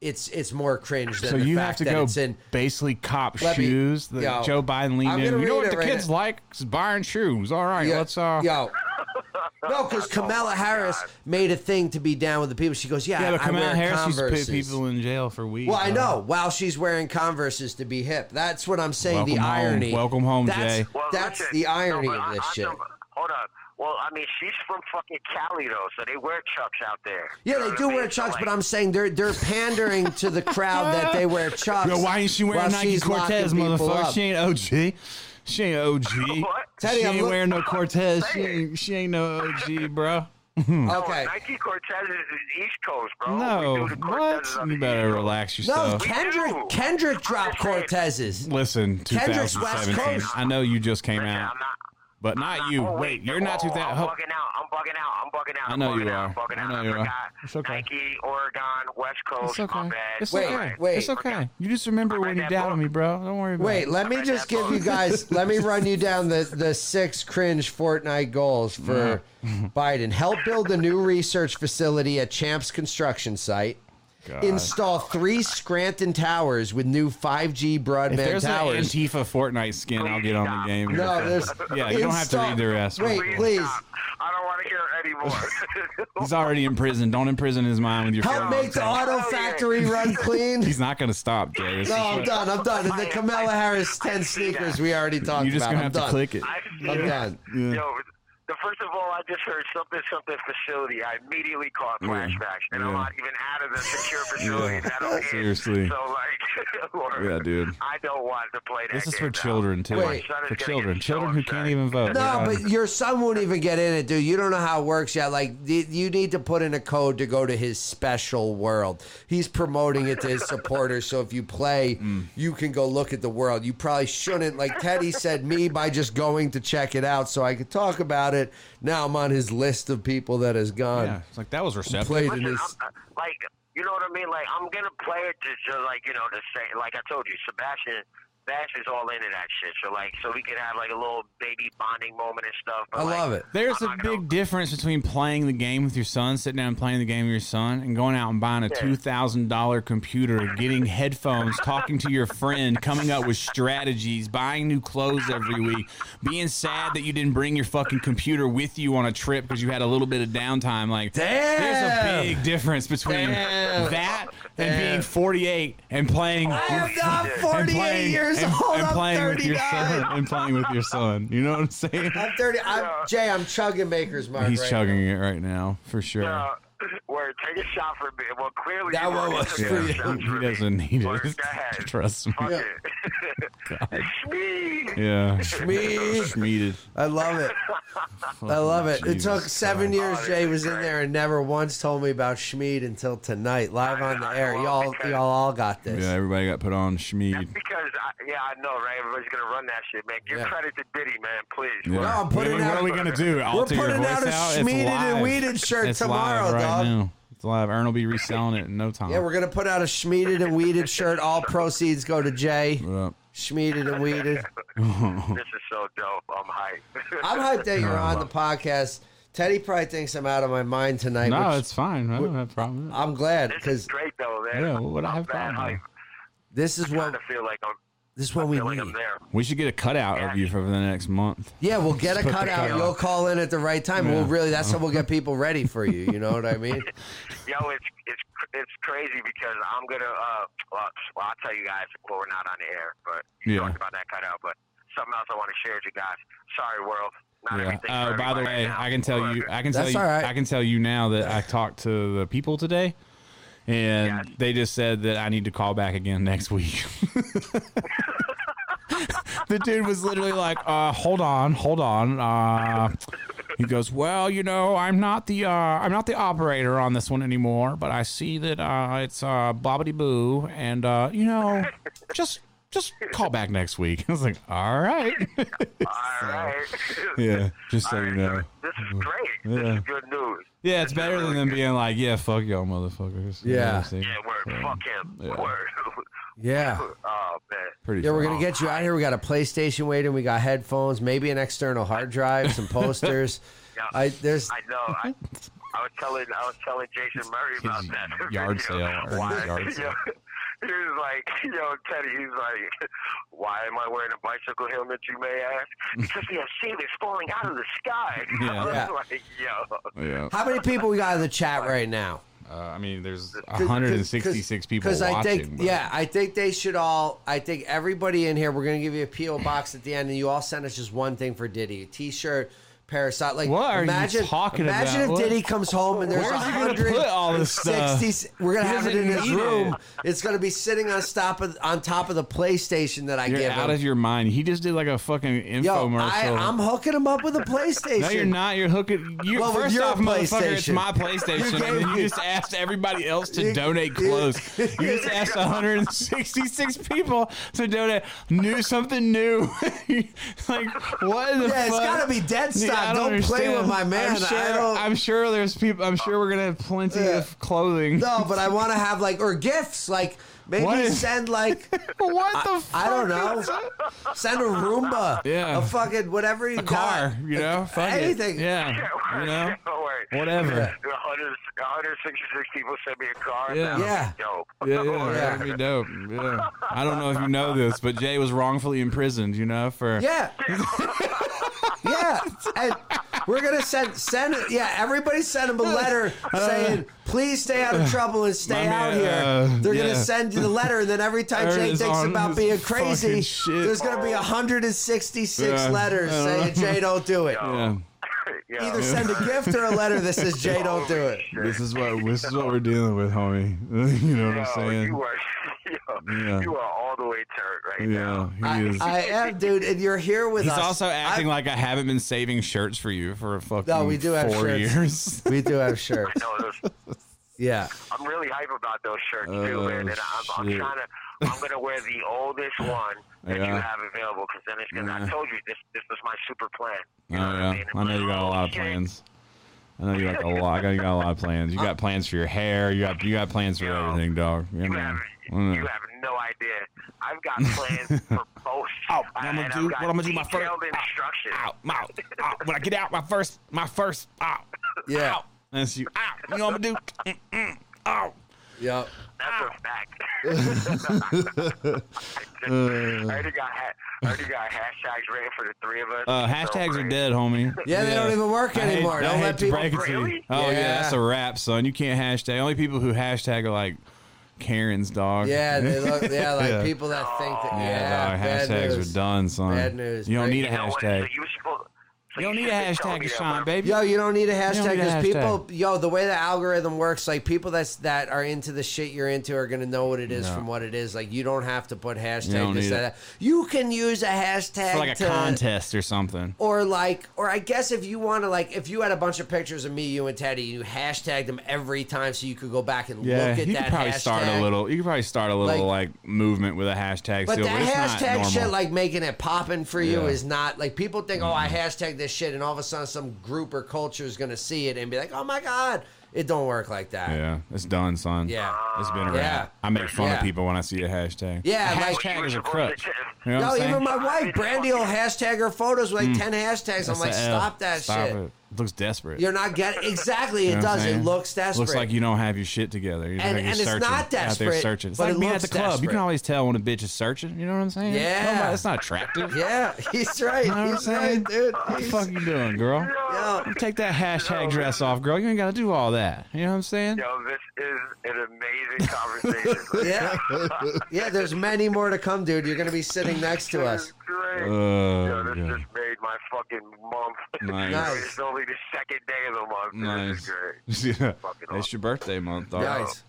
A: it's it's more cringe than
B: So
A: the
B: you have
A: fact
B: to
A: that
B: go
A: it's in.
B: basically cop
A: Let me-
B: shoes. that
A: yo,
B: Joe Biden
A: I'm
B: leaned in.
A: gonna
B: You know
A: read
B: what
A: it
B: the
A: right
B: kids
A: now.
B: like? It's buying shoes. All right,
A: Yeah,
B: let's uh.
A: yo. No, because Kamala
E: Oh,
A: Harris made a thing to be down with the people. She goes, "Yeah,
B: Yeah, but
A: I, I
B: Kamala
A: wear
B: Harris used to put
A: Converses."
B: people in jail for weed.
A: well, I
B: uh,
A: know. While she's wearing Converses to be hip, that's what I'm saying. the
B: Welcome home.
A: irony.
B: Welcome home,
A: that's,
B: Jay.
E: Well,
A: that's
E: listen,
A: the
E: no,
A: irony
E: but
A: of
E: I-
A: this
E: I
A: shit.
E: don't- Hold on. Well, I mean, she's from fucking Cali though, so they wear chucks out there.
A: Yeah,
E: You know
A: they
E: what
A: do
E: I mean?
A: wear
E: So,
A: chucks,
E: like,
A: but I'm saying they're they're pandering to the crowd that they wear chucks.
B: Yo, why ain't she wearing
A: while
B: Nike
A: she's
B: Cortez,
A: locking people
B: motherfucker?
A: up.
B: She ain't OG. She ain't OG.
E: What?
A: Teddy,
B: she
A: I'm
B: ain't
A: look-
B: wearing no Cortez. She
E: Say it.
B: ain't, she ain't no OG, bro.
A: Okay.
E: Oh, Nike Cortez is the East Coast, bro. We
B: No,
E: do the
B: what?
E: Cortezes on
B: You
E: the
B: better
E: East Coast.
B: relax
A: No,
B: yourself.
A: Kendrick
E: do.
A: Kendrick dropped
E: I'm
A: Cortezes.
B: Listen,
A: Kendrick's West
B: 2017.
A: Coast.
B: I know you just came
E: Listen,
B: out,
E: I'm not.
B: but
E: I'm
B: not you.
E: oh,
B: Wait, you're not
E: oh,
B: 2000.
E: I'm
B: ho-
E: bugging out. I'm bugging out. I'm bugging out.
B: I know
E: I'm bugging
B: you
E: out.
B: are.
E: I'm bugging
B: I
E: out.
B: know you are.
E: forgot.
B: It's okay.
E: Nike, Oregon, West Coast.
B: It's okay.
E: My bad.
B: It's
A: Wait,
B: okay.
A: wait.
B: It's okay. You just remember
E: I
B: when
E: read
B: you
E: that
B: doubted
E: book.
B: me, bro. Don't worry about
A: Wait,
B: it.
A: let me
E: read
A: just
E: that
A: give you
E: book.
A: guys let me run you down the, the six cringe Fortnite goals for Biden. Help build a new research facility at Champs construction site.
B: God.
A: Install three Scranton towers with new 5G
B: If
A: broadband
B: there's an
A: towers.
B: Antifa Fortnite skin, I'll get on the game.
A: No, there's
B: yeah, you don't have to
A: install-
B: read the rest.
A: Wait,
E: Please
A: please.
E: stop. I don't want to hear it anymore.
B: He's already in prison. Don't imprison his mind with your.
A: Help
B: fucking
A: make the
B: content.
A: auto
E: Oh, yeah.
A: factory run clean.
B: He's not gonna stop, Jay. This
A: No,
B: is
A: I'm
B: what-
A: done. I'm done. The Kamala Harris
E: I
A: ten
E: see that.
A: sneakers we already talked
B: You're just
A: about.
B: gonna
A: I'm
B: have to
A: done.
B: click it.
E: I see
A: I'm
E: it.
A: done.
E: Yo, the first of all, I just heard something, something facility. I immediately caught flashbacks, and I'm
B: Yeah.
E: not even out of the secure facility.
B: Yeah.
E: that I'm in.
B: Seriously.
E: So like, Lord,
B: Yeah, dude.
E: I don't want to play that.
B: This is
E: game
B: for
E: now.
B: children too.
A: Wait.
E: My son is
B: For
E: gonna get
B: children,
E: so
B: children who can't
E: upset.
B: even vote.
A: No,
B: They're
A: but
B: on-
A: your son won't even get in it, dude. You don't know how it works yet. Like, y- you need to put in a code to go to his special world. He's promoting it to his supporters. So if you play,
B: Mm.
A: you can go look at the world. You probably shouldn't, like Teddy said, me by just going to check it out so I could talk about it. Now I'm on his list of people that has gone
B: yeah, it's like that was receptive.
A: played in
E: Listen,
A: his.
E: I'm, uh, like, you know what I mean? Like, I'm gonna play it just to, like, you know, to say, like I told you, Sebastian. Bash is all into that shit, so like, so we could have like a little baby bonding moment and stuff. But,
A: I
E: like,
A: love it.
B: There's
E: I'm
B: a
E: not gonna-
B: big difference between playing the game with your son, sitting down and playing the game with your son, and going out and buying a two thousand dollar computer, getting headphones, talking to your friend, coming up with strategies, buying new clothes every week, being sad that you didn't bring your fucking computer with you on a trip because you had a little bit of downtime. Like,
A: Damn.
B: there's a big difference between
A: Damn.
B: that
A: Damn.
B: and being 48 and playing.
A: I am not 48 years
B: and,
A: old.
B: and
A: I'm
B: playing with your
A: 39.
B: son and playing with your son. You know what I'm saying?
A: I'm 30. I'm, Jay, I'm chugging Maker's Mark.
B: He's
A: right
B: chugging it right now for sure.
E: Uh, word, take a shot for me. Well, clearly
A: That
E: you
A: one
E: already
A: was
E: took
A: for
E: that
A: you.
E: shot
B: he
E: for me.
B: doesn't need
E: Word,
B: it.
E: go ahead.
B: Trust me.
E: Fuck
A: Yeah.
E: it. Shmee.
B: Yeah.
A: now. Me.
B: Schmeeded.
A: I love it. I love it. It took seven years.
E: Oh,
A: Jay was in
E: great.
A: there and never once told me about Schmied until tonight, live on the
E: I-
A: air.
E: well,
A: Y'all,
E: because-
A: y'all all got this.
B: Yeah, everybody got put on Schmied.
E: Because I, yeah, I know, right? Everybody's gonna run that shit, man. Give
A: Yeah.
E: credit to Diddy, man, please.
A: No,
B: Yeah.
A: I'm putting
B: what, what
A: out-
B: are we gonna do?
A: We're
B: Alter your
A: putting
B: voice
A: out a
B: It's
A: Schmeeded and
B: live.
A: Weeded shirt
B: it's
A: tomorrow,
B: live right
A: dog.
B: Now. It's live. Aaron will be reselling it in no time.
A: Yeah, we're gonna put out a Schmieded and Weeded shirt. All proceeds go to Jay.
B: What up?
A: Schmieded and Weeded.
E: This is so dope. I'm hyped.
A: I'm hyped that you're on the podcast. Teddy probably thinks I'm out of my mind tonight.
B: No,
A: which
B: it's fine. I don't have a problem. with it.
A: I'm glad
E: this is
A: because
E: great, though, man.
B: Yeah, what would I
E: I'm
B: have
E: bad
B: problem?
E: hype.
A: this is
E: Kind
A: what
E: of feel like I'm
A: This is what
E: I
A: we
E: feel like
A: need.
E: I'm there.
B: We should get a cutout of you for the next month.
A: Yeah, we'll get a
B: Just put the
A: cutout.
B: cutout.
A: You'll call in at the right time. We'll
B: Yeah.
A: really that's how we'll get people ready for you. You know what I mean?
E: Yo, it's it's cr- it's crazy because I'm gonna uh well, well I'll tell you guys before we're not on the air, but you
B: Yeah.
E: talked about that cutout, but something else I want to share with you guys. Sorry, world. Not
B: Yeah.
E: everything.
B: Uh,
E: for
B: by the
E: everybody
B: way,
E: now.
B: I can tell you, I can tell
A: That's
B: you,
A: all right.
B: I can tell you now that I talked to the people today, and
E: Yes.
B: they just said that I need to call back again next week. the dude was literally like, uh, "Hold on, hold on." Uh, he goes, "Well, you know, I'm not the uh, I'm not the operator on this one anymore, but I see that uh, it's uh, bobbity boo, and uh, you know, just just call back next week." I was like, "All right."
E: All right.
B: yeah, just so
E: All
B: you
E: right,
B: know. uh,
E: so This is great. This
B: Yeah.
E: is good news.
B: Yeah, it's
E: This is
B: better than
E: really
B: them
E: good.
B: being like, "Yeah, fuck y'all, motherfuckers." You know
A: Yeah.
B: what I'm saying?
E: Yeah, word.
B: Yeah.
E: Fuck him.
B: Yeah.
E: Word.
A: Yeah.
E: oh man.
B: Pretty.
A: Yeah,
B: fun.
A: we're gonna get you out here. We got a PlayStation waiting. We got headphones, maybe an external hard drive, some posters.
E: Yeah.
A: I there's
E: I know. I, I was telling I was telling Jason Murray about
B: His
E: that
B: yard
E: video.
B: sale or
E: Why?
B: yard
E: yo,
B: sale.
E: he was like, yo, Teddy. He's like, why am I wearing a bicycle helmet? You may ask. Because the FC is falling out of the sky.
B: Yeah.
E: I was
A: Yeah.
E: like, yo,
B: Yeah.
A: how many people we got in the chat right now?
B: Uh, I mean, there's
A: Cause-
B: 166
A: cause-
B: people
A: 'cause
B: watching.
A: I think,
B: but-
A: yeah, I think they should all. I think everybody in here. We're gonna give you a PO box at the end, and you all send us just one thing for Diddy: a T-shirt, parasite. Like,
B: What are you
A: imagine,
B: talking
A: imagine
B: about?
A: if
B: What-
A: Diddy comes home and there's
B: Where's he gonna put all this stuff?
A: 160. We're gonna
B: He
A: have it in
B: doesn't
A: his
B: need
A: room.
B: it.
A: It's gonna be sitting on top of on top of the PlayStation that I
B: You're
A: give
B: out
A: him.
B: of your mind. He just did like a fucking infomercial.
A: Yo, I, I'm hooking him up with a PlayStation.
B: no, you're not. You're hooking. You,
A: Well, with
B: first
A: your
B: off, motherfucker, it's
A: PlayStation.
B: my PlayStation,
A: You
B: and
A: gave
B: then you
A: me-
B: just asked everybody else to
A: You-
B: donate
A: you-
B: clothes. You just asked 166 people to donate new something new. like what in the
A: Yeah,
B: fuck?
A: it's gotta be dead
B: Yeah,
A: stock.
B: I
A: Don't play
B: understand.
A: with my man.
B: I'm sure,
A: I don't-
B: I'm sure there's people. I'm sure we're gonna have plenty
A: Yeah.
B: of clothing.
A: No, but I want to have like or gifts like maybe
B: What if-
A: send like
B: what the? fuck?
A: I don't know
B: is that?
A: send a Roomba
B: Yeah.
A: a fucking whatever you
B: A car, you know? Fuck it.
A: anything.
B: Yeah. You know?
E: Word.
B: Whatever.
E: 100 166 people sent me a car.
A: Yeah.
B: Yeah.
E: That's dope.
B: Yeah, yeah,
E: Word.
B: that'd be dope. Yeah. I don't know if you know this, but Jay was wrongfully imprisoned, you know, for
A: yeah yeah and we're gonna send send yeah everybody send him a letter
B: Uh,
A: saying please stay out of trouble and stay
B: my
A: out
B: man,
A: here
B: uh,
A: they're
B: yeah.
A: gonna send you the letter and then every time
B: Aaron
A: Jay
B: is
A: thinks
B: on
A: about
B: his
A: being
B: fucking
A: crazy
B: shit.
A: there's gonna be 166
B: Yeah.
A: letters
B: Uh,
A: saying Jay don't do it
B: Yeah.
E: Yeah.
A: either send a gift or a letter that says Jay don't do it.
B: This is what this is what we're dealing with, homie. you know what I'm
E: Yo,
B: saying?
E: You are, yo,
B: Yeah.
E: you are all the way turned right now.
B: yeah, he
A: I,
B: is.
A: I am, dude, and you're here with
B: He's
A: us.
B: also acting
A: I-
B: like I haven't been saving shirts for you for a fucking
A: No, we do have
B: four
A: shirts.
B: years.
A: we do have shirts.
E: No, those,
A: Yeah,
E: I'm really hype about those shirts too,
B: Oh,
E: man. And I'm, I'm
B: shit.
E: trying to, I'm gonna wear the oldest one that you
B: Yeah.
E: have available because then it's gonna. I
B: Yeah.
E: told you this, this was my super plan.
B: Oh
E: You know what
B: yeah,
E: mean?
B: I know you got a lot of
E: Shit.
B: plans. I know you got a lot. I got you got a lot of plans. You got plans for your hair. You got you got plans for
E: Yo,
B: everything, dog. Uh, You
E: You
B: know.
E: have,
B: I Mm. know.
E: you have no idea. I've got plans for both.
B: Oh, I'm gonna
E: and
B: do-
E: I've got
B: what I'm gonna do my first-
E: detailed instructions.
B: out, my, out. When I get out, my first, my first, out,
A: yeah,
B: out. That's you, out. You know what I'm gonna do? Mm-mm, out.
A: yep.
E: That's a fact. I already got ha- I already got hashtags ready for the three of us.
B: Uh,
E: So
B: hashtags are
E: great.
B: dead, homie.
A: Yeah, they don't even work
B: I hate-
A: anymore.
B: I
A: Don't
B: hate
A: let
B: to
A: people-
B: break it to you.
E: Really?
B: Oh yeah.
A: Yeah.
B: that's a wrap, son. You can't hashtag. Only people who hashtag are like Karens, dog.
A: Yeah, they look. Yeah, like
B: Yeah.
A: people that think that.
E: Oh.
A: Yeah,
B: Yeah,
A: bad
B: dog, hashtags
A: news.
B: are done, son.
A: Bad news.
B: You don't
A: Break-
B: need a
E: You know what?
B: hashtag.
E: So you, were supposed- so
B: You don't
E: you
B: need a
E: should've told me
B: hashtag,
E: that
B: Sean,
E: when-
B: baby.
A: Yo, you don't need a hashtag
B: need a
A: because
B: hashtag.
A: people, yo, the way the algorithm works, like people that's that are into the shit you're into are gonna know what it is
B: Yeah.
A: from what it is. Like you don't have to put hashtag
B: don't
A: this
B: need
A: that,
B: it.
A: that. You can use a hashtag
B: For like a
A: to-
B: contest or something.
A: or like or i guess if you want to like if you had a bunch of pictures of me you and teddy you hashtagged them every time so you could go back and
B: Yeah,
A: look at
B: you
A: that
B: could probably
A: hashtag.
B: start a little. You could probably start a little
A: Like-
B: like, movement with a hashtag.
A: but
B: still,
A: that
B: it's not
A: hashtag
B: normal.
A: shit like making it poppin' for you
B: Yeah. Mm-hmm.
A: is not like people think oh i hashtag this shit and all of a sudden some group or culture is gonna see it and be like oh my god it don't work like that
B: yeah, it's done, son.
A: Yeah.
B: it's been a wrap.
A: Yeah.
B: I make fun
A: Yeah.
B: of people when I see a hashtag.
A: Yeah,
B: a
A: like-
E: You
B: hashtag
E: were
B: is a
E: supposed
B: crutch.
E: to-
B: You know what
A: no
B: I'm saying? Mm.
A: even my wife
E: It's
A: brandy will
E: fucking-
A: hashtag her photos with like 10 hashtags i'm
B: That's
A: like
B: a L.
A: stop that
B: Stop
A: shit
B: it. It looks desperate.
A: You're not getting exactly. It
B: You know what I'm
A: does. It
B: saying?
A: looks desperate.
B: Looks like you don't have your shit together. You're
A: And-
B: like you're
A: and it's
B: searching,
A: not
B: Out there
A: desperate,
B: searching. It's
A: but
B: like
A: it
B: being at
A: looks
B: the club. You
A: desperate.
B: can always tell when a bitch is searching. You know what I'm saying?
A: Yeah.
B: Nobody- That's not attractive.
A: Yeah, he's right.
B: know what I'm
A: he's right,
B: saying?
A: dude.
B: What the
A: He's-
B: fuck you doing, girl?
A: Yo,
B: Take that hashtag
E: No,
B: dress
E: man.
B: off, girl. You ain't got to do all that. You know what I'm saying?
E: Yo, this is an amazing conversation.
A: yeah, yeah. There's many more to come, dude. You're gonna be sitting next to
E: This
A: us.
E: is great.
B: Oh,
E: Yo, this
B: God.
E: just made my fucking month.
B: Nice.
E: it's only the second day of the month. This is
B: Nice.
E: great.
B: yeah.
E: Fucking
B: It's your birthday month, though.
A: Nice.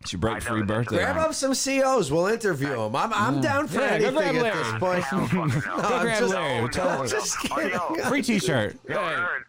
B: It's your break
E: I know
B: free
E: that.
B: birthday.
A: Grab
B: month.
A: up some COs. We'll interview them. I'm I'm down for
B: Yeah, go
A: anything at
B: grab
A: this
B: Larry.
A: point.
E: I don't fucking know.
A: No, I'm
B: grab
A: just-
B: Larry. We'll tell
A: I'm
B: him.
A: just
E: Oh,
A: kidding.
E: yo.
B: Free T-shirt.
E: Yo,
B: Hey.
E: Ern,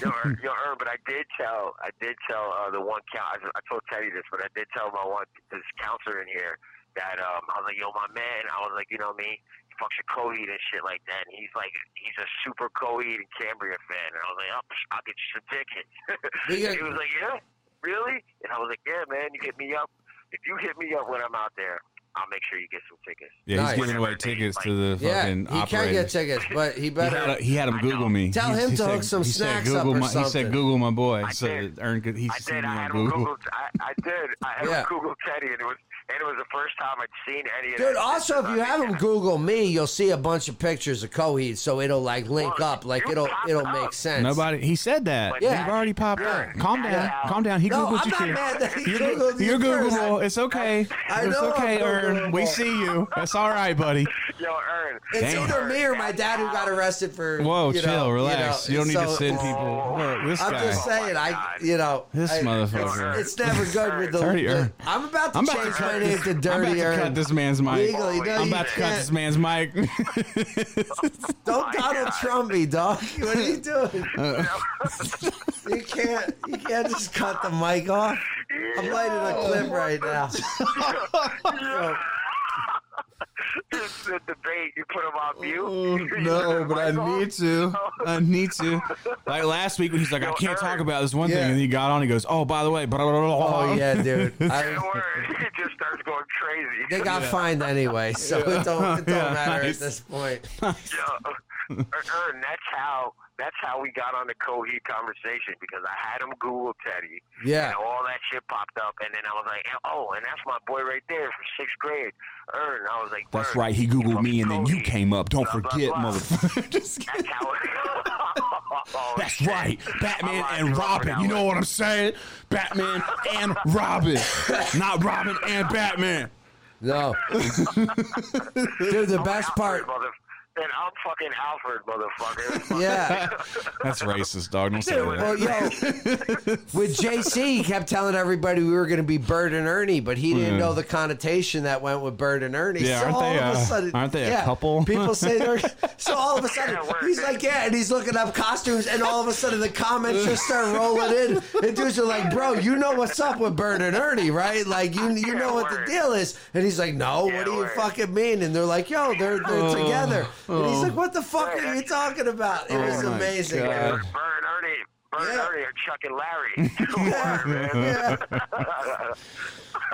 E: yo, Ern, yo, Ern, but I did tell, I did tell uh, the one count. I, I told Teddy this, but I did tell my one this counselor in here that um, I was like, yo, my man. I was like, you know me, he fucks with Coheed and shit like that. And he's like, he's a super Coheed and Cambria fan. And I was like, oh, psh, I'll get you some tickets.
A: We got-
E: he was like, yeah, really? And I was like, yeah, man. You hit me up. If you hit me up when I'm out there, I'll make sure you get some tickets.
B: Yeah, he's
A: Nice.
B: giving away tickets to the
A: Yeah,
B: fucking
A: he can get
B: operators.
A: tickets, but he
B: He had,
A: better.
B: he had him Google me.
A: Tell
B: He-
A: him
B: he
A: to hook some
B: he said
A: snacks up
B: Google
A: or
B: my, He
A: something.
B: said Google my boy.
E: I
B: so
E: did.
B: that Ern could, he
E: I
B: seen
E: did.
B: me
E: I had
B: on
E: him
B: Google.
E: Google. I, I did. I had
A: Yeah.
E: him Google Teddy, and it was and it was the first time I'd seen any of that.
A: Dude, also if
E: shit.
A: you have him
E: Yeah.
A: Google me, you'll see a bunch of pictures of Coheed, so it'll like link
E: Well,
A: up, like
E: you
A: it'll
E: popped
A: it'll
E: up.
A: make sense.
B: Nobody. He said that.
E: But
A: Yeah.
B: You've already popped
E: Ern,
B: up. Calm
E: that
B: down.
E: out.
B: Calm down. He
A: No,
B: Googled
A: I'm
B: you
A: not
B: too.
A: mad that he
B: You're,
A: Googled you
B: you're
A: first.
B: Googleable. It's okay.
A: I
B: it's
A: know I'm
B: okay, Ern. We
A: Googleable.
B: see you. It's all right, buddy.
E: Yo, Ern.
A: It's
B: Damn.
A: either me or my dad who got arrested for.
B: Whoa,
A: you know,
B: chill,
A: you know,
B: relax. You, don't need
A: so
B: to send
A: it's-
B: people. Look, this
A: I'm
B: guy.
A: just
E: Oh my
A: saying, I
E: God.
A: you know
B: This
A: I-
B: motherfucker.
A: It's, it's never good with the.
B: Dirty Earn.
A: I'm about to
B: I'm about
A: change
B: to
A: my
B: cut
A: name
B: this-
A: to
B: I'm about
A: Dirty
B: to cut
A: Earn.
B: this man's mic.
A: Legally, no,
B: I'm
A: you
B: about to cut
A: can't.
B: this man's mic.
A: Don't
E: my
A: Donald
E: God.
A: Trump me, dog. What are you doing? you can't. You can't just cut the mic off. I'm lighting a clip right now. So-
E: It's the debate. You put him on
A: Oh,
E: mute. You
B: no,
E: put
B: but I
E: him on.
B: need to. I need to. Like last week when he's like, I can't talk about this one thing,
A: Yeah.
B: and he got on. He goes, Oh, by the way, blah, blah, blah, blah.
A: oh yeah, dude.
E: Don't
A: I,
E: worry. He just starts going crazy.
A: they got fined anyway, so it don't. It don't
B: Yeah,
A: matter
B: nice.
A: at this point.
E: Yo, Ern, that's how that's how we got on the Coheed conversation because I had him Google Teddy.
A: Yeah.
E: And all that shit popped up, and then I was like, oh, and that's my boy right there from sixth grade, Ern. I was like,
B: That's
E: "Word,
B: right. He
E: you
B: Googled
E: fucking
B: me, and then you
E: Coheed."
B: came up. Don't
E: Blah, blah,
B: forget,
E: blah.
B: motherfucker. Just kidding.
E: That's how it. Oh,
B: That's
E: shit.
B: right. Batman
E: I'm
B: and
E: on
B: Robin.
E: that
B: You know
E: one.
B: what I'm saying? Batman and Robin. Not Robin and Batman.
A: No. Dude, the best
E: Alfred,
A: part.
E: mother- And I'm fucking Alfred, motherfucker.
A: Yeah.
B: That's racist, dog. Don't say
A: Well, yo, with JC, he kept telling everybody we were going to be Bird and Ernie, but he didn't
B: Yeah.
A: know the connotation that went with Bird and Ernie.
B: Hmm. Yeah,
A: so
B: aren't
A: all
B: they,
A: of a
B: uh,
A: sudden,
B: aren't they a
A: yeah,
B: couple?
A: People say they're. So all of a sudden,
E: Yeah, we're-
A: he's like, yeah, and he's looking up costumes, and all of a sudden the comments just start rolling in, and dudes are like, bro, you know what's up with Bird and Ernie, right? Like you, you
E: Yeah,
A: know what the
E: word.
A: deal is, and he's like, no,
E: Yeah,
A: what do you
E: word.
A: fucking mean? And they're like, yo, they're they're
B: Oh,
A: together, and he's
B: oh.
A: like, what the fuck are you talking about? It
B: Oh
A: was
B: my
A: amazing.
B: God.
A: man.
E: Burn Ernie, Burn
A: Yeah.
E: Ernie, or Chuck and Larry. Word, man.
A: Yeah.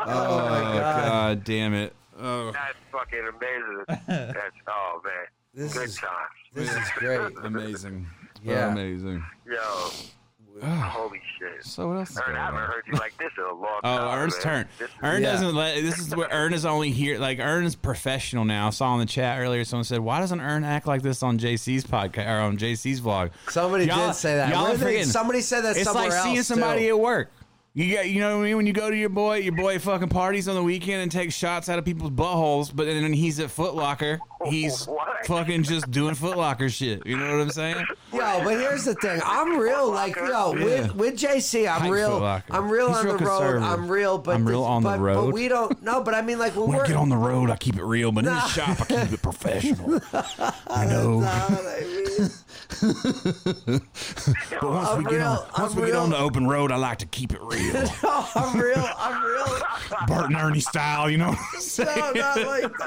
B: Oh,
A: my God.
B: damn it. Oh,
E: That's fucking amazing. That's oh man,
A: This
E: good
A: is-
E: times.
A: This is great.
B: amazing.
A: Yeah.
B: Amazing.
E: Yo, holy shit.
B: So what else is
E: Ern,
B: going
E: I haven't
B: on?
E: heard you like this in a long time.
B: Oh, Ern's
E: man.
B: turn.
E: This is-
B: Ern
A: Yeah.
B: doesn't let. This is where Ern is only here. Like Ern is professional now. I saw in the chat earlier. Someone said, "Why doesn't Ern act like this on JC's podcast or on JC's vlog?"
A: Somebody
B: Y'all-
A: did say that.
B: y'all
A: Where
B: are
A: they-
B: forgetting.
A: somebody said that
B: It's
A: somewhere
B: like seeing
A: else,
B: somebody
A: too.
B: at work. You get, you know what I mean? When you go to your boy, your boy fucking parties on the weekend and takes shots out of people's buttholes, but then when he's at Foot Locker, he's
E: What?
B: fucking just doing Foot Locker shit. You know what I'm saying?
A: Yo, but here's the thing. I'm real, like yo, with, with JC, I'm
B: Hype Foot
A: real.
B: Locker.
A: I'm real
B: He's
A: on
B: real
A: the road.
B: conservative.
A: I'm real, but
B: I'm real
A: this-
B: on the
A: but, But
B: road.
A: we don't. No, but I mean, like when,
B: When
A: we're
B: I get on the road, I keep it real, but in
A: Nah.
B: the shop, I keep it professional. You know.
A: Nah, I mean,
B: But once
A: I'm
B: we get on,
A: real-
B: once
A: I'm
B: we get
A: real-
B: on the open road, I like to keep it real,
A: no, I'm real. I'm real.
B: Bert and Ernie style. You know. What I'm
A: No,
B: saying?
A: not like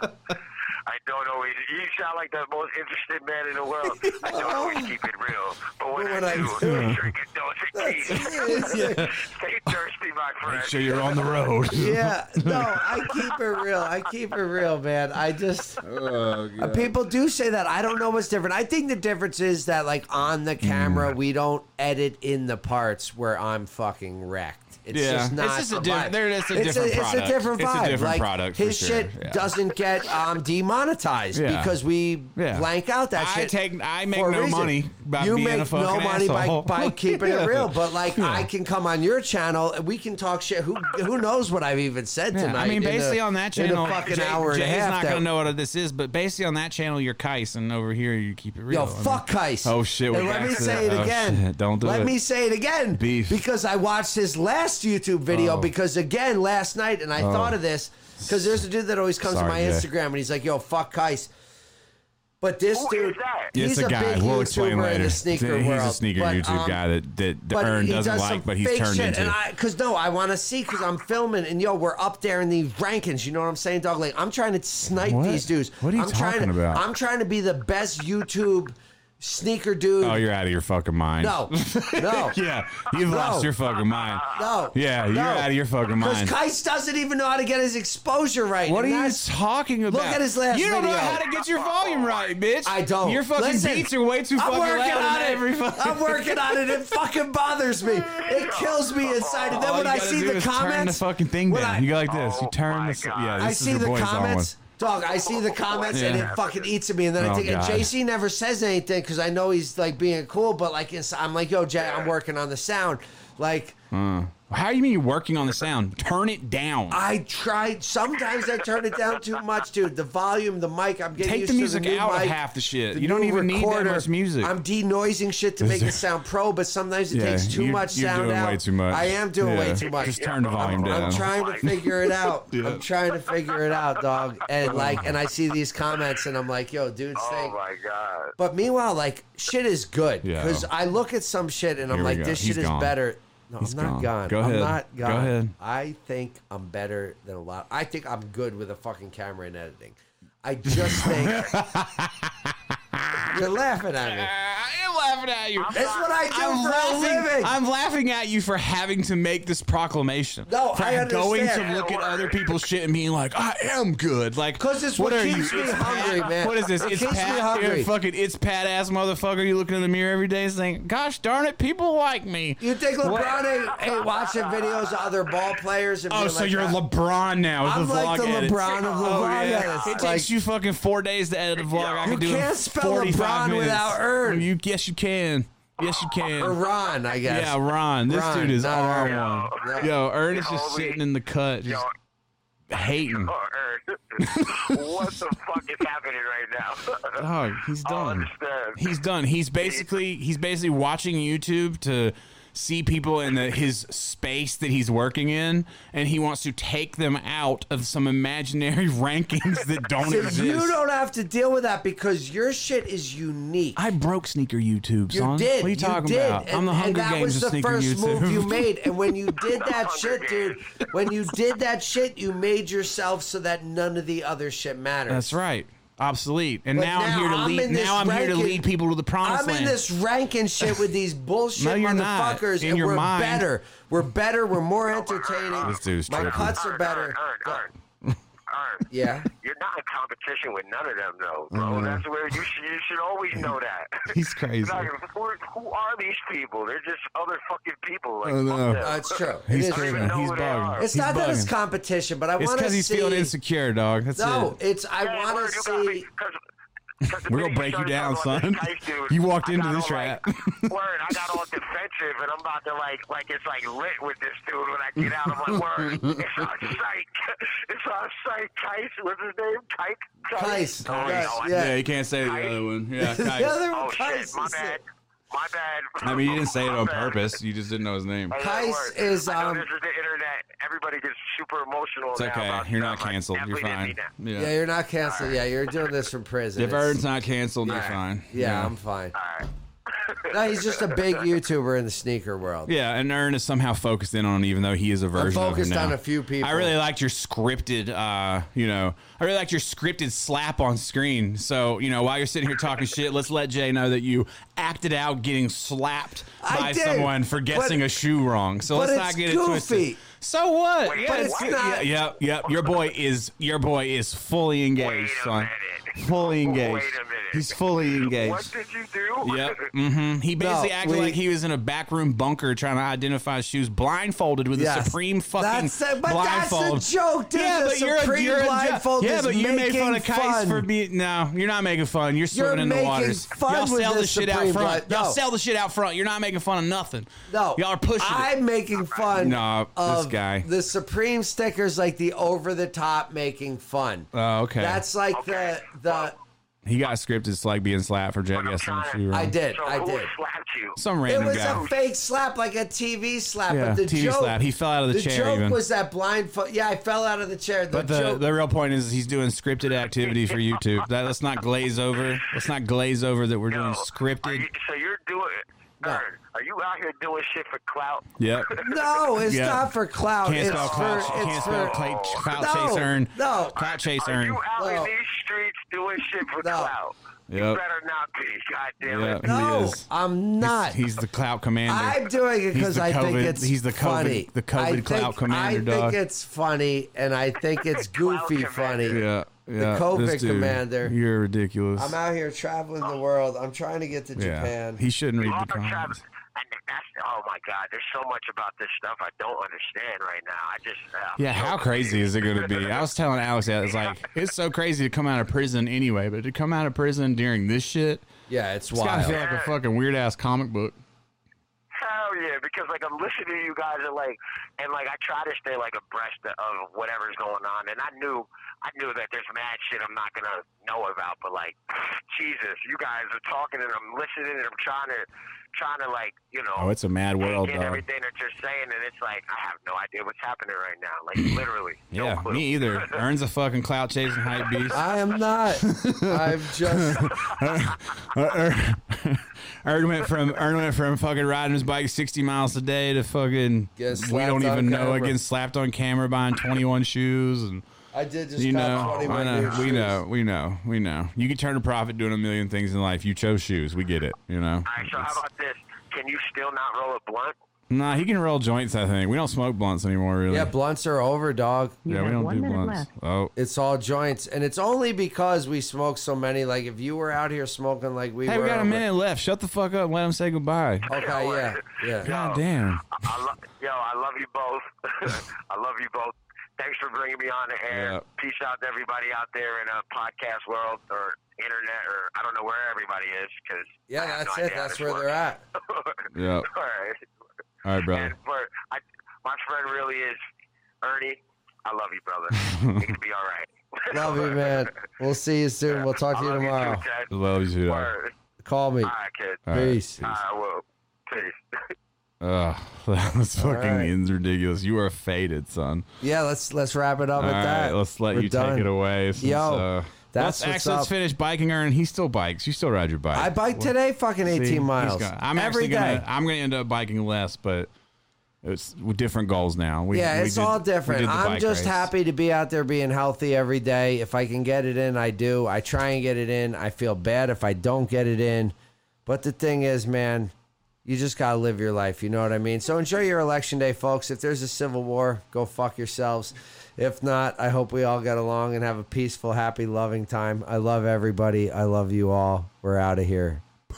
A: that.
E: I don't always. You sound like the most interested man in the world. I don't always keep it real, but when,
A: But when
E: I,
A: I
E: do,
A: do-
E: I drink a dose of tea.
A: It's-
E: Stay thirsty, Levi Perez.
B: Make sure you're on the road.
A: Yeah, no, I keep it real. I keep it real, man. I just
F: Oh,
A: Uh,
F: God.
A: People do say that. I don't know what's different. I think the difference is that, like, on
B: Mm.
A: the camera, we don't edit in the parts where I'm fucking wrecked. It's
B: Yeah.
A: just
B: It's
A: not.
B: just a diff-
A: vibe.
B: there- it's a
A: it's
B: different
A: a, It's
B: product.
A: a different
B: It's a
A: vibe.
B: different
A: like,
B: product for
A: His
B: sure.
A: shit
B: Yeah.
A: doesn't get um, demonetized
B: Yeah.
A: because we
B: Yeah.
A: blank out that
B: I
A: shit.
B: take- I make
A: for a
B: no
A: reason.
B: money by
A: you
B: being
A: make
B: a
A: no
B: fucking
A: money by,
B: asshole.
A: by keeping
B: Yeah.
A: it real, but like
B: Yeah.
A: I can come on your channel and we can talk shit. Who who knows what I've even said
B: Yeah,
A: tonight?
B: I mean,
A: in
B: basically
A: the-
B: on that
A: in the
B: channel,
A: fucking
B: Jay,
A: hour and a
B: Jay's
A: half
B: not
A: that-
B: gonna know what this is, but basically on that channel, you're Kais, and over here you keep it real.
A: Yo,
B: I mean-
A: fuck Heist.
B: Oh, shit, we're
A: And let
B: back
A: me
B: to
A: say
B: that.
A: it
B: Oh,
A: again.
B: shit, don't do
A: let
B: it.
A: me say it again.
B: Beef.
A: Because I watched his last YouTube video
B: Oh.
A: because again last night and I thought of this because there's a dude that always comes
B: Sorry,
A: to my
B: Jay.
A: Instagram and he's like, "Yo, fuck Heist." But this
E: Who
A: dude,
E: is that?
B: It's
A: he's
B: a guy.
A: big
B: we'll
A: YouTuber
B: explain
A: in
B: later.
A: the sneaker
B: he's
A: world,
B: a sneaker
A: but,
B: YouTube
A: um,
B: guy that that, that
A: but
B: Ern
A: he
B: doesn't
A: does some
B: like, but he's
A: fake
B: turned
A: shit.
B: into.
A: And I, cause no, I want to see, cause I'm filming, and yo, we're up there in the rankings. You know what I'm saying, dog? Like I'm trying to snipe
B: What?
A: these dudes.
B: What are you
A: I'm trying
B: talking
A: to-
B: about?
A: I'm trying to be the best YouTube sneaker dude.
B: oh, you're out of your fucking mind.
A: no, no,
B: Yeah, you've
A: No.
B: lost your fucking mind.
A: no.
B: Yeah, you're
A: no.
B: out of your fucking
A: Cause
B: mind.
A: Keist doesn't even know how to get his exposure right.
B: What are
A: and
B: you
A: that's-
B: talking about?
A: at his last
B: You don't know
A: video. Oh,
B: how to get your volume right, bitch.
A: I don't.
B: Your fucking
A: Listen,
B: beats are way too
A: I'm
B: fucking
A: working
B: loud
A: on
B: in
A: it.
B: every fucking.
A: I'm working on it. It fucking bothers me. It kills me inside. And then
B: All
A: when
B: you
A: I
B: gotta
A: see
B: do
A: the
B: is Turn the
A: comments,
B: fucking thing
A: when
B: down.
A: I-
B: you go like this. You
E: Oh
B: turn
E: my
B: this.
E: God.
B: Yeah, this
A: I
B: is
A: see
B: your
A: the
B: boy's on
A: comments. Dog, I see the comments and
B: Yeah.
A: it fucking eats at me, and then
B: Oh,
A: I think and
B: God.
A: JC never says anything because I know he's like being cool, but like it's, I'm like, yo, Jay, I'm working on the sound. Like
B: one. How do you mean you're working on the sound? Turn it down.
A: I tried. Sometimes I turn it down too much, dude. The volume, the mic. I'm getting
B: Take
A: used
B: the music
A: to the new
B: out
A: mic,
B: of half the shit.
A: the
B: you don't
A: new
B: even need
A: recorder.
B: that much music.
A: I'm denoising shit to
B: Is
A: make
B: there-
A: it sound pro, but sometimes it
B: Yeah,
A: takes too
B: you-
A: much
B: you're
A: sound
B: doing
A: out.
B: way too much.
A: I am doing
B: Yeah.
A: way too much.
B: Just turn the
A: I'm-
B: volume down.
A: I'm trying to figure it out. I'm trying to figure it out, dog. And like, and I see these comments, and I'm like, yo, dude's
E: Oh
A: saying.
E: my god.
A: But meanwhile, like, shit is good
B: Yeah.
A: because I look at some shit and I'm
B: Here we
A: like,
B: go.
A: this
B: He's
A: shit is
B: gone.
A: better. No,
B: He's
A: I'm not
B: gone.
A: gone.
B: Go
A: I'm
B: ahead.
A: not
B: Go
A: gone.
B: ahead.
A: I think I'm better than a lot. I think I'm good with a fucking camera and editing. I just think you're laughing at me.
B: I'm laughing at you.
A: That's what I do
B: I'm
A: for a
B: laughing,
A: living.
B: I'm laughing at you for having to make this proclamation.
A: No,
B: for
A: I understand.
B: going to look at other people's shit and being like, I am good. Like,
A: 'Cause it's what
B: are
A: keeps
B: you?
A: me
B: It's
A: hungry,
B: Pat-
A: man.
B: What is this?
A: It
B: it's
A: keeps me
B: Pat,
A: hungry.
B: You're fucking, it's Pat ass motherfucker. You looking in the mirror every day saying, gosh darn it, people like me.
A: You think LeBron ain't, ain't watching videos of other ball players? And
B: Oh,
A: being
B: so
A: like
B: you're
A: that?
B: LeBron now. with
A: I'm
B: the
A: like
B: vlog
A: the
B: edits.
A: LeBron of
B: Oh,
A: LeBron
B: yeah.
A: edits.
B: It
A: It's
B: takes
A: like-
B: you fucking four days to edit a vlog. I
A: You
B: can do it
A: can't
B: in
A: spell
B: 45
A: LeBron
B: minutes.
A: without Ern.
B: You yes, you can. Yes, you can.
A: Or Ron, I guess.
B: Yeah, Ron. This
A: Ron,
B: dude is
A: not
B: R
A: Ron.
B: one.
A: No.
B: Yo, Ern is
E: Yo,
B: just
E: we-
B: sitting in the cut, just
E: Yo,
B: hating.
E: Earth. what the fuck is happening right now?
B: Dog, Oh, he's
E: I don't
B: done.
E: understand.
B: He's done. He's basically he's basically watching YouTube to see people in the, his space that he's working in, and he wants to take them out of some imaginary rankings that don't
A: If
B: exist.
A: you don't have to deal with that because your shit is unique.
B: I broke sneaker YouTube,
A: You
B: son.
A: did.
B: What are you talking
A: did.
B: about?
A: And,
B: I'm the
A: and
B: Hunger
A: that
B: Games
A: was
B: of
A: the
B: sneaker
A: first
B: YouTube.
A: move you made. And when you did that
E: Hunger
A: shit, dude, when you did that shit, you made yourself so that none of the other shit matters.
B: That's right. Obsolete. And
A: But
B: now, I'm here to
A: I'm
B: lead.
A: in this
B: Now I'm here to
A: ranking-
B: lead people to the promised
A: I'm
B: land.
A: in this ranking shit with these bullshit
B: No, you're not.
A: motherfuckers,
B: In
A: and
B: your
A: we're
B: mind-
A: better. We're better. We're more entertaining.
B: This dude's
A: My
B: tripping.
A: cuts are better.
E: Earn, earn, earn.
A: Yeah.
E: You're not in competition with none of them, though, bro. That's where you should, you should always know that.
B: Mm-hmm. He's crazy.
E: Like, who, who are these people? They're just other fucking people. Like,
B: I know.
E: fuck them.
A: No, Uh, it's true. It
B: He's
A: is
E: crazy.
A: true.
B: bugging.
E: know
B: He's
E: who they
B: bugging.
E: are.
A: It's
B: He's
A: not that it's
B: bugging.
A: competition, but I
B: It's
A: want to
B: because
A: see.
B: he's feeling insecure, dog. That's
A: No,
B: it.
A: it's I
E: Yeah,
A: want
E: word,
A: to
E: you got me,
A: see.
E: 'cause- 'cause the
B: We're gonna
E: minute
B: break you
E: started
B: down,
E: talking about
B: son.
E: this Tice dude,
B: You walked
E: I
B: into
E: got
B: this
E: all,
B: trap.
E: Like, word, I got all defensive, and I'm about to like, like it's like lit with this dude when I get out. I'm like, word, it's our psych, it's our psych. Tice, what's his name? Tyke.
A: Tice,
E: Oh,
A: yes,
E: no, I-
A: yeah.
B: you can't say the
E: I-
B: other one. Yeah,
A: The
B: Kais.
A: other
E: Oh shit,
A: Kais
E: my
A: is-
E: bad. My bad.
B: I mean, you didn't say it
E: My
B: on
E: bad.
B: purpose. You just didn't know his name.
E: I know,
A: Kais
E: word.
A: is,
E: I know
A: um,
E: this is the internet. Everybody gets super emotional.
B: It's
E: now
B: okay.
E: about
B: You're not
E: stuff. I
B: canceled. You're
E: definitely didn't
B: fine.
E: mean that.
A: Yeah,
B: Yeah.
A: you're not canceled. Yeah, you're doing this from prison.
B: If
A: It's-
B: Ern's not canceled, you're fine.
A: Yeah, I'm fine. No, he's just a big YouTuber in the sneaker world.
B: Yeah, and Ern is somehow focused in on, him, even though he is a version of
A: focused
B: him now.
A: on a few people.
B: I really liked your scripted, uh, you know, I really liked your scripted slap on screen. So, you know, while you're sitting here talking shit, let's let Jay know that you acted out getting slapped
A: I
B: by
A: did,
B: someone for
A: but-
B: guessing a shoe wrong. So
A: but
B: let's not
A: it's
B: get it
A: goofy.
B: twisted. So what?
E: Wait,
B: Yeah,
E: but
A: it's
B: yeah,
A: not-
B: Yeah, yeah, Your boy is your boy is fully engaged,
E: Wait a
B: son.
E: minute.
B: Fully engaged.
E: Wait a minute.
B: He's fully engaged.
E: What did you do?
B: Yep. hmm He basically acted
A: we-
B: like he was in a backroom bunker trying to identify shoes blindfolded with a
A: Yes.
B: supreme fucking
A: That's it, but that's a
B: blindfold.
A: joke, dude.
B: Yeah,
A: The
B: but you're a,
A: supreme
B: you're a
A: blindfold
B: Yeah,
A: is
B: but you made fun
A: making
B: of Kais
A: fun.
B: for being. No, you're not making fun. You're swimming in the
A: making
B: waters.
A: fun
B: Y'all
A: with
B: sell the
A: this
B: shit out
A: supreme
B: front.
A: blind- no.
B: Y'all sell the shit out front. You're not making fun of nothing.
A: No,
B: Y'all are pushing. it.
A: I'm making fun.
B: No, this
A: of
B: guy.
A: The Supreme stickers, like the over the top, making fun.
B: Oh, okay.
A: That's like
E: Okay.
A: the the.
B: he got scripted. It's like being slapped for jet
E: I'm
B: guessing.
E: trying-
B: shoe wrong.
A: I did.
E: So
A: I
E: who
A: did.
E: slapped you?
B: Some
A: It
B: random
A: was
B: guy.
A: a fake slap, like a TV slap.
B: Yeah,
A: but the
B: TV
A: joke,
B: slap. He fell out of the chair
A: joke
B: even.
A: was that blindfold. Yeah, I fell out of the chair. The
B: But the,
A: joke.
B: the real point is he's doing scripted activity for YouTube. That, let's not glaze over. Let's not glaze over that we're
E: No.
B: doing
E: Are
B: scripted.
E: you, so you're doing. Ern, Are you out here doing shit for clout?
B: Yep.
A: no, it's
B: Yeah.
A: not for clout.
B: Can't
A: it's
B: spell
A: for
B: clout. Can't
A: it's
B: spell
A: for
B: clay, clout
A: No,
B: chase earn.
A: no.
B: Clout chase
E: Are
B: earn.
E: you out
A: No.
E: in these streets doing shit for
A: No.
E: clout? You
B: Yep.
E: better not be. God damn
B: Yeah.
E: it.
B: He
A: no,
B: is.
A: I'm not.
B: He's the clout commander.
A: I'm doing it
B: He's
A: because
B: the
A: I think
B: COVID
A: it's
B: he's the COVID
A: funny.
B: the
A: I
B: COVID
A: think-
B: clout commander
A: I
B: dog.
A: think it's funny, and I think it's
E: Clout
A: goofy funny.
E: commander.
B: yeah. yeah.
A: COVID
B: This dude,
A: commander.
B: You're ridiculous.
A: I'm out here traveling the world. I'm trying to get to
B: yeah.
A: Japan.
B: He shouldn't read the
E: Robert
B: comments.
E: Travis. And that's, oh my God, there's so much about this stuff I don't understand right now. I just uh,
B: Yeah,
E: so
B: how crazy is it going to be? I was telling Alex that it's like it's so crazy to come out of prison anyway, but to come out of prison during this shit,
A: yeah, it's
B: it's got to
A: wild.
B: feel like a fucking weird ass comic book.
E: Hell yeah, because like I'm listening to you guys and like and like I try to stay like abreast of whatever's going on and I knew I knew that there's mad shit I'm not gonna know about but like Jesus, you guys are talking and I'm listening and I'm trying to trying to like, you know
B: Oh, it's a mad world,
E: take in
B: dog.
E: everything that you're saying and it's like I have no idea what's happening right now. Like literally. no
B: Yeah,
E: clue.
B: me either. Earns a fucking clout chasing hype beast.
A: I am not. I'm just.
B: Uh, er, Earn went from Earn went from fucking riding his bike sixty miles a day to fucking
A: Getting
B: we
A: slapped
B: don't
A: on
B: even know
A: camera.
B: again slapped on camera buying twenty one shoes and
A: I did just.
B: you
A: cop
B: know,
A: 21 new
B: I know we
A: shoes.
B: know we know we know you can turn a profit doing a million things in life. You chose shoes, we get it. You know,
E: All right, so how
B: It's-
E: about this? Can you still not roll a blunt?
B: nah, he can roll joints. I think we don't smoke blunts anymore, really.
A: Yeah, blunts are over, dog.
B: yeah, we
D: have
B: don't
D: one
B: do
D: minute
B: blunts.
D: left.
B: Oh,
A: It's all joints, and it's only because we smoke so many. Like if you were out here smoking, like we
B: hey,
A: were.
B: we got a
A: over-
B: minute left. Shut the fuck up. and Let him say goodbye.
A: Okay, yeah, yeah.
B: God damn.
E: I, I lo- yo, I love you both. I love you both. Thanks for bringing me on the air.
B: Yeah.
E: Peace out to everybody out there in a podcast world or internet or I don't know where everybody is because
A: Yeah, that's it. That's where they're at.
B: Yeah.
E: All right,
B: All right, brother.
E: and for, I, my friend really is Ernie. I love you, brother. It's gonna be all right.
A: Love you, man. We'll see you soon. We'll talk
E: I
A: to you
E: love
A: tomorrow.
E: You too, Ted.
B: Love you, too. dog.
E: Word.
A: Call me.
E: All right, kid.
B: All right,
A: Peace.
E: All right, well, peace.
B: Ugh, that was fucking
A: right.
B: it's ridiculous. You are faded, son.
A: Yeah, let's let's wrap it up
B: All
A: with
B: right,
A: that.
B: let's let
A: We're
B: you
A: done.
B: take it away. Since,
A: Yo,
B: uh,
A: that's
B: let's,
A: what's
B: actually, let's
A: up.
B: finish biking, Aaron. He still bikes. You still ride your bike.
A: I biked today, fucking
B: See, he's
A: eighteen miles.
B: gonna- I'm
A: Every
B: actually
A: day.
B: Gonna, I'm going to end up biking less, but it's with different goals now. We,
A: yeah,
B: we
A: it's
B: did-
A: all
B: we
A: different.
B: did the
A: I'm
B: bike
A: just
B: race.
A: happy to be out there being healthy every day. If I can get it in, I do. I try and get it in. I feel bad if I don't get it in. But the thing is, man, you just gotta live your life. You know what I mean? So enjoy your election day, folks. If there's a civil war, go fuck yourselves. If not, I hope we all get along and have a peaceful, happy, loving time. I love everybody. I love you all. We're out of here.